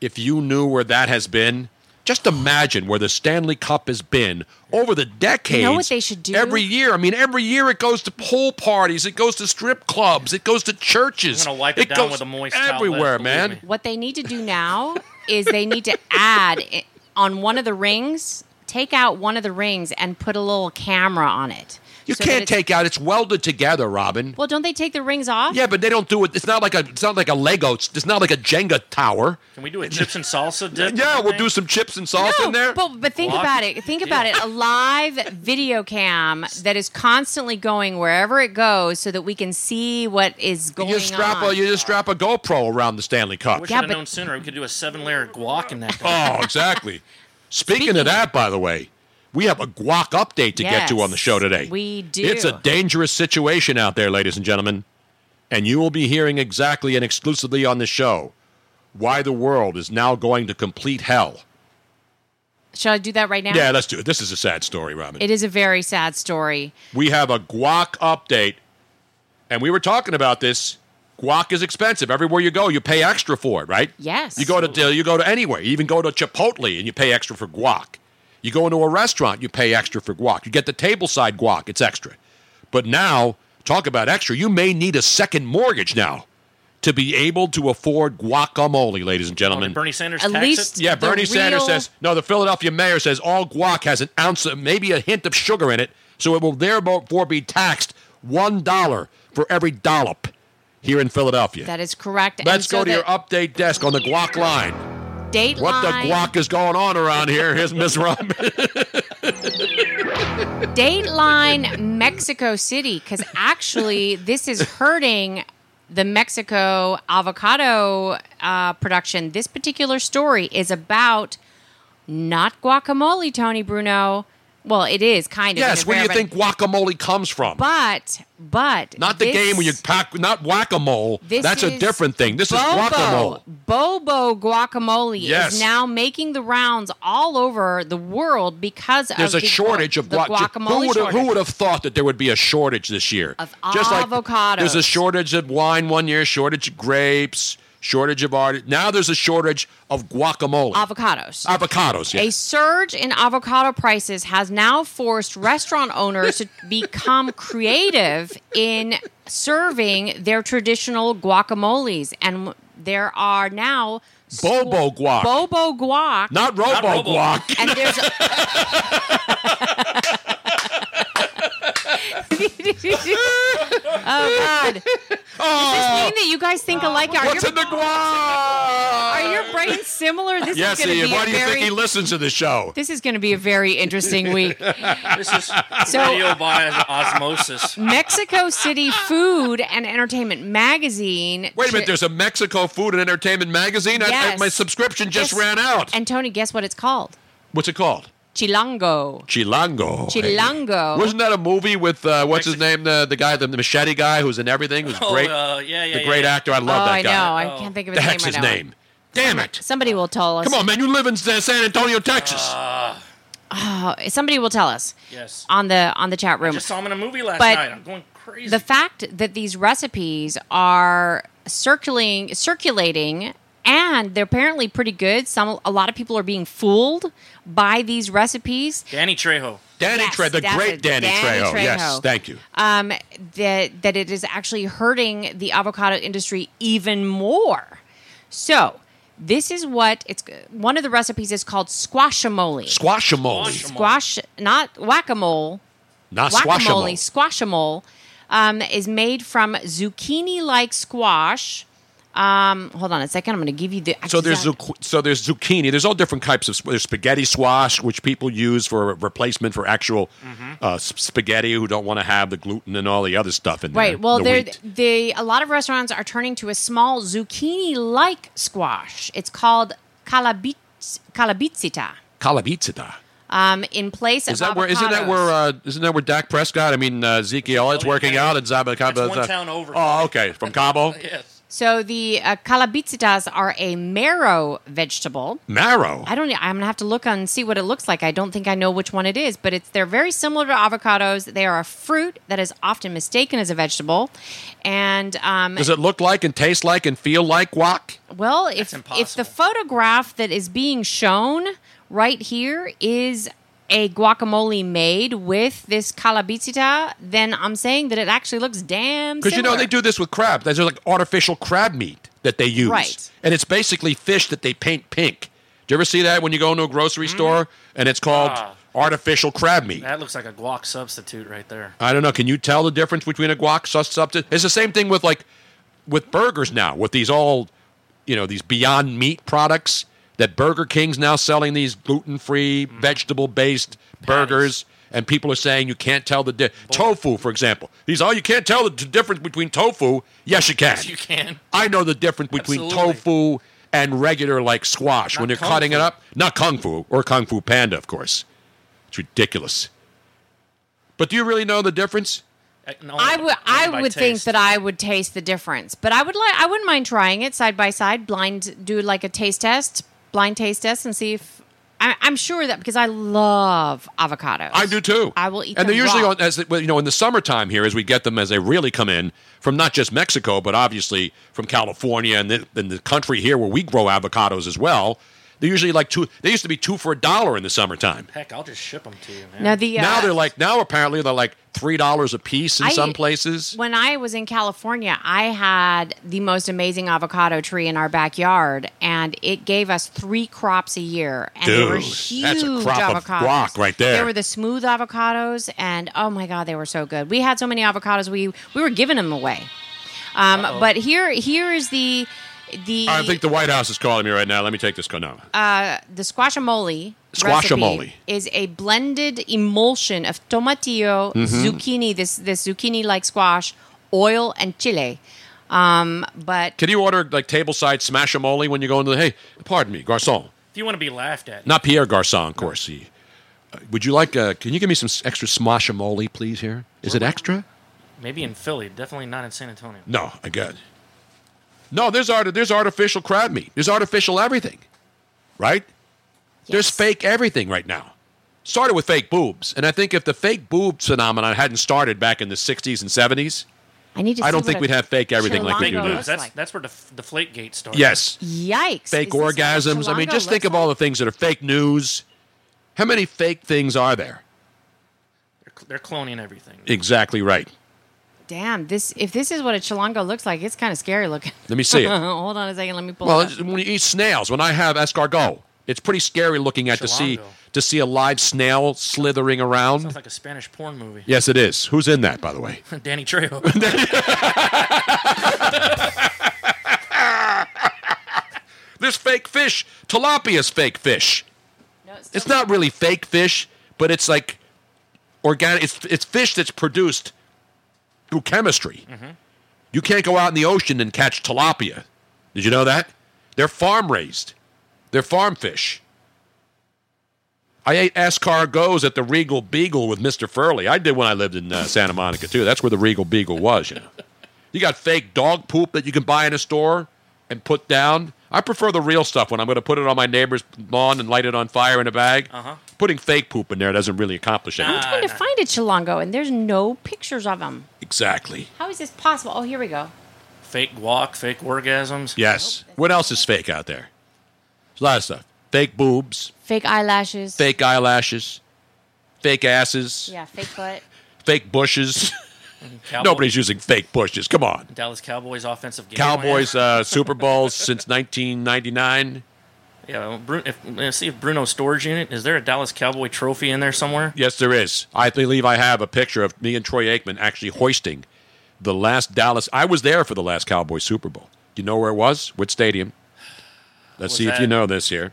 if you knew where that has been, just imagine where the Stanley Cup has been over the decades. You know what they should do? every year? I mean, every year it goes to pool parties, it goes to strip clubs, it goes to churches. I'm gonna wipe it down goes with a moist towel, everywhere, believe man. What they need to do now is they need to add i- on one of the rings, take out one of the rings and put a little camera on it. You So that can't it's- take out. It's welded together, Robin. Well, don't they take the rings off? Yeah, but they don't do it. It's not like a. It's not like a Lego. It's, it's not like a Jenga tower. Can we do a chips and salsa dip? Yeah, we'll do some chips and salsa no, in there. But, but think Well, I- about it. Think about it. A live video cam that is constantly going wherever it goes so that we can see what is going You strap on. a. You just strap a GoPro around the Stanley I Cup. wish I'd have known sooner. We could do a seven-layer guac in that. Oh, exactly. Speaking, of that, by the way, we have a guac update to get to on the Yes, show today. we do. It's a dangerous situation out there, ladies and gentlemen. And you will be hearing exactly and exclusively on the show why the world is now going to complete hell. Shall I do that right now? Yeah, let's do it. This is a sad story, Robin. It is a very sad story. we have a guac update, and we were talking about this. Guac is expensive. Everywhere you go, you pay extra for it, right? Yes. You go to you go to anywhere. You even go to Chipotle and you pay extra for guac. You go into a restaurant, you pay extra for guac. You get the tableside guac, it's extra. But now, talk about extra. You may need a second mortgage now to be able to afford guacamole, ladies and gentlemen. Bernie Sanders At tax least it? Yeah, Bernie Sanders real- says no. The Philadelphia mayor says all guac has an ounce, of, maybe a hint of sugar in it, so it will therefore be taxed one dollar for every dollop here in Philadelphia. That is correct. And Let's so go to that your update desk on the guac line. dateline. What the guac is going on around here? Here's Miss Robin. Dateline Mexico City, because actually this is hurting the Mexico avocado uh, production. This particular story is about not guacamole, Tony Bruno. Well, it is kind of. in yes, a where do you very- think guacamole comes from? But but not the this- game where you pack, not whack a mole. this That's a is different thing. This is Bobo. guacamole. Bobo guacamole Yes. is now making the rounds all over the world because of There's a Oh, the- shortage of the guac. guacamole. Who would have, shortage. who would have thought that there would be a shortage this year? Of avocados. There's a shortage of wine one year, shortage of grapes, shortage of art. Now there's a shortage of guacamole. avocados. Avocados, yeah. A surge in avocado prices has now forced restaurant owners to become creative in serving their traditional guacamoles. And there are now Bobo guac. Bobo guac. Not robo Not robo. guac. And there's. oh, God. Does this mean that you guys think alike? Are Oh. What's your, in the guac? Are your brains similar? This yes, is going to Ian. be Why a do you very, think he listens to the show? This is going to be a very interesting week. This is So- radio by osmosis. Mexico City Food and Entertainment Magazine. Wait a minute. There's a Mexico food and entertainment magazine. I- I- Yes. my subscription just Yes. ran out. And Tony, guess what it's called? What's it called? Chilango. Chilango. Chilango. Wasn't that a movie with uh, what's his name? The the guy, the machete guy, who's in everything, who's Oh, great. uh, yeah, yeah, the great yeah. actor. I oh, love that I know. guy. I can't think of the his heck's name. his right now. name? Damn it! Somebody will tell us. Come on, man. You live in San San Antonio, Texas. Uh, Oh, somebody will tell us. Yes. On the on the chat room. Just saw him in a movie last Um, But- night. I'm going crazy. The fact that these recipes are circulating, circulating, and they're apparently pretty good. Some, a lot of people are being fooled by these recipes. Danny Trejo. Danny Yes, Trejo, the that's great it. Danny, Danny Trejo. Yes, Trejo. thank you. Um, that that it is actually hurting the avocado industry even more. So this is what it's one of the recipes is called squashamole. Squashamole, Squash, not whack-a-mole. not guacamole, squashamole. squashamole, um, is made from zucchini-like squash. Um, hold on a second. I'm going to give you the. So there's exact- zuc- so there's zucchini. There's all different types of sp- there's spaghetti squash, which people use for a replacement for actual Mm-hmm. uh, s- spaghetti who don't want to have the gluten and all the other stuff in there. right. Well, the there wheat. the a lot of restaurants are turning to a small zucchini-like squash. It's called calabit calabicita. Calabicita. Um, in place Is of that where? Isn't that avocados. Oh, where? Uh, isn't that where Dak Prescott? I mean, uh, Zeke Elliott's working out at Zaba Cabo. one town over. Oh, okay, from Cabo. Yes. So the uh, calabicitas are a marrow vegetable. Marrow. I don't. I'm gonna have to look and see what it looks like. I don't think I know which one it is, but it's they're very similar to avocados. They are a fruit that is often mistaken as a vegetable, and um, Does it look like and taste like and feel like guac? well, if if the photograph that is being shown right here is a guacamole made with this calabicita, then I'm saying that it actually looks damn. Because you know they do this with crab. There's like artificial crab meat that they use, Right. and it's basically fish that they paint pink. Do you ever see that when you go into a grocery store and it's called artificial crab meat. That looks like a guac substitute right there. I don't know. Can you tell the difference between a guac sus substitute? It's the same thing with like with burgers now, with these all you know, these beyond meat products that Burger King's now selling these gluten free, vegetable based burgers and people are saying you can't tell the di- tofu, for example. These all you can't tell the d- difference between tofu. Yes, you can. Yes, you can. I know the difference between Absolutely. tofu and regular like squash when you're kung cutting fu. it up. Not kung fu or kung fu panda, of course. It's ridiculous. But do you really know the difference? Uh, I would I by would think taste. that I would taste the difference, but I would like I wouldn't mind trying it side by side, blind do like a taste test, blind taste test, and see if I, I'm sure that because I love avocados. I do too. I will eat. and they're them usually raw. on as well, you know in the summertime here as we get them as they really come in from not just Mexico but obviously from California and the, and the country here where we grow avocados as well. They're usually like two. They used to be two for a dollar in the summertime. Heck, I'll just ship them to you, man. Now the uh, now they're like now apparently they're like three dollars a piece in I- some places. When I was in California, I had the most amazing avocado tree in our backyard, and it gave us three crops a year. And they were Dude, that's a huge crop of avocados. guac right there. They were the smooth avocados, and oh my god, they were so good. We had so many avocados, we we were giving them away. Um, Uh-oh. but here here is the the I think the White House is calling me right now. Let me take this call now. uh, the squashamole. Squashamole. recipe is a blended emulsion of tomatillo, Mhm. zucchini, this this zucchini like squash, oil, and chile. Um, but Can you order like tableside smashamole when you go into the? Hey, pardon me, garçon. If you want to be laughed at, Not Pierre Garcon, of course. He, uh, would you like? Uh, can you give me some s- extra smashamole, please? Here, is it extra? maybe in Philly, definitely not in San Antonio. No, I got. it. No, there's art. There's artificial crab meat. There's artificial everything, right? There's fake everything right now. Started with fake boobs, and I think if the fake boobs phenomenon hadn't started back in the '60s and '70s, I need to. I see don't what think a we'd have fake everything like we do chilango now. looks That's like. that's where the the flake gate starts. Yes. Yikes! Fake Is this how orgasms. I mean, chilango just think looks of all the things that are fake news. How many fake things are there? They're cloning everything. Exactly right. like? Damn! This if this is what a chilango looks like, it's kind of scary looking. Let me see it. Hold on a second. Let me pull. Well, it up. it's- when you eat snails, when I have escargot, it's pretty scary looking at to see to see a live snail slithering Sounds around. like a Spanish porn movie. Yes, it is. Who's in that, by the way? Danny Trejo. This fake fish, tilapia's fake fish. it's, not really fake fish, but it's like organic. It's it's fish that's produced through chemistry. You can't go out in the ocean and catch tilapia. Did you know that? They're farm raised. They're farm fish. I ate escargots at the Regal Beagle with Mr. Furley. I did when I lived in uh, Santa Monica too. That's where the Regal Beagle was. You know, you got fake dog poop that you can buy in a store and put down. I prefer the real stuff when I'm going to put it on my neighbor's lawn and light it on fire in a bag. Uh-huh. Putting fake poop in there doesn't really accomplish anything. I'm trying to find a chilango, and there's no pictures of them. Exactly. How is this possible? Oh, here we go. fake guac, fake orgasms. Yes. What else is fake out there? There's a lot of stuff. Fake boobs, Fake eyelashes. fake eyelashes, fake asses, Yeah, fake butt. fake bushes. Cowboy- Nobody's using fake bushes. Come on. Dallas Cowboys offensive game. plan. Cowboys uh, Super Bowls since 1999. Yeah, well, Bru- if, let's see if Bruno storage unit is there a Dallas Cowboy trophy in there somewhere? Yes, there is. I believe I have a picture of me and Troy Aikman actually hoisting the last Dallas. I was there for the last Cowboys Super Bowl. Do you know where it was? Which stadium? Let's Was see if that- Mm. you know this here.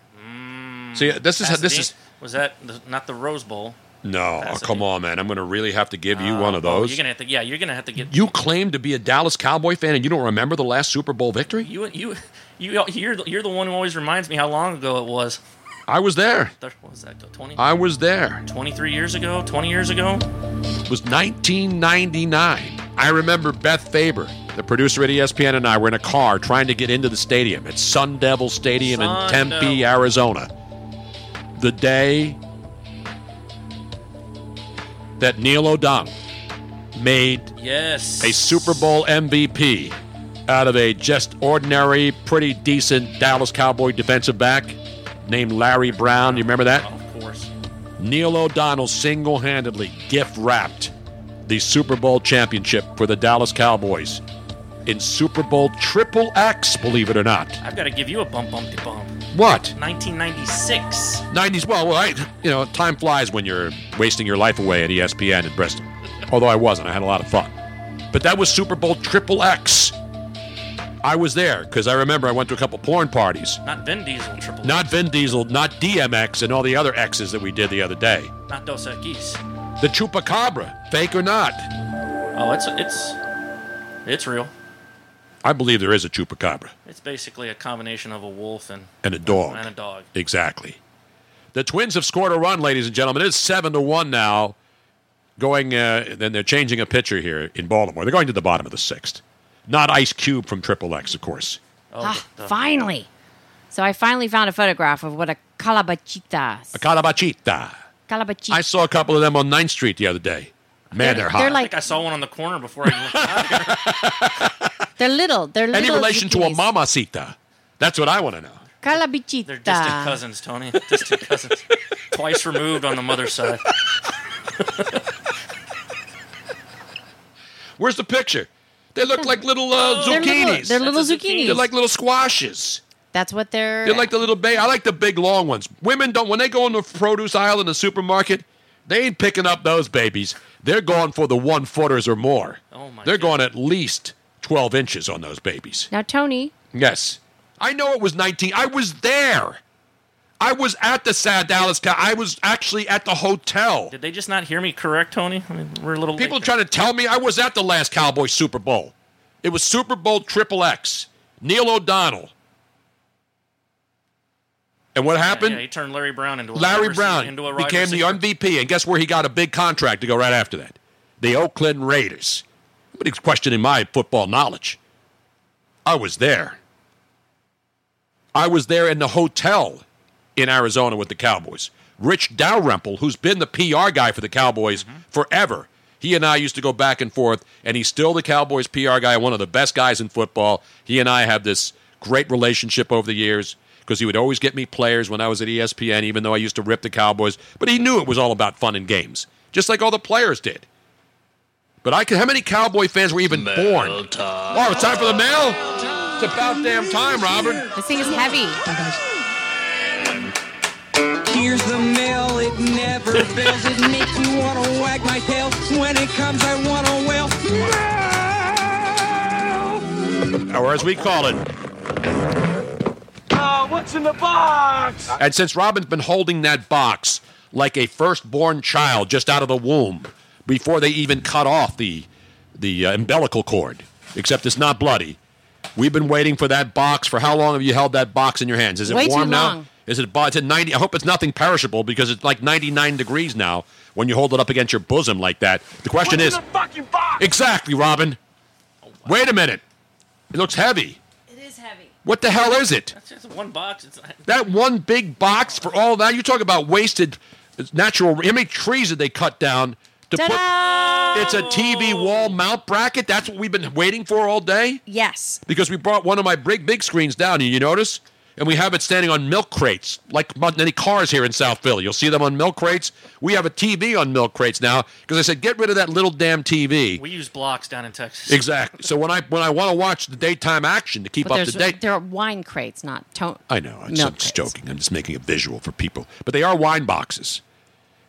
see, this is this Pasadena- is was that the, not the Rose Bowl? no. Oh, Pasadena. come on, man. I'm going to really have to give you one of Oh, those. you're gonna have to. Yeah, you're gonna have to get you claim to be a Dallas Cowboy fan and you don't remember the last Super Bowl victory? you. You you you're the, you're the one who always reminds me how long ago it was. I was there. There- What was that? Twenty. I was there. 23 years ago, 20 years ago. was 1999. I remember Beth Faber, the producer at E ESPN, and I were in a car trying to get into the stadium at Sun Devil Stadium Sun in Tempe, Devil. Arizona. The day that Neil O'Donnell made Yes. a Super Bowl MVP out of a just ordinary, pretty decent Dallas Cowboy defensive back named Larry Brown. You remember that? Of course. Neil O'Donnell single handedly gift wrapped the Super Bowl championship for the Dallas Cowboys in Super Bowl Triple X, believe it or not. I've got to give you a bump, bump, bump. What? 1996. 90s. Well, well, I, you know, time flies when you're wasting your life away at E ESPN in Bristol. Although I wasn't, I had a lot of fun. But that was Super Bowl Triple X. I was there because I remember I went to a couple porn parties. Not Vin Diesel triple. Not Vin Diesel, not DMX, and all the other X's that we did the other day. Not Dos Equis. The Chupacabra, fake or not? Oh, it's it's it's real. I believe there is a Chupacabra It's basically a combination of a wolf and and a dog. and a dog. Exactly. The Twins have scored a run, ladies and gentlemen. It's seven to one now. Going, uh, then they're changing a pitcher here in Baltimore. They're going to the bottom of the sixth. Not Ice Cube from Triple X, of course. Oh, Ah, finally. So I finally found a photograph of what a calabachita. A Calabachita. Calabachita. I saw a couple of them on 9th Street the other day. Man, they're, hot. They're I like think I saw one on the corner before I even they're little. They're little. Any relation to a zucchinis. mamacita? That's what I want to know. Calabachita. They're distant cousins, Tony. Distant cousins. Twice removed on the mother's side. Where's the picture? They look like little uh, They're little- zucchinis. they're little That's a zucchini. zucchinis. They're like little squashes. That's what they're. They're like the little bay. I like the big long ones. Women don't when they go in the produce aisle in the supermarket, they ain't picking up those babies. They're going for the one footers or more. Oh, my They're going at least twelve inches on those babies. Now, Tony, Yes. I know it was 19. I was there. I was at the Sad Dallas. Cow- I was actually at the hotel. Did they just not hear me correct, Tony? I mean, we're a little. People trying to tell me I was at the last Cowboy Super Bowl. It was Super Bowl Triple X. Neil O'Donnell. And what happened? Yeah, he turned Larry Brown into a Larry receiver- Brown into a wide became the receiver. MVP, and guess where he got a big contract to go right after that? The Oakland Raiders. Nobody's questioning my football knowledge. I was there. I was there in the hotel in Arizona with the Cowboys. Rich Dalrymple, who's been the PR guy for the Cowboys forever, he and I used to go back and forth, and he's still the Cowboys PR guy, one of the best guys in football. He and I have this great relationship over the years because he would always get me players when I was at E ESPN, even though I used to rip the Cowboys. But he knew it was all about fun and games, just like all the players did. But I could, how many Cowboy fans were even born? Oh, it's time for the mail? It's about damn time, Robert. this thing is heavy. Here's the mail, it never fails. It makes me wanna wag my tail. When it comes, I wanna wail. or as we call it. Oh, what's in the box? And since Robin's been holding that box like a firstborn child just out of the womb before they even cut off the the uh, umbilical cord, except it's not bloody. We've been waiting for that box for how long have you held that box in your hands? Is it Way too warm now? long. Is it bo- it's at 90 I hope it's nothing perishable because it's like 99 degrees now when you hold it up against your bosom like that. The question What's is in the fucking box? Exactly, Robin. Wait a minute. It looks heavy. It is heavy. What the hell is it? That's just one box. It's, That one big box for all that. You talk about wasted natural. How many trees did they cut down to put? It's a TV wall mount bracket. That's what we've been waiting for all day. Yes. Because we brought one of my big big screens down. You notice? And we have it standing on milk crates, like many cars here in South Philly. You'll see them on milk crates. We have a TV on milk crates now because I said, get rid of that little damn TV. we use blocks down in Texas. Exactly. So when I when I want to watch the daytime action to keep But up to there's- date, They're wine crates, not tone. I know. I'm Milk just joking. I'm just making a visual for people. But they are wine boxes.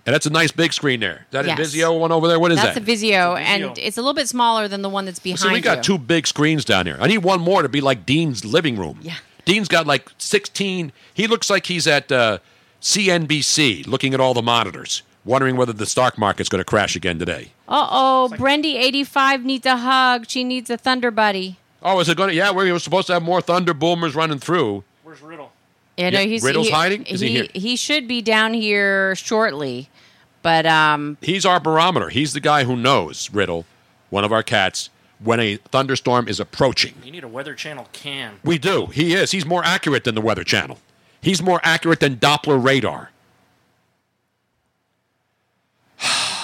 And that's a nice big screen there. Is that Yes. a Vizio one over there? What is That's that? a Vizio, and it's a little bit smaller than the one that's behind See, we got you. two big screens down here. I need one more to be like Dean's living room. Yeah. Dean's got like 16. He looks like he's at uh, CNBC looking at all the monitors, wondering whether the stock market's going to crash again today. Uh oh, Brendy eighty five needs a hug. She needs a thunder buddy. Oh, is it going to? Yeah, we were supposed to have more thunder boomers running through. Where's Riddle? Yeah, no, Yeah, he's Riddle's he- hiding? Is he here? He should be down here shortly, but um, He's our barometer. He's the guy who knows, Riddle, one of our cats, when a thunderstorm is approaching. You need a Weather Channel cam. We do. He is. He's more accurate than the Weather Channel. He's more accurate than Doppler radar.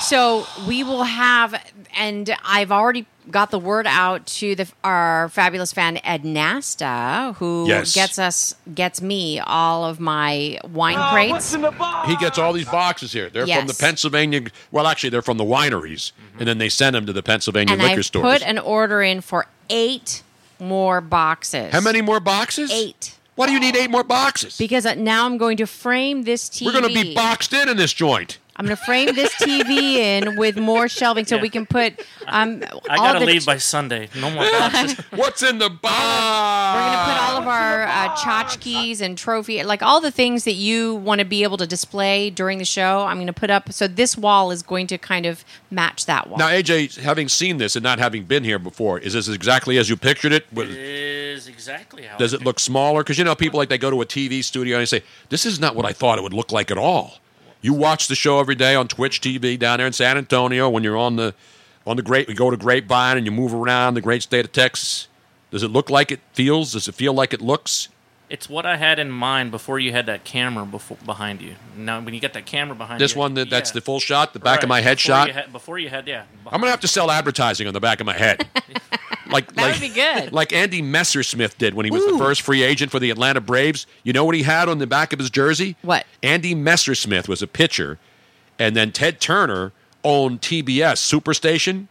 So we will have, and I've already got the word out to the our fabulous fan Ed Nasta, who Yes. gets us gets me all of my wine Oh, what's crates. in He gets all these boxes here. They're from the Yes. Pennsylvania. Well, actually, they're from the wineries, and then they send them to the Pennsylvania and liquor I've stores. put an order in for eight more boxes. How many more boxes? Eight. Why do you need eight more boxes? Because uh, now I'm going to frame this TV. We're going to be boxed in in this joint. I'm going to frame this TV in with more shelving so we can put um, all I gotta the leave by Sunday. No more boxes. What's in the box? We're gonna put all of our uh, tchotchkes and trophy, like all the things that you want to be able to display during the show. I'm gonna put up. So this wall is going to kind of match that wall. Now, AJ, having seen this and not having been here before, is this exactly as you pictured it? Was- is exactly how. Does it look smaller? Because you know, people like they go to a TV studio and they say, "This is not what I thought it would look like at all." You watch the show every day on Twitch TV down there in San Antonio when you're on the on the great. We go to Grapevine and you move around the great state of Texas. Does it look like it feels? Does it feel like it looks? It's what I had in mind before you had that camera before, behind you. Now, when you get that camera behind This you, one that, that's yeah. the full shot, the back of Right, my head before shot. You had, before you had, yeah. I'm gonna have to sell advertising on the back of my head. Like, That would like- be good. Like Andy Messersmith did when he was Ooh. the first free agent for the Atlanta Braves. You know what he had on the back of his jersey? What? Andy Messersmith was a pitcher, and then Ted Turner owned TBS Superstation,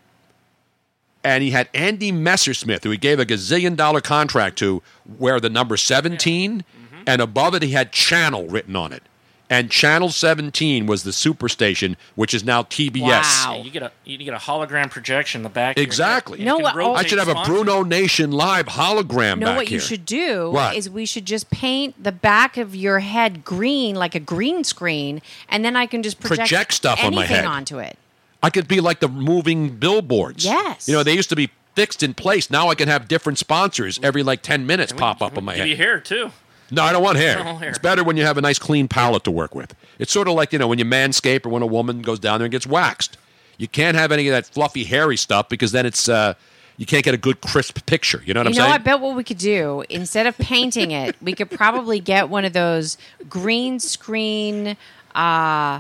and he had Andy Messersmith, who he gave a gazillion dollar contract to, wear the number 17, Mm-hmm. and above it he had Channel written on it. And Channel 17 was the Superstation, which is now TBS. Yeah, you get a you get a hologram projection in the back. Exactly. No, what- oh- I should have a Bruno Nation live hologram No, back what here. you should do What? is we should just paint the back of your head green, like a green screen, and then I can just project, Project stuff on my anything head. onto it. I could be like the moving billboards. Yes. You know, they used to be fixed in place. Now I can have different sponsors every like 10 minutes pop up on my Give you head. hair too. No, I don't want hair. No hair. It's better when you have a nice clean palette to work with. It's sort of like, you know, when you manscape or when a woman goes down there and gets waxed. You can't have any of that fluffy, hairy stuff because then it's, uh, you can't get a good, crisp picture. You know what you I'm know, saying? I bet what we could do instead of painting it, we could probably get one of those green screen, uh,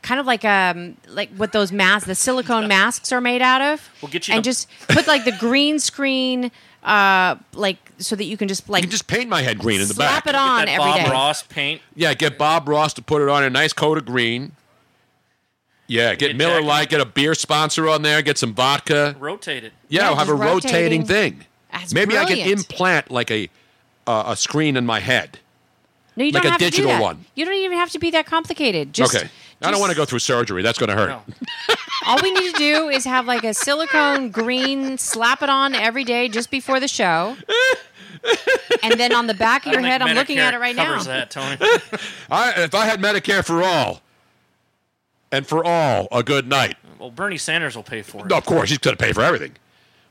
kind of like um, like what those masks, the silicone masks are made out of. We'll get you and the- just put like the green screen, uh, like so that you can just like you can just paint my head green in the Slap back. it on that every Bob day. Ross paint. Yeah, get Bob Ross to put it on a nice coat of green. Yeah, get, Miller Lite, get a beer sponsor on there, get some vodka. Rotate it. Yeah, I'll have a rotating, thing. That's Maybe I can brilliant. implant like a uh, a screen in my head. No, you Like don't a have digital to do that. one. You don't even have to be that complicated. Just okay. I don't just- want to go through surgery. That's going to hurt. All we need to do is have like a silicone green, slap it on every day just before the show. And then on the back of your head, I'm looking at it right now. Tony. I, if I had Medicare for all, and for all, a good night. Well, Bernie Sanders will pay for it. No, of course, he's going to pay for everything.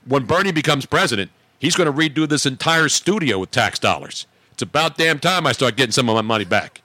When Bernie becomes president, he's going to redo this entire studio with tax dollars. It's about damn time I start getting some of my money back.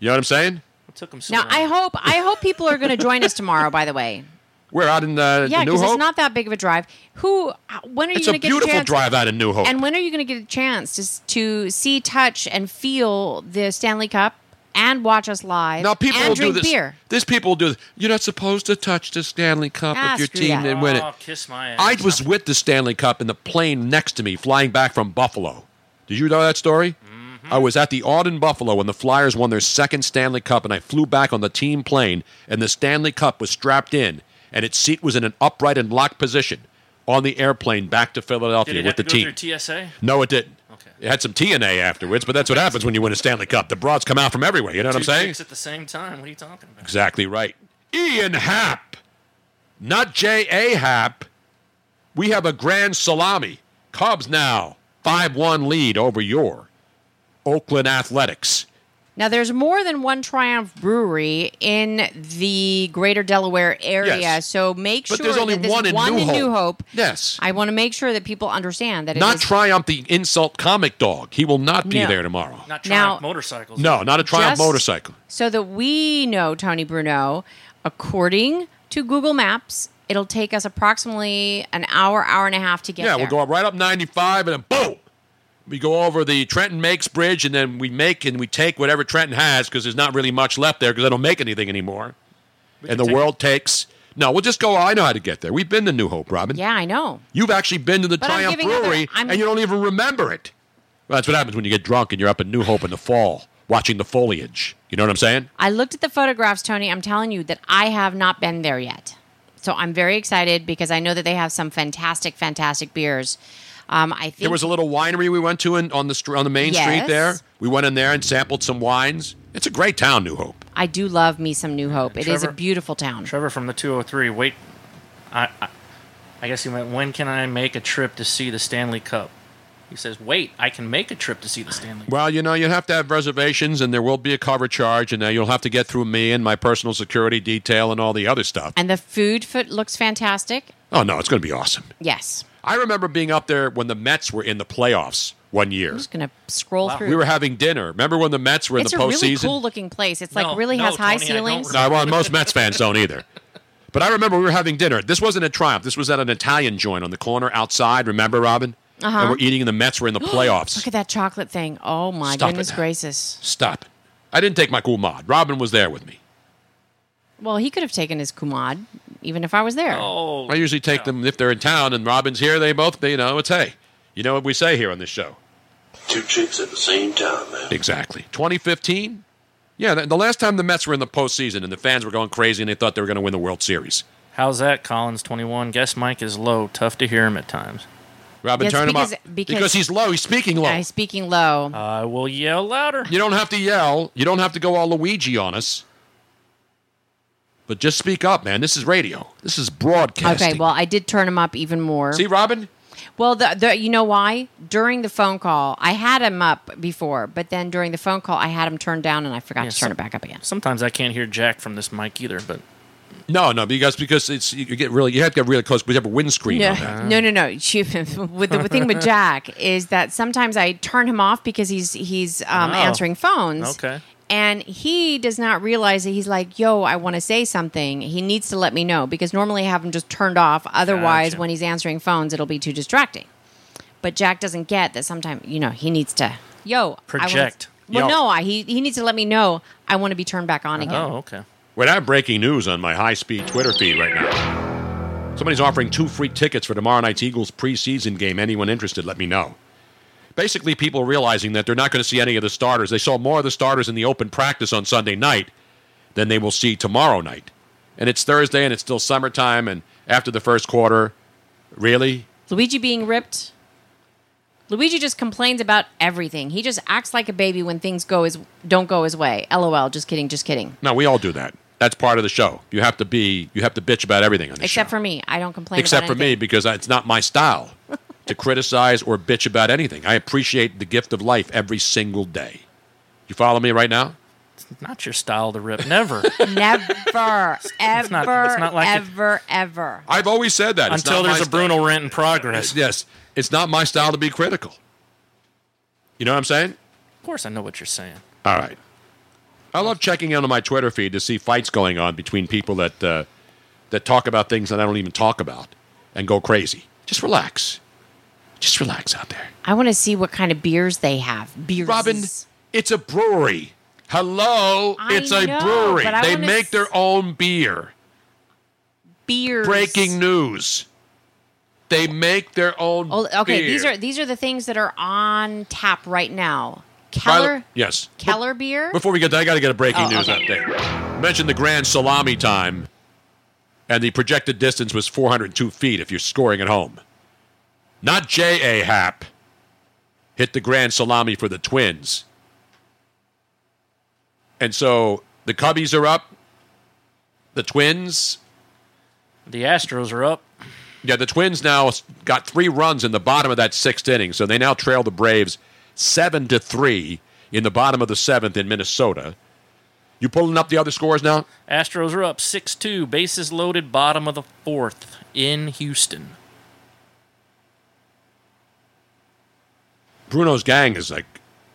You know what I'm saying? It took him so Now long. I hope I hope people are going to join us tomorrow. By the way, We're out in uh, yeah, the New because Hope. it's not that big of a drive. Who? uh, When are you It's going a to get a beautiful chance? drive out in New Hope. And when are you going to get a chance to s- to see, touch, and feel the Stanley Cup and watch us live? Now people and will drink do this. beer. This people will do this. You're not supposed to touch the Stanley Cup Ah, if your screw team that. didn't win it. Oh, kiss my ass. I was with the Stanley Cup in the plane next to me flying back from Buffalo. Did you know that story? Mm-hmm. I was at the Auden Buffalo when the Flyers won their second Stanley Cup, and I flew back on the team plane, and the Stanley Cup was strapped in, and its seat was in an upright and locked position on the airplane back to Philadelphia Did it with have the to go team. through TSA? No, it didn't. It had some TNA afterwards, but that's what happens when you win a Stanley Cup. The broads come out from everywhere. You know what I'm Two saying? chicks at the same time. What are you talking about? Exactly right. Ian Happ, not J.A. Happ. We have a grand salami. Cubs now, 5 1 lead over your Oakland Athletics. Now, there's more than one Triumph Brewery in the greater Delaware area, Yes. so make But sure there's only that this one in one New in New Hope. Yes. I want to make sure that people understand that it is Not Triumph the insult comic dog. He will not be No. there tomorrow. Not Now- Triumph motorcycles. No, not a Triumph Just- motorcycle. so that we know Tony Bruno. According to Google Maps, it'll take us approximately an hour, hour and a half to get yeah, there. we'll go up right up 95 and then boom. We go over the Trenton Makes Bridge and then we make and we take whatever Trenton has because there's not really much left there because they don't make anything anymore. And the world takes. No, we'll just go. oh, I know how to get there. We've been to New Hope, Robin. yeah, I know. You've actually been to the But I'm Triumph giving other- Brewery I'm- and you don't even remember it. Well, that's what happens when you get drunk and you're up in New Hope in the fall watching the foliage. You know what I'm saying? I looked at the photographs, Tony. I'm telling you that I have not been there yet. So I'm very excited because I know that they have some fantastic, fantastic beers. Um, I think There was a little winery we went to in, on the str- on the main street Yes. there. We went in there and sampled some wines. It's a great town, New Hope. I do love me some New Hope. It is a Trevor- beautiful town. Trevor from the 203. Wait, I, I, I guess he went. When can I make a trip to see the Stanley Cup? He says, "Wait, I can make a trip to see the Stanley." Well, you know, you have to have reservations, and there will be a cover charge, and uh, you'll have to get through me and my personal security detail and all the other stuff. And the food foot looks fantastic. Oh no, it's going to be awesome. Yes. I remember being up there when the Mets were in the playoffs one year. I'm just gonna scroll through. We were having dinner. Remember when the Mets were in it's the a really postseason? cool looking place. It's No, like really no, has high Tony, I don't ceilings. No, well, most Mets fans don't either. But I remember we were having dinner. This wasn't a triumph. This was at an Italian joint on the corner outside. Remember, Robin? Uh-huh. And we're eating, and the Mets were in the playoffs. Look at that chocolate thing. Oh my Stop goodness it. gracious. Stop it. I didn't take my cool mod. Robin was there with me. Well, he could have taken his kumad even if I was there. Oh. I usually take them if they're in town, and Robin's here. They both, you know, it's hey. You know what we say here on this show? Two chicks at the same time, man. Exactly. 2015? Yeah, the, the last time the Mets were in the postseason and the fans were going crazy and they thought they were going to win the World Series. How's that, Collins? Twenty-one. Guess Mike is low. Tough to hear him at times. Robin, Yes, turn because- him up. because- he's low. He's speaking Oh. low. I speaking low. I will yell louder. You don't have to yell. You don't have to go all Luigi on us. But just speak up, man. This is radio. This is broadcasting. Okay, well, I did turn him up even more. See, Robin? Well, the, the you know why? During the phone call, I had him up before, but then during the phone call, I had him turned down, and I forgot Yeah, to turn some- it back up again. Sometimes I can't hear Jack from this mic either, but No, no, because because it's you get really you have to get really close. We have a windscreen. No, on that. no, no, no. She- with the thing with Jack is that sometimes I turn him off because he's he's um, Oh. answering phones. Okay. And he does not realize that he's like, yo, I want to say something. He needs to let me know because normally I have him just turned off. Otherwise, Gotcha. when he's answering phones, it'll be too distracting. But Jack doesn't get that sometimes, you know, he needs to, yo, I wanna, project. well, no, I, he, he needs to let me know I want to be turned back on again. Oh, okay. Wait, I have breaking news on my high speed Twitter feed right now. Somebody's offering two free tickets for tomorrow night's Eagles preseason game. Anyone interested, let me know. Basically, people realizing that they're not going to see any of the starters. They saw more of the starters in the open practice on Sunday night than they will see tomorrow night. And it's Thursday and it's still summertime. And after the first quarter, really? Luigi being ripped. Luigi just complains about everything. He just acts like a baby when things go his don't go his way. LOL. Just kidding. Just kidding. No, we all do that. That's part of the show. You have to be, you have to bitch about everything on this Except for me, I don't complain. except about for me because I- it's not my style to criticize or bitch about anything. I appreciate the gift of life every single day. You follow me right now? Not your style to rip. Never. anything. Never, ever, not- it's not like it- ever, ever. I've always said that. It's Until not my there's a st- Bruno rant in progress. Yes, it's not my style to be critical. You know what I'm saying? Of course, I know what you're saying. All right. I love checking in on my Twitter feed to see fights going on between people that uh, that talk about things that I don't even talk about and go crazy. Just relax. Just relax out there. I want to see what kind of beers they have. Beers. Robin, it's a brewery. Hello, I it's a know, brewery. but I They wanna make their own beer. beers. Breaking news. They make their own Oh, okay, beer. these are these are the things that are on tap right By now. the- Keller yes. Keller beer. Before we get that, I got to get a breaking Oh, news okay. update. Mentioned the grand salami time, and the projected distance was 402 feet if you're scoring at home. Not J.A. Happ hit the grand salami for the Twins. And so the Cubbies are up. The Twins. The Astros are up. Yeah, the Twins now s- got three runs in the bottom of that sixth inning, so they now trail the Braves seven to three in the bottom of the seventh in Minnesota. You pulling up the other scores now? Astros are up 6 2, bases loaded, bottom of the fourth in Houston. Bruno's gang is like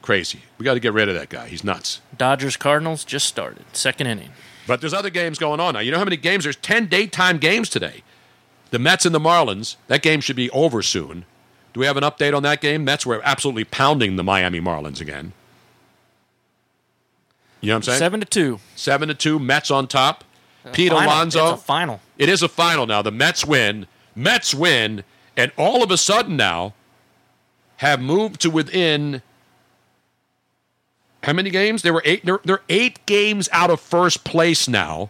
crazy. We got to get rid of that guy. He's nuts. Dodgers Cardinals just started, second inning. But there's other games going on now. You know how many games? There's 10 daytime games today. The Mets and the Marlins. That game should be over soon. Do we have an update on that game? Mets were absolutely pounding the Miami Marlins again. You know what I'm saying? Seven to two. Seven to two. Mets on top. Pete final. Alonso. It's a final. It is a final now. The Mets win. Mets win, and all of a sudden now have moved to within how many games? There were eight. They're, they're eight games out of first place now.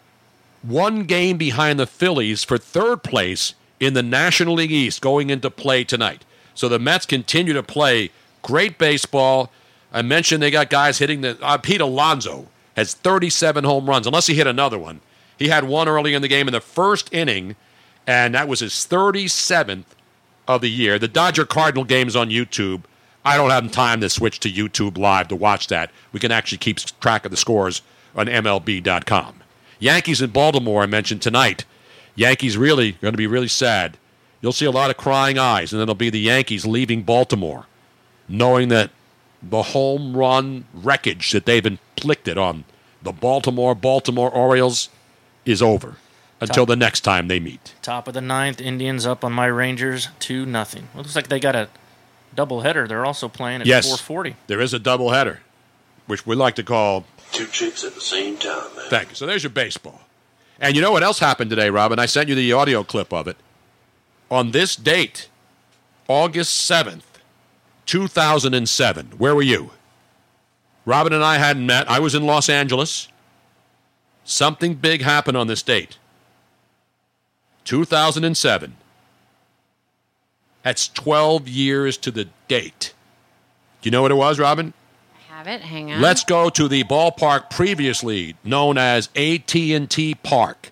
One game behind the Phillies for third place in the National League East going into play tonight. So the Mets continue to play great baseball. I mentioned they got guys hitting the. Uh, Pete Alonso has 37 home runs, unless he hit another one. He had one early in the game in the first inning, and that was his 37th of the year. The Dodger Cardinal game's on YouTube. I don't have time to switch to YouTube Live to watch that. We can actually keep track of the scores on MLB.com. Yankees in Baltimore, I mentioned tonight. Yankees really going to be really sad. You'll see a lot of crying eyes, and then it'll be the Yankees leaving Baltimore, knowing that the home run wreckage that they've inflicted on the Baltimore Baltimore Orioles is over until Top- the next time they meet. Top of the ninth, Indians up on my Rangers two nothing. Well, looks like they got a double header. They're also playing at Yes. 4:40. There is a doubleheader, which we like to call Two chicks at the same time, man. Thank you. So there's your baseball. And you know what else happened today, Robin? I sent you the audio clip of it. On this date, August 7th, 2007, where were you? Robin and I hadn't met. I was in Los Angeles. Something big happened on this date. 2007. That's 12 years to the date. Do you know what it was, Robin? Have it. Hang on. Let's go to the ballpark previously known as AT&T Park.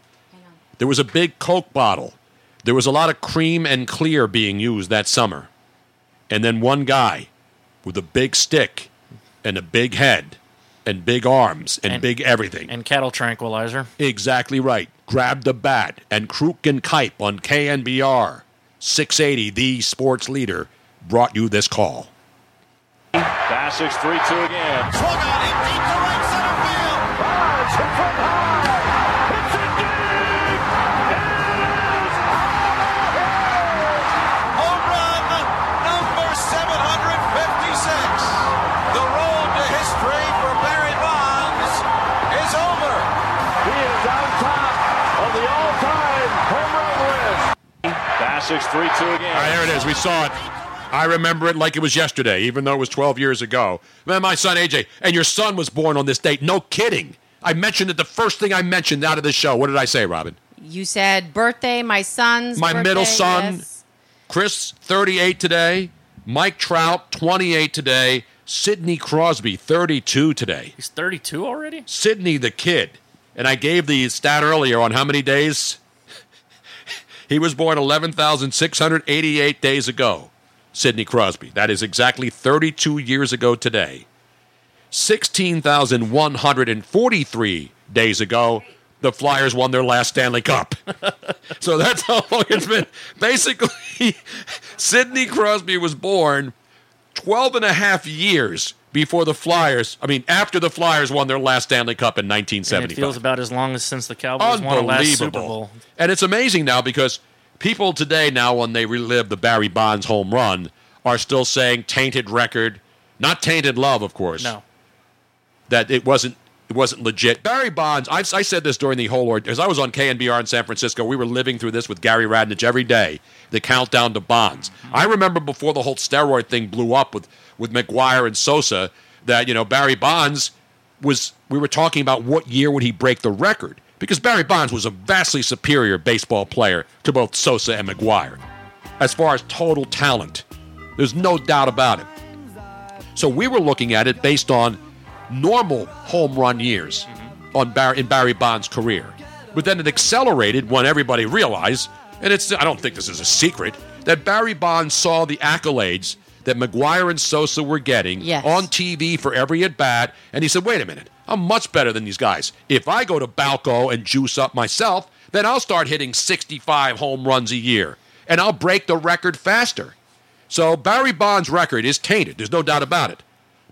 There was a big Coke bottle. There was a lot of cream and clear being used that summer. And then one guy with a big stick and a big head and big arms and, big everything. And cattle tranquilizer. Exactly right. Grabbed the bat and Kruk and Kipe on KNBR 680, the sports leader, brought you this call. Bassick's 3 2 again. Swung on it deep to right center field. It's hit from high. It's in deep. It is home run number 756. The road to history for Barry Bonds is over. He is on top of the all time home run list. Bassick's 3 2 again. All right, there Ah, it is. We saw it. I remember it like it was yesterday, even though it was 12 years ago. Man, my son AJ, and your son was born on this date. No kidding. I mentioned it the first thing I mentioned out of the show. What did I say, Robin? You said birthday, my son's. My middle birthday, son, yes. Chris, 38 today. Mike Trout, 28 today. Sidney Crosby, 32 today. He's 32 already. Sidney the kid. And I gave the stat earlier on how many days he was born 11,688 days ago. Sidney Crosby. That is exactly 32 years ago today. 16,143 days ago, the Flyers won their last Stanley Cup. so that's how long it's been. Basically, Sidney Crosby was born 12 and a half years before the Flyers, I mean, after the Flyers won their last Stanley Cup in And it 1975. feels about as long as since the Cowboys won the Unbelievable. last Super Bowl. And it's amazing now because people today, now when they relive the Barry Bonds home run, are still saying tainted record, not tainted love, of course. No. That it wasn't. It wasn't legit. Barry Bonds, I, I said this during the whole ordeal, because I was on KNBR in San Francisco. We were living through this with Gary Radnich every day, the countdown to Bonds. I remember before the whole steroid thing blew up with, with McGuire and Sosa that, you know, Barry Bonds was, we were talking about what year would he break the record because Barry Bonds was a vastly superior baseball player to both Sosa and McGuire as far as total talent. There's no doubt about it. So we were looking at it based on normal home run years on Bar- in Barry Bonds' career. But then it accelerated when everybody realized, and it's I don't think this is a secret, that Barry Bonds saw the accolades that McGuire and Sosa were getting Yes. on TV for every at bat, and he said, "Wait a minute, I'm much better than these guys. If I go to Balco and juice up myself, then I'll start hitting 65 home runs a year, and I'll break the record faster." So Barry Bonds' record is tainted. There's no doubt about it.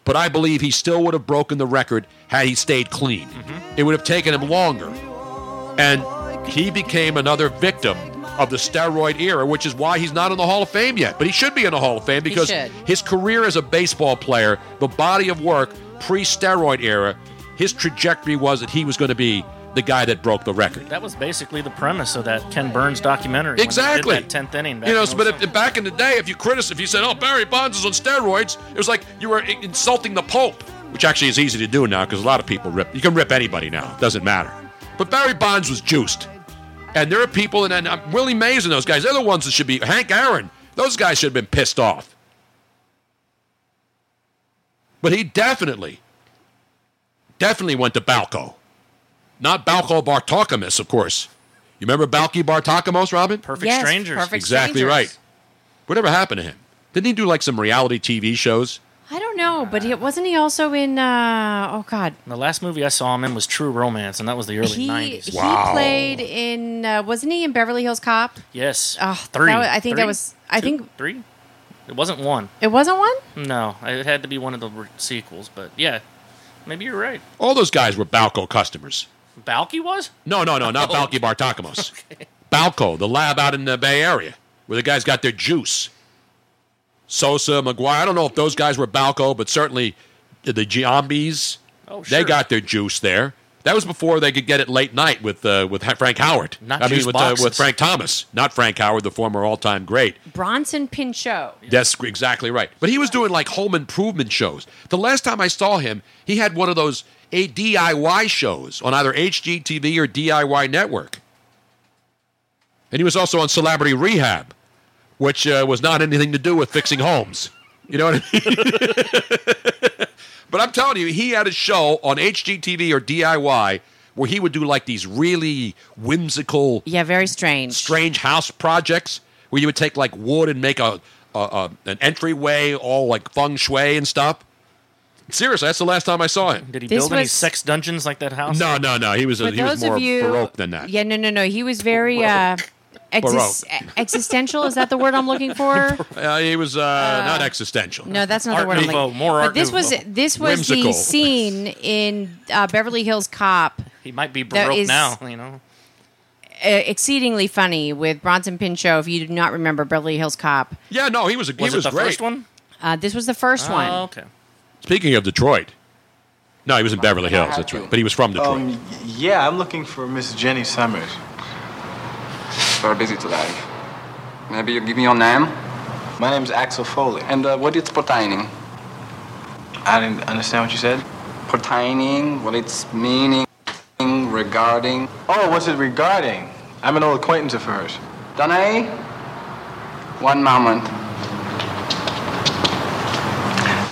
But I believe he still would have broken the record had he stayed clean. Mm-hmm. It would have taken him longer. And he became another victim of the steroid era, which is why he's not in the Hall of Fame yet. But he should be in the Hall of Fame He because should. his career as a baseball player, the body of work pre steroid era, his trajectory was that he was going to be the guy that broke the record. That was basically the premise of that Ken Burns documentary. when they did Exactly. that tenth inning. Back You know, in but 07. if, if back in the day, if you critic, if you said, "Oh, Barry Bonds is on steroids," it was like you were i- insulting the Pope, which actually is easy to do now because a lot of people rip. You can rip anybody now; it doesn't matter. But Barry Bonds was juiced, and there are people, and, and uh, Willie Mays and those guys. They're the ones that should be Hank Aaron. Those guys should have been pissed off. But he definitely, definitely went to Balco. Not Balco Bartokamus, of course. You remember Balky Bartokamus, Robin? Perfect Yes, Strangers. Perfect exactly Strangers. right. Whatever happened to him? Didn't he do like some reality TV shows? I don't know, but he, wasn't he also in? Uh, oh God, And the last movie I saw him in was True Romance, and that was the early he 90s. he played in. Uh, wasn't he in Beverly Hills Cop? Yes. Oh, three. that was- I think that Three? was- I Two? think- Three? It wasn't one. It wasn't one. No, it had to be one of the re- sequels, but yeah. Maybe you're right. All those guys were Balco customers. Balky was? No, no, no, Oh. not Balky Bartakamos. Balco, the lab out in the Bay Area, where the guys got their juice. Sosa, McGuire. I don't know if those guys were Balco, but certainly the Giambis. Oh, They got their juice there. That was before they could get it late night with uh, with Ha- Frank Howard. Not I mean, juice with, uh, with boxes. Frank Thomas, not Frank Howard, the former all time great. Bronson Pinchot. That's exactly right. But he was doing like home improvement shows. The last time I saw him, he had one of those a DIY shows on either HGTV or DIY Network. And he was also on Celebrity Rehab, which uh, was not anything to do with fixing homes. You know what I mean? but I'm telling you, he had a show on HGTV or DIY where he would do like these really whimsical, yeah, very strange, strange house projects where you would take like wood and make a, a, a an entryway all like feng shui and stuff. Seriously, that's the last time I saw him. Did he This build any was- sex dungeons like that house? No, no, no. He was For he was those more of you, baroque than that. Yeah, no, no, no. He was very uh, exis- existential. Is that the word I'm looking for? Uh, he was uh, not existential. No, that's not the word. I'm looking- but this was this was Whimsical. the scene in uh, Beverly Hills Cop, He might be That broke is- now, you know? uh, exceedingly funny with Bronson Pinchot. If you do not remember Beverly Hills Cop, Yeah, no, he was a, he Was was it the great. first one? uh, this was the first Oh, one. okay. Speaking of Detroit, no, he Oh, was in Beverly Hills. That's right, but he was from Detroit. Um, yeah, I'm looking for Miss Jenny Summers. We're busy today. Maybe you give me your name? My name's Axel Foley. And uh, what is pertaining? I didn't understand what you said. Pertaining, what it's meaning, regarding. Oh, what's it regarding? I'm an old acquaintance of hers. Danae? One moment.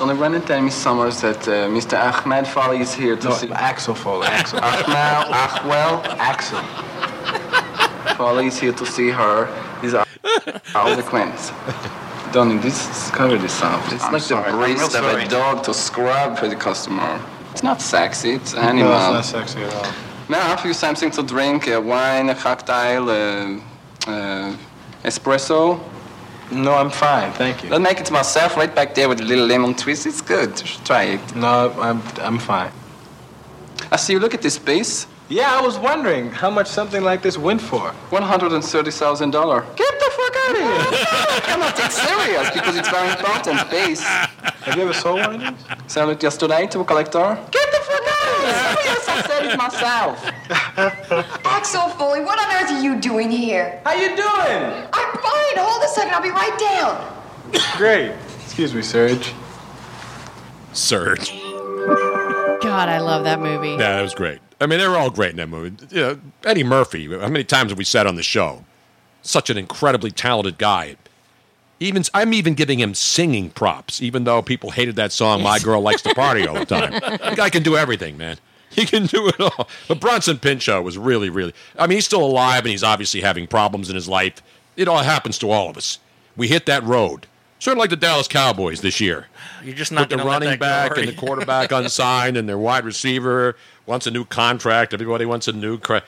Only run and tell me, Summers, that uh, Mr. Ahmed Foley is here to No, see. Axel Foley. Axel. Ahmed, Ahwell, Axel. Foley is here to see her. He's our old acquaintance. Donnie, this is cover this up. It's I'm like sorry, the I'm breast real of sorry. a dog to scrub for the customer. It's not sexy, it's No, animal. it's not sexy at all. May I offer you something to drink? A wine, a cocktail, a, uh espresso? No, I'm fine, thank you. I'll make it myself right back there with a little lemon twist. It's good. You should Try it. No, I'm, I'm fine. I see you look at this piece. Yeah, I was wondering how much something like this went for. $130,000. Get the fuck out of here! I'm not that serious because it's very important piece. Have you ever sold one of these? Sold it yesterday to a collector. Get the fuck out of here! Yes, I said it myself. Axel Foley, what on earth are you doing here? How you doing? I'm fine. Hold a second. I'll be right down. Great. Excuse me, Serge. Surge. God, I love that movie. Yeah, that was great. I mean, they were all great in that movie. You know, Eddie Murphy. How many times have we said on the show? Such an incredibly talented guy. Even I'm even giving him singing props, even though people hated that song. My girl likes to party all the time. the guy can do everything, man. He can do it all. But Bronson Pinchot was really, really. I mean, he's still alive, and he's obviously having problems in his life. It all happens to all of us. We hit that road, sort of like the Dallas Cowboys this year. You're just With not going the to let running that go, back are and the you? quarterback unsigned and their wide receiver wants a new contract. Everybody wants a new cra-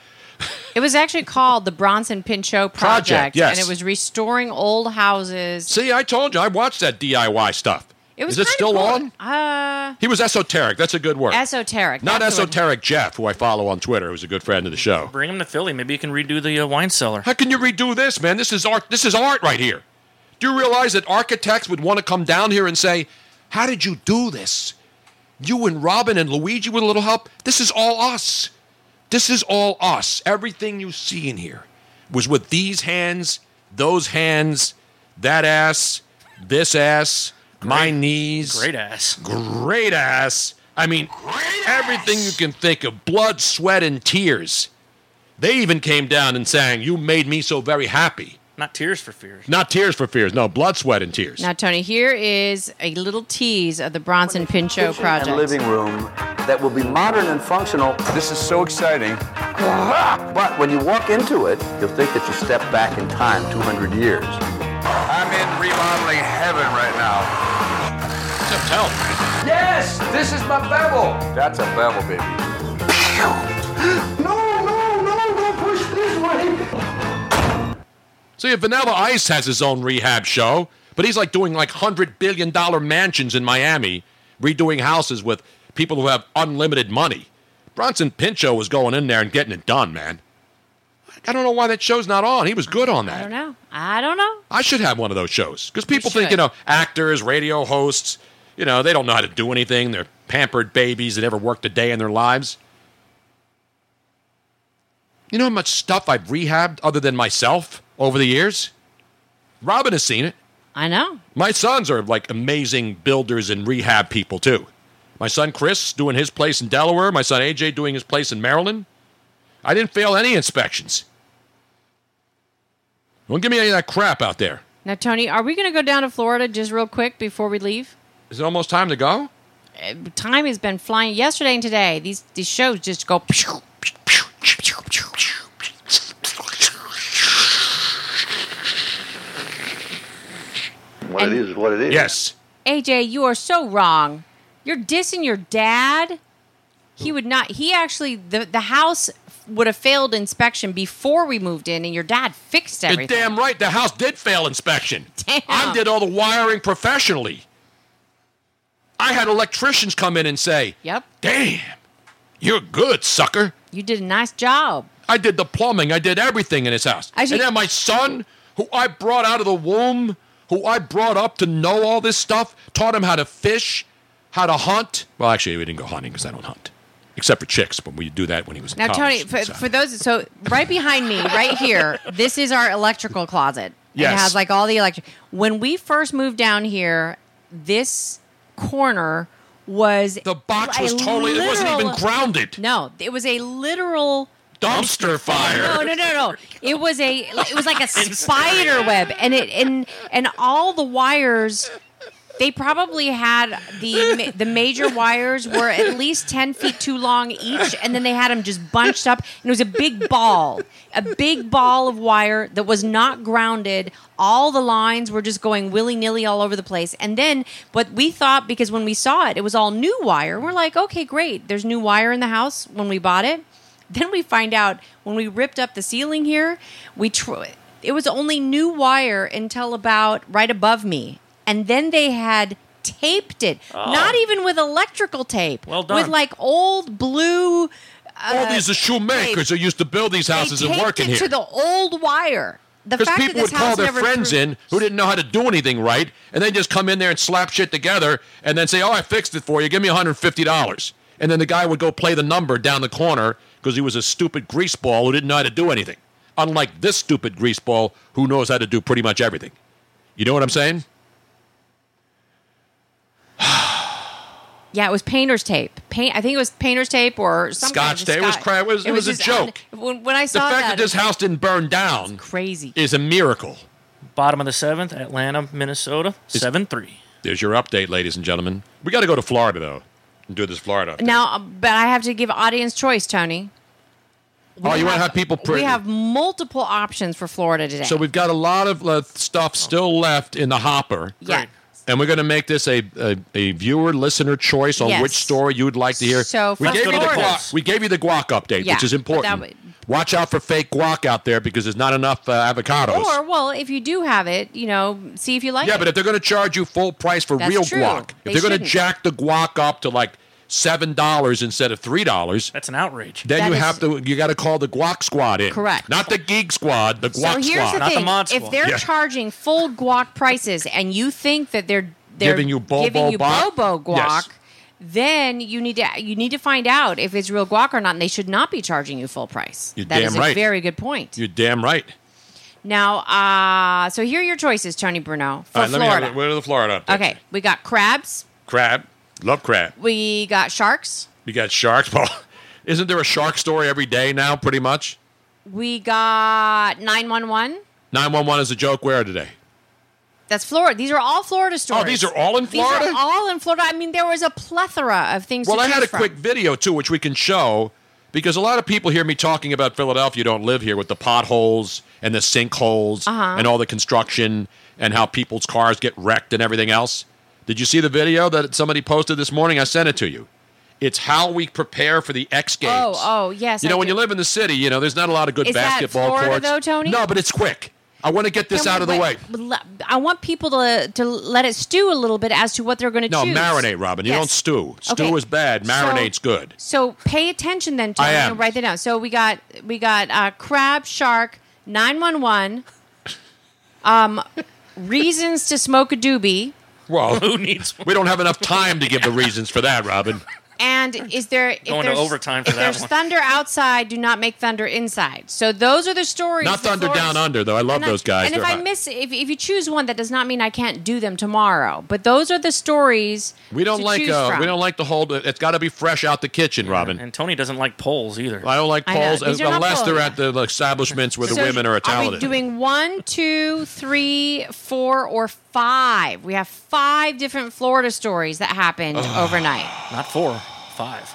It was actually called the Bronson Pinchot Project, Project, yes. and it was restoring old houses. See, I told you, I watched that DIY stuff. It was Is it kinda still cool. on? Uh, He was esoteric. That's a good word. esoteric. Not that's the word. esoteric Jeff, who I follow on Twitter, who's a good friend of the show. Bring him to Philly. Maybe you can redo the uh, wine cellar. How can you redo this, man? This is art. This is art right here. Do you realize that architects would want to come down here and say, "How did you do this? You and Robin and Luigi with a little help. This is all us. This is all us. Everything you see in here was with these hands, those hands, that ass, this ass, my knees, Great ass. great ass. I mean, everything you can think of blood, sweat, and tears. They even came down and sang, You made me so very happy. Not Tears for Fears. Not Tears for Fears. No, Blood, Sweat, and Tears. Now, Tony, here is a little tease of the Bronson Pinchot kitchen and project. living room that will be modern and functional. This is so exciting. But when you walk into it, you'll think that you stepped back in time 200 years. I'm in remodeling heaven right now. Help. Yes, this is my bevel. That's a bevel, baby. No, no, no, don't push this way. See, Vanilla Ice has his own rehab show, but he's like doing like hundred billion dollar mansions in Miami, redoing houses with people who have unlimited money. Bronson Pinchot was going in there and getting it done, man. I don't know why that show's not on. He was good on I don't that. know. I don't know. I should have one of those shows because people think should. you know actors, radio hosts, you know they don't know how to do anything. They're pampered babies that never worked a day in their lives. You know how much stuff I've rehabbed other than myself over the years? Robin has seen it. I know. My sons are like amazing builders and rehab people too. My son Chris doing his place in Delaware, my son AJ doing his place in Maryland. I didn't fail any inspections. Don't give me any of that crap out there. Now, Tony, are we going to go down to Florida just real quick before we leave? Is it almost time to go? Uh, Time has been flying yesterday and today. These these shows just go. pew, pew, pew, pew, pew, pew, pew. What it is is what it is. Yes. AJ, you are so wrong. You're dissing your dad. He would not. He actually the the house would have failed inspection before we moved in, and your dad fixed You're everything. damn right. The house did fail inspection. I did all the wiring professionally. I had electricians come in and say, Yep. Damn, you're good, sucker. You did a nice job. I did the plumbing. I did everything in his house. I should- and then my son, who I brought out of the womb, who I brought up to know all this stuff, taught him how to fish, how to hunt. Well, actually, we didn't go hunting because I don't hunt, except for chicks. But we do that when he was in Now, Tony, college. for, so. for those, so right behind me, right here, this is our electrical closet. It Yes. has like all the electric. When we first moved down here, this corner was the box was totally. It wasn't even grounded. No, it was a literal Dumpster fire. No, no, no, no. It was a it was like a spider web, and it and and all the wires. They probably had the ma- the major wires were at least ten feet too long each, and then they had them just bunched up, and it was a big ball, a big ball of wire that was not grounded. All the lines were just going willy nilly all over the place, and then what we thought because when we saw it, it was all new wire. We're like, okay, great, there's new wire in the house when we bought it. Then we find out when we ripped up the ceiling here, we tr- it was only new wire until about right above me, and then they had taped it. Oh. Not even with electrical tape. Well With done. like old blue. Uh, all these are shoemakers who used to build these houses taped and work in it here. to the old wire. The Because fact people that this would call house their never friends grew- in who didn't know how to do anything right, and then just come in there and slap shit together, and then say, "Oh, I fixed it for you. Give me $150." And then the guy would go play the number down the corner because he was a stupid greaseball who didn't know how to do anything. Unlike this stupid greaseball who knows how to do pretty much everything. You know what I'm saying? Yeah, it was painter's tape. Paint. I think it was painter's tape or some kind of Scotch tape. It was Scotch- cra- it was- it was a just joke. un- when, when I The saw fact that, that this house didn't burn down crazy. is a miracle. Bottom of the seventh, Atlanta, Minnesota, seven three. There's your update, ladies and gentlemen. We got to go to Florida though and do this Florida. update. Now, uh, but I have to give audience choice, Tony. oh, you want to have people? We print- have multiple options for Florida today. So we've got a lot of uh, stuff still left in the hopper. Yeah. Great. And we're going to make this a, a, a viewer listener choice on Yes. which story you would like to hear. So we for gave you the Florida- guac, we gave you the guac update, Yeah, which is but important. that Watch out for fake guac out there because there's not enough uh, avocados. or well, if you do have it, you know, see if you like yeah, it. but if they're going to charge you full price for That's real true. guac, They if they're going to shouldn't. jack the guac up to like seven dollars instead of three dollars, that's an outrage. Then That you is- have to you got to call the guac squad in. Correct. Not the geek squad, the guac so squad. here's the thing: if they're Yeah. charging full guac prices and you think that they're they're Giving you bobo giving you guac? bobo guac, Yes. then you need to you need to find out if it's real guac or not, and they should not be charging you full price. You're That damn is a right. very good point. You're damn right. Now, uh, so here are your choices, Tony Bruno for All right, let me Florida. have where are the Florida updates? okay, we got crabs, Crab. Love crab. we got sharks, You got sharks. Well, isn't there a shark story every day now, pretty much? we got nine one one. 911 is a joke where today? That's Florida. These are all Florida stories. Oh, these are all in These Florida? are all in Florida. I mean, there was a plethora of things. Well, to I had choose a from. quick video too, which we can show because a lot of people hear me talking about Philadelphia. Don't live here with the potholes and the sinkholes Uh-huh. and all the construction and how people's cars get wrecked and everything else. Did you see the video that somebody posted this morning? I sent it to you. It's how we prepare for the X Games. Oh, oh, yes. you know, I when do. you live in the city, you know there's not a lot of good Is that basketball Florida, courts. though, Tony? No, but it's quick. I want to get this Can we out of the way. wait- le- I want people to to let it stew a little bit as to what they're going to No, choose. marinate, Robin. You Yes. don't stew. Stew Okay. is bad. So- Marinate's good. So pay attention then, Tony, I am. and write that down. So we got we got uh, crab, shark, nine one one, um, reasons to smoke a doobie, Well, Who needs We don't have enough time to give the reasons for that, Robin. and is there if Going to there's- overtime for if that there's one. thunder outside, do not make thunder inside. So those are the stories. Not the Thunder Florida- Down Under, though. I love And those guys. And if They're I hot. miss, if, if you choose one, that does not mean I can't do them tomorrow. But those are the stories we don't to like choose uh, from. we don't like the whole. It's got to be fresh out the kitchen, Robin. And Tony doesn't like polls either. I don't like I know. polls These as- are not unless polls. they're at the establishments where the So women are Are talented. we doing one, two, three, four, or five? We have five different Florida stories that happened Ugh. overnight. not four, five.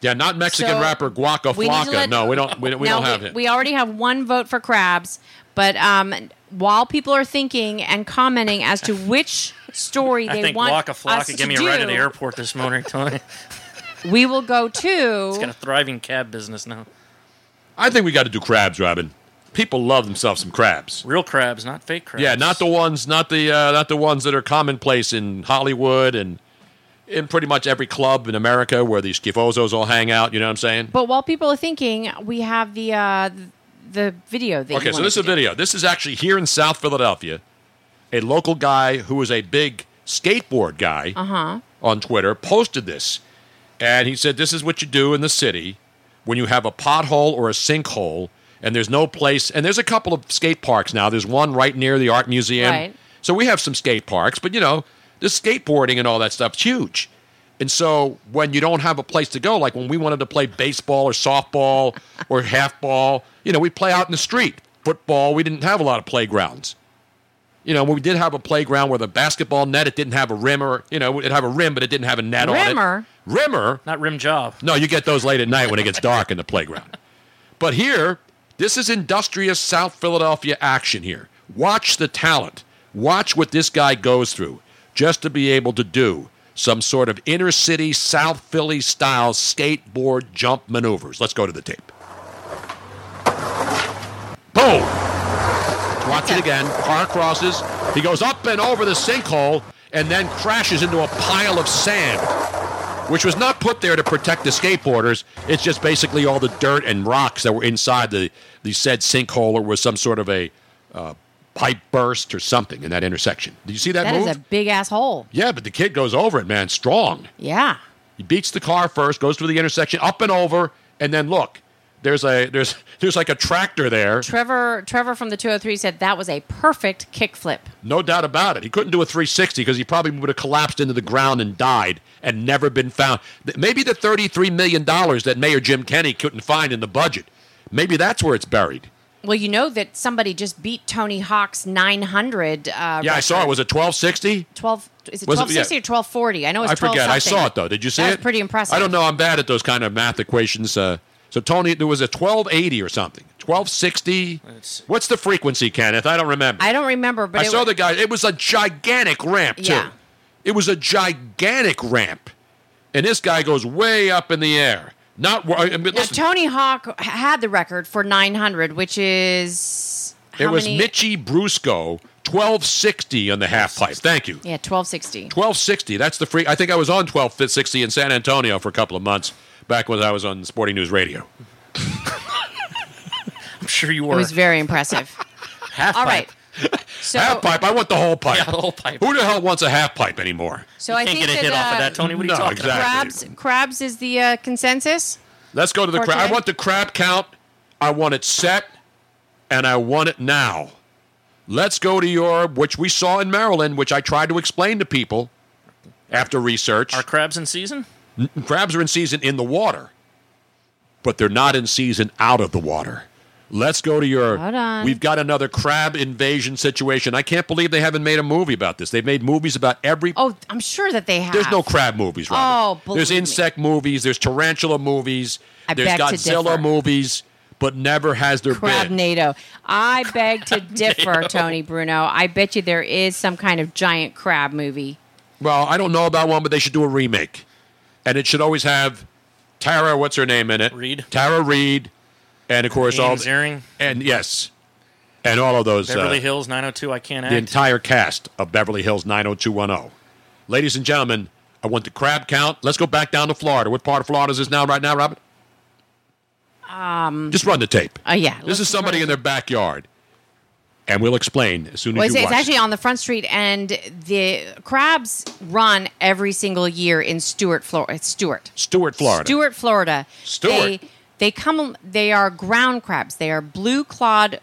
Yeah, not Mexican So, rapper Guaca we need to Flaca. let- no, we don't. We, we Now, don't have him. We already have one vote for crabs, but um, while people are thinking and commenting as to which story I they think want Waka us Flocka to gave me a ride to the do, airport this morning, Tony. we will go He's got a to. thriving cab business now. I think we got to do crabs, Robin. People love themselves some crabs. Real crabs, not fake crabs. Yeah, not the ones, not the uh, not the ones that are commonplace in Hollywood and in pretty much every club in America where these schifozos all hang out. You know what I'm saying? But while people are thinking, we have the uh, the video. That you Okay, so wanted this is to a do. video. This is actually here in South Philadelphia. A local guy who is a big skateboard guy Uh huh. on Twitter posted this. And he said, This is what you do in the city when you have a pothole or a sinkhole and there's no place. And there's a couple of skate parks now. There's one right near the Art Museum. Right. So we have some skate parks, but you know, the skateboarding and all that stuff's huge. And so when you don't have a place to go, like when we wanted to play baseball or softball or half ball, you know, we play out in the street. Football, we didn't have a lot of playgrounds you know, when we did have a playground with a basketball net, it didn't have a rim or, you know, it'd have a rim, but it didn't have a net on Rimmer? it. Rimmer? Not rim job. No, you get those late at night when it gets dark in the playground. But here, this is industrious South Philadelphia action here. Watch the talent. Watch what this guy goes through just to be able to do some sort of inner city South Philly style skateboard jump maneuvers. Let's go to the tape. Boom! Watch it again. Car crosses. He goes up and over the sinkhole and then crashes into a pile of sand, which was not put there to protect the skateboarders. It's just basically all the dirt and rocks that were inside the, the said sinkhole or was some sort of a uh, pipe burst or something in that intersection. Did you see that, That move? is a big ass hole. yeah, but the kid goes over it, man, strong. Yeah. He beats the car first, goes through the intersection, up and over, and then look, there's a there's there's like a tractor there. Trevor Trevor from the 203 said that was a perfect kickflip. No doubt about it. He couldn't do a 360 because he probably would have collapsed into the ground and died and never been found. Th- Maybe the $33 million that Mayor Jim Kenney couldn't find in the budget, maybe that's where it's buried. Well, you know that somebody just beat Tony Hawk's 900. Uh, yeah, I saw it. Was it 1260? 12. Is it Was it- 1260 yeah. or 1240? I know it's I 12 forget. I something. saw it, though. Did you see That it? was pretty impressive. I don't know. I'm bad at those kind of math equations. Uh, so, Tony, there was a 1280 or something. 1260. What's the frequency, Kenneth? I don't remember. I don't remember, but I it saw was, the guy. It was a gigantic ramp too. Yeah. It was a gigantic ramp, and this guy goes way up in the air. Not wor- I mean, Now, listen, Tony Hawk h- had the record for 900, which is. it how was many? Mitchy Brusco, twelve sixty on the half pipe. Thank you. Yeah, 1260. Twelve sixty. That's the free. I think I was on twelve sixty in San Antonio for a couple of months back when I was on Sporting News Radio. I'm sure you It were. was very impressive. half All pipe. right. So, half pipe. I want the whole pipe. Yeah, the whole pipe. Who the hell wants a half pipe anymore? So I think that, uh, no, exactly. Crabs, crabs is the uh, consensus. Let's go to the For crab. I today? want the crab count. I want it set, and I want it now. Let's go to your, which we saw in Maryland, which I tried to explain to people after research. Are crabs in season? Crabs are in season in the water, but they're not in season out of the water. Let's go to your. Hold on. We've got another crab invasion situation. I can't believe they haven't made a movie about this. They've made movies about every. Oh, I'm sure that they have. There's no crab movies, Robin. Oh, believe there's me. insect movies. There's tarantula movies. I there's beg to differ. Godzilla movies, but never has there been. Crabnado. I beg to differ, Crabnado. Tony Bruno. I bet you there is some kind of giant crab movie. Well, I don't know about one, but they should do a remake, and it should always have Tara. What's her name in it? Reed. Tara Reed, and of course all Ian Ziering. and yes, and all of those. uh, Beverly Hills 902. I can't act. the entire cast of Beverly Hills 90210. Ladies and gentlemen, I want the crab count. Let's go back down to Florida. What part of Florida is this now, right now, Robert? Um, Just run the tape. Oh yeah. This is somebody in their backyard, and we'll explain as soon as Well, it's, you it's watch. actually on the front street, and the crabs run every single year in Stuart, Florida. Stuart. Stuart, Florida. Stuart, Florida. Stuart. They, they come. They are ground crabs. They are blue clawed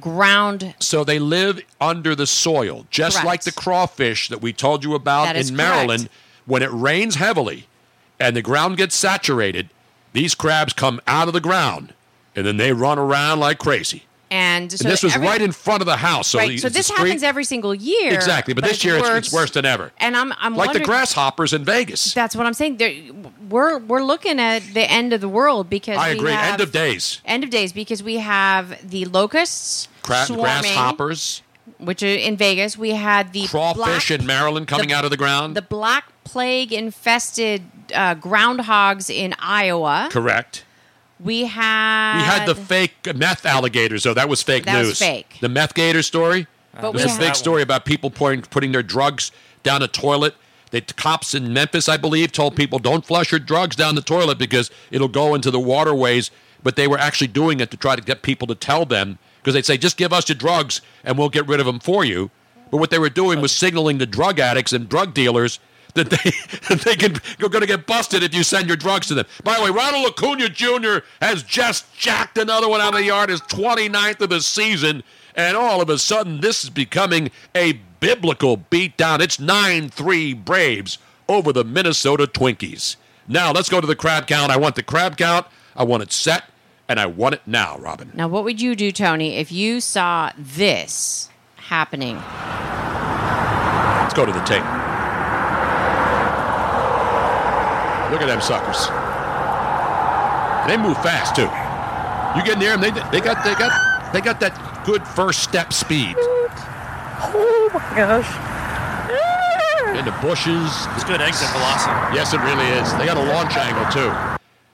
ground. So they live under the soil, just Correct. like the crawfish that we told you about That is in Maryland. correct. When it rains heavily and the ground gets saturated, these crabs come out of the ground and then they run around like crazy. And, so and this was every- right in front of the house. So, right, the- so it's a this street- happens every single year. Exactly, but, this year it's, it's worse than ever. And I'm, I'm like the wondering- grasshoppers in Vegas. That's what I'm saying. There, we're we're looking at the end of the world because I we agree. Have, End of days. end of days because we have the locusts, Cra- swarming, grasshoppers, which are in Vegas. We had the crawfish black, in Maryland coming out of the ground. the black plague infested uh, groundhogs in Iowa. Correct. We had We had the fake meth alligators, though. That was fake That was news. fake. The meth gator story. But There's we a big had- story about people pouring, putting their drugs down a toilet. The cops in Memphis, I believe, told people don't flush your drugs down the toilet because it'll go into the waterways. But they were actually doing it to try to get people to tell them because they'd say, just give us your drugs and we'll get rid of them for you. But what they were doing was signaling to drug addicts and drug dealers that they that they can you're going to get busted if you send your drugs to them. By the way, Ronald Acuna Jr. has just jacked another one out of the yard. His 29th of the season, and all of a sudden, this is becoming a biblical beatdown. It's 9-3 Braves over the Minnesota Twinkies. Now let's go to the crab count. I want the crab count. I want it set, and I want it now, Robin. Now, what would you do, Tony, if you saw this happening? Let's go to the tape. Look at them suckers. They move fast too. You get near them, they, they got they got they got that good first step speed. Oh my gosh. In the bushes. It's good exit velocity. Yes, it really is. They got a launch angle too.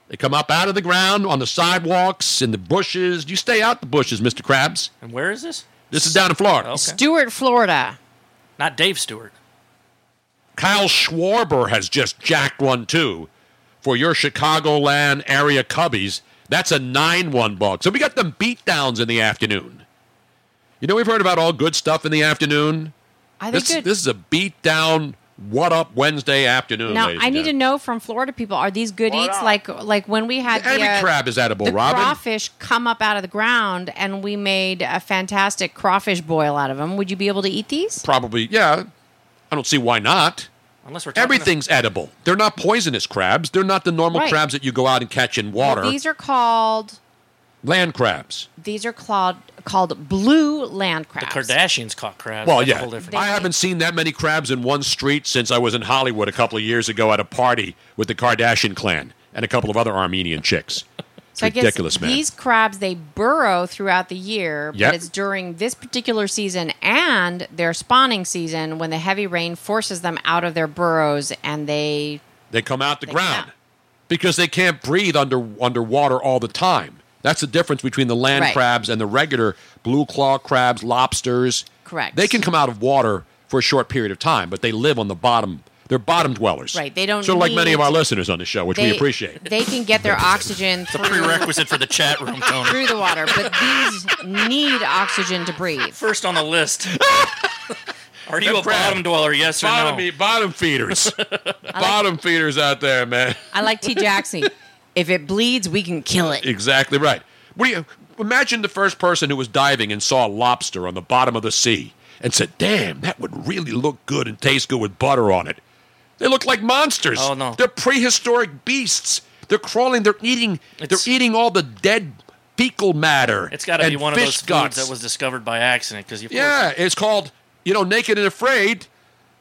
They come up out of the ground on the sidewalks in the bushes. You stay out the bushes, Mr. Krabs. And where is this? Oh, This is down in Florida. Stewart, Florida. Not Dave Stewart. Kyle Schwarber has just jacked one too for your Chicagoland area Cubbies. That's a 9 1 ball. So we got them beatdowns in the afternoon. You know, we've heard about all good stuff in the afternoon. I think This, good- this is a beatdown, what up Wednesday afternoon. Now, ladies I and need to know from Florida people: Are these good eats like like when we had Every the, uh, crab is edible, the Robin. crawfish come up out of the ground, and we made a fantastic crawfish boil out of them? Would you be able to eat these? Probably, yeah. I don't see why not. Unless we're talking Everything's edible. They're not poisonous crabs. They're not the normal Right. crabs that you go out and catch in water. These are called Land crabs. these are called called blue land crabs. The Kardashians caught crabs. Well, That's a yeah. whole different- I haven't seen that many crabs in one street since I was in Hollywood a couple of years ago at a party with the Kardashian clan and a couple of other Armenian chicks. It's So I guess ridiculous, man. These crabs they burrow throughout the year, Yep. but it's during this particular season and their spawning season when the heavy rain forces them out of their burrows and they They come out the ground because they can't breathe under underwater all the time. That's the difference between the land Right. crabs and the regular blue claw crabs, lobsters. Correct. They can come out of water for a short period of time, but they live on the bottom. They're bottom dwellers. Right, they don't Sort of like many of need- our listeners on the show, which we they- appreciate. They can get their oxygen It's a through, prerequisite for the chat room, Tony. through the water, but these need oxygen to breathe. First on the list. Are you a bottom dweller? Yes or Bottom, no? e- bottom feeders. bottom feeders out there, man. I like T. Jackson. If it bleeds, we can kill it. Exactly right. What do you imagine the first person who was diving and saw a lobster on the bottom of the sea and said, "Damn, that would really look good and taste good with butter on it." They look like monsters. Oh, no. They're prehistoric beasts. They're crawling. They're eating. they're eating all the dead fecal matter. It's got to be and one of those fish foods guts. that was discovered by accident because you. Yeah, it's called, you know, Naked and Afraid.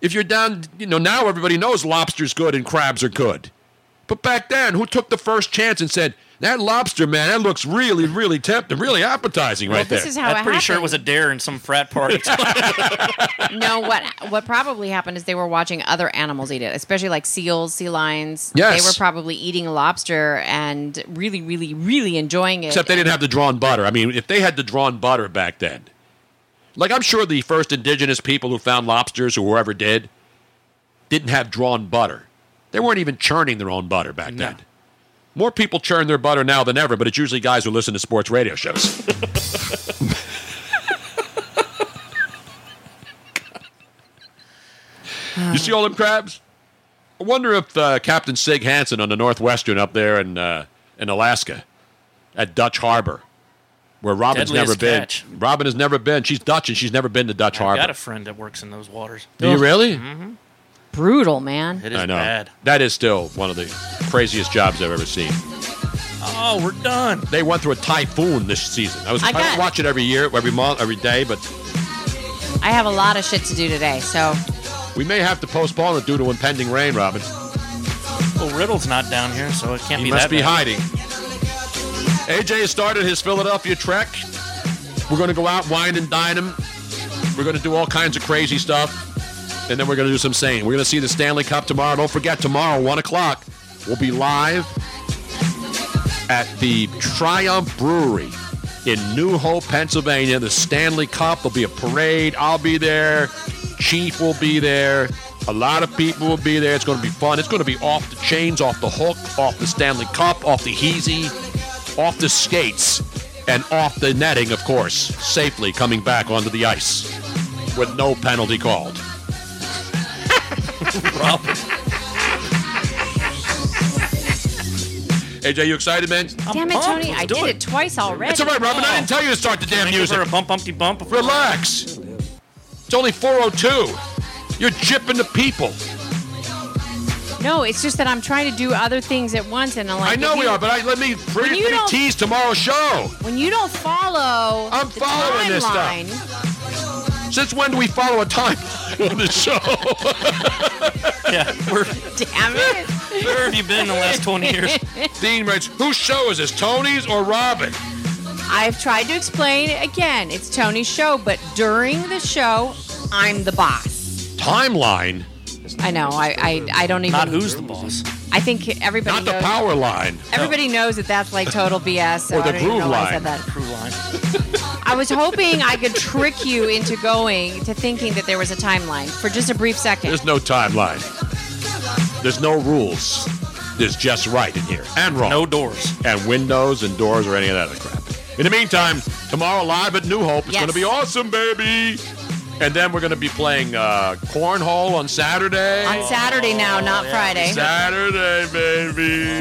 If you're down, you know, now everybody knows lobster's good and crabs are good. But back then, who took the first chance and said, that lobster, man, that looks really, really tempting, really appetizing right there. how I'm it pretty sure it was a dare in some frat party. no, what what probably happened is they were watching other animals eat it, especially like seals, sea lions. Yes. They were probably eating lobster and really, really, really enjoying it. Except they didn't have the drawn butter. I mean, if they had the drawn butter back then, like I'm sure the first indigenous people who found lobsters or whoever did, didn't have drawn butter. They weren't even churning their own butter back then. More people churn their butter now than ever, but it's usually guys who listen to sports radio shows. you see all them crabs? I wonder if uh, Captain Sig Hansen on the Northwestern up there in uh, in Alaska, at Dutch Harbor, where Robin's Deadliest never been. catch. Robin has never been. She's Dutch and she's never been to Dutch I Harbor. got a friend that works in those waters. Do you really? hmm Brutal, man. It is I know. bad. That is still one of the craziest jobs I've ever seen. Oh, we're done. They went through a typhoon this season. I was I I, got- don't watch it every year, every month, every day, but I have a lot of shit to do today, so we may have to postpone it due to impending rain, Robin. Well, Riddle's not down here, so it can't He be must that be bad. hiding. AJ has started his Philadelphia trek. We're going to go out, wine and dine him. We're going to do all kinds of crazy stuff. And then we're going to do some sane. We're going to see the Stanley Cup tomorrow. Don't forget, tomorrow, 1 o'clock, we'll be live at the Triumph Brewery in New Hope, Pennsylvania. The Stanley Cup. There'll be a parade. I'll be there. Chief will be there. A lot of people will be there. It's going to be fun. It's going to be off the chains, off the hook, off the Stanley Cup, off the heezy, off the skates, and off the netting, of course, safely coming back onto the ice with no penalty called. Robin. AJ, you excited, man? damn it, Tony, I did it twice already. It's all right, Robin. I didn't tell you to start the damn I give music. her a bump, bumpty bump. Relax. It's only 4:02. You're jipping the people. No, it's just that I'm trying to do other things at once, and I'm like, I know if we you- are, but I, let me When let you me don't- tease tomorrow's show. when you don't follow, I'm following this stuff. this stuff. Since when do we follow a time on the show? yeah, we're, Damn it. Where have you been the last 20 years? Dean writes, whose show is this, Tony's or Robin? I've tried to explain it again. It's Tony's show, but during the show, I'm the boss. Timeline, I know. I I, I don't even. Not who's the boss. I think everybody. not the knows, power line. Everybody knows that that's like total BS. So Or the I don't even groove know why I line. said that. Crew line. I was hoping I could trick you into going to thinking that there was a timeline for just a brief second. There's no timeline. There's no rules. There's just right in here and wrong. No doors and windows and doors or any of that other crap. In the meantime, tomorrow live at New Hope. It's Yes. going to be awesome, baby. And then we're going to be playing uh, cornhole on Saturday. On Saturday now, not Oh, Friday. Saturday, baby.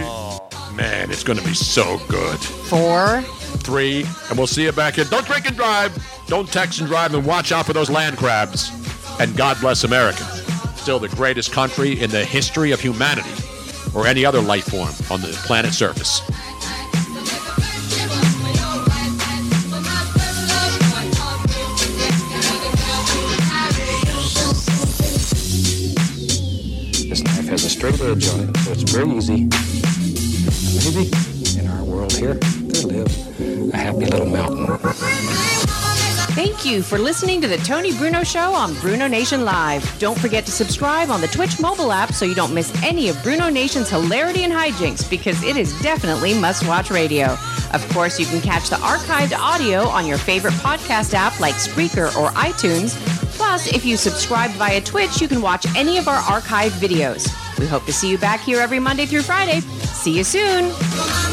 Man, it's going to be so good. Four. Three. And we'll see you back here. Don't drink and drive. Don't text and drive. And watch out for those land crabs. And God bless America. Still the greatest country in the history of humanity or any other life form on the planet's surface. This knife has a straight edge on it, so it's very easy. Maybe in our world here, there lives a happy little mountain. Thank you for listening to the Tony Bruno Show on Bruno Nation Live. Don't forget to subscribe on the Twitch mobile app so you don't miss any of Bruno Nation's hilarity and hijinks because it is definitely must watch radio. Of course, you can catch the archived audio on your favorite podcast app like Spreaker or iTunes. Plus, if you subscribe via Twitch, you can watch any of our archived videos. We hope to see you back here every Monday through Friday. See you soon.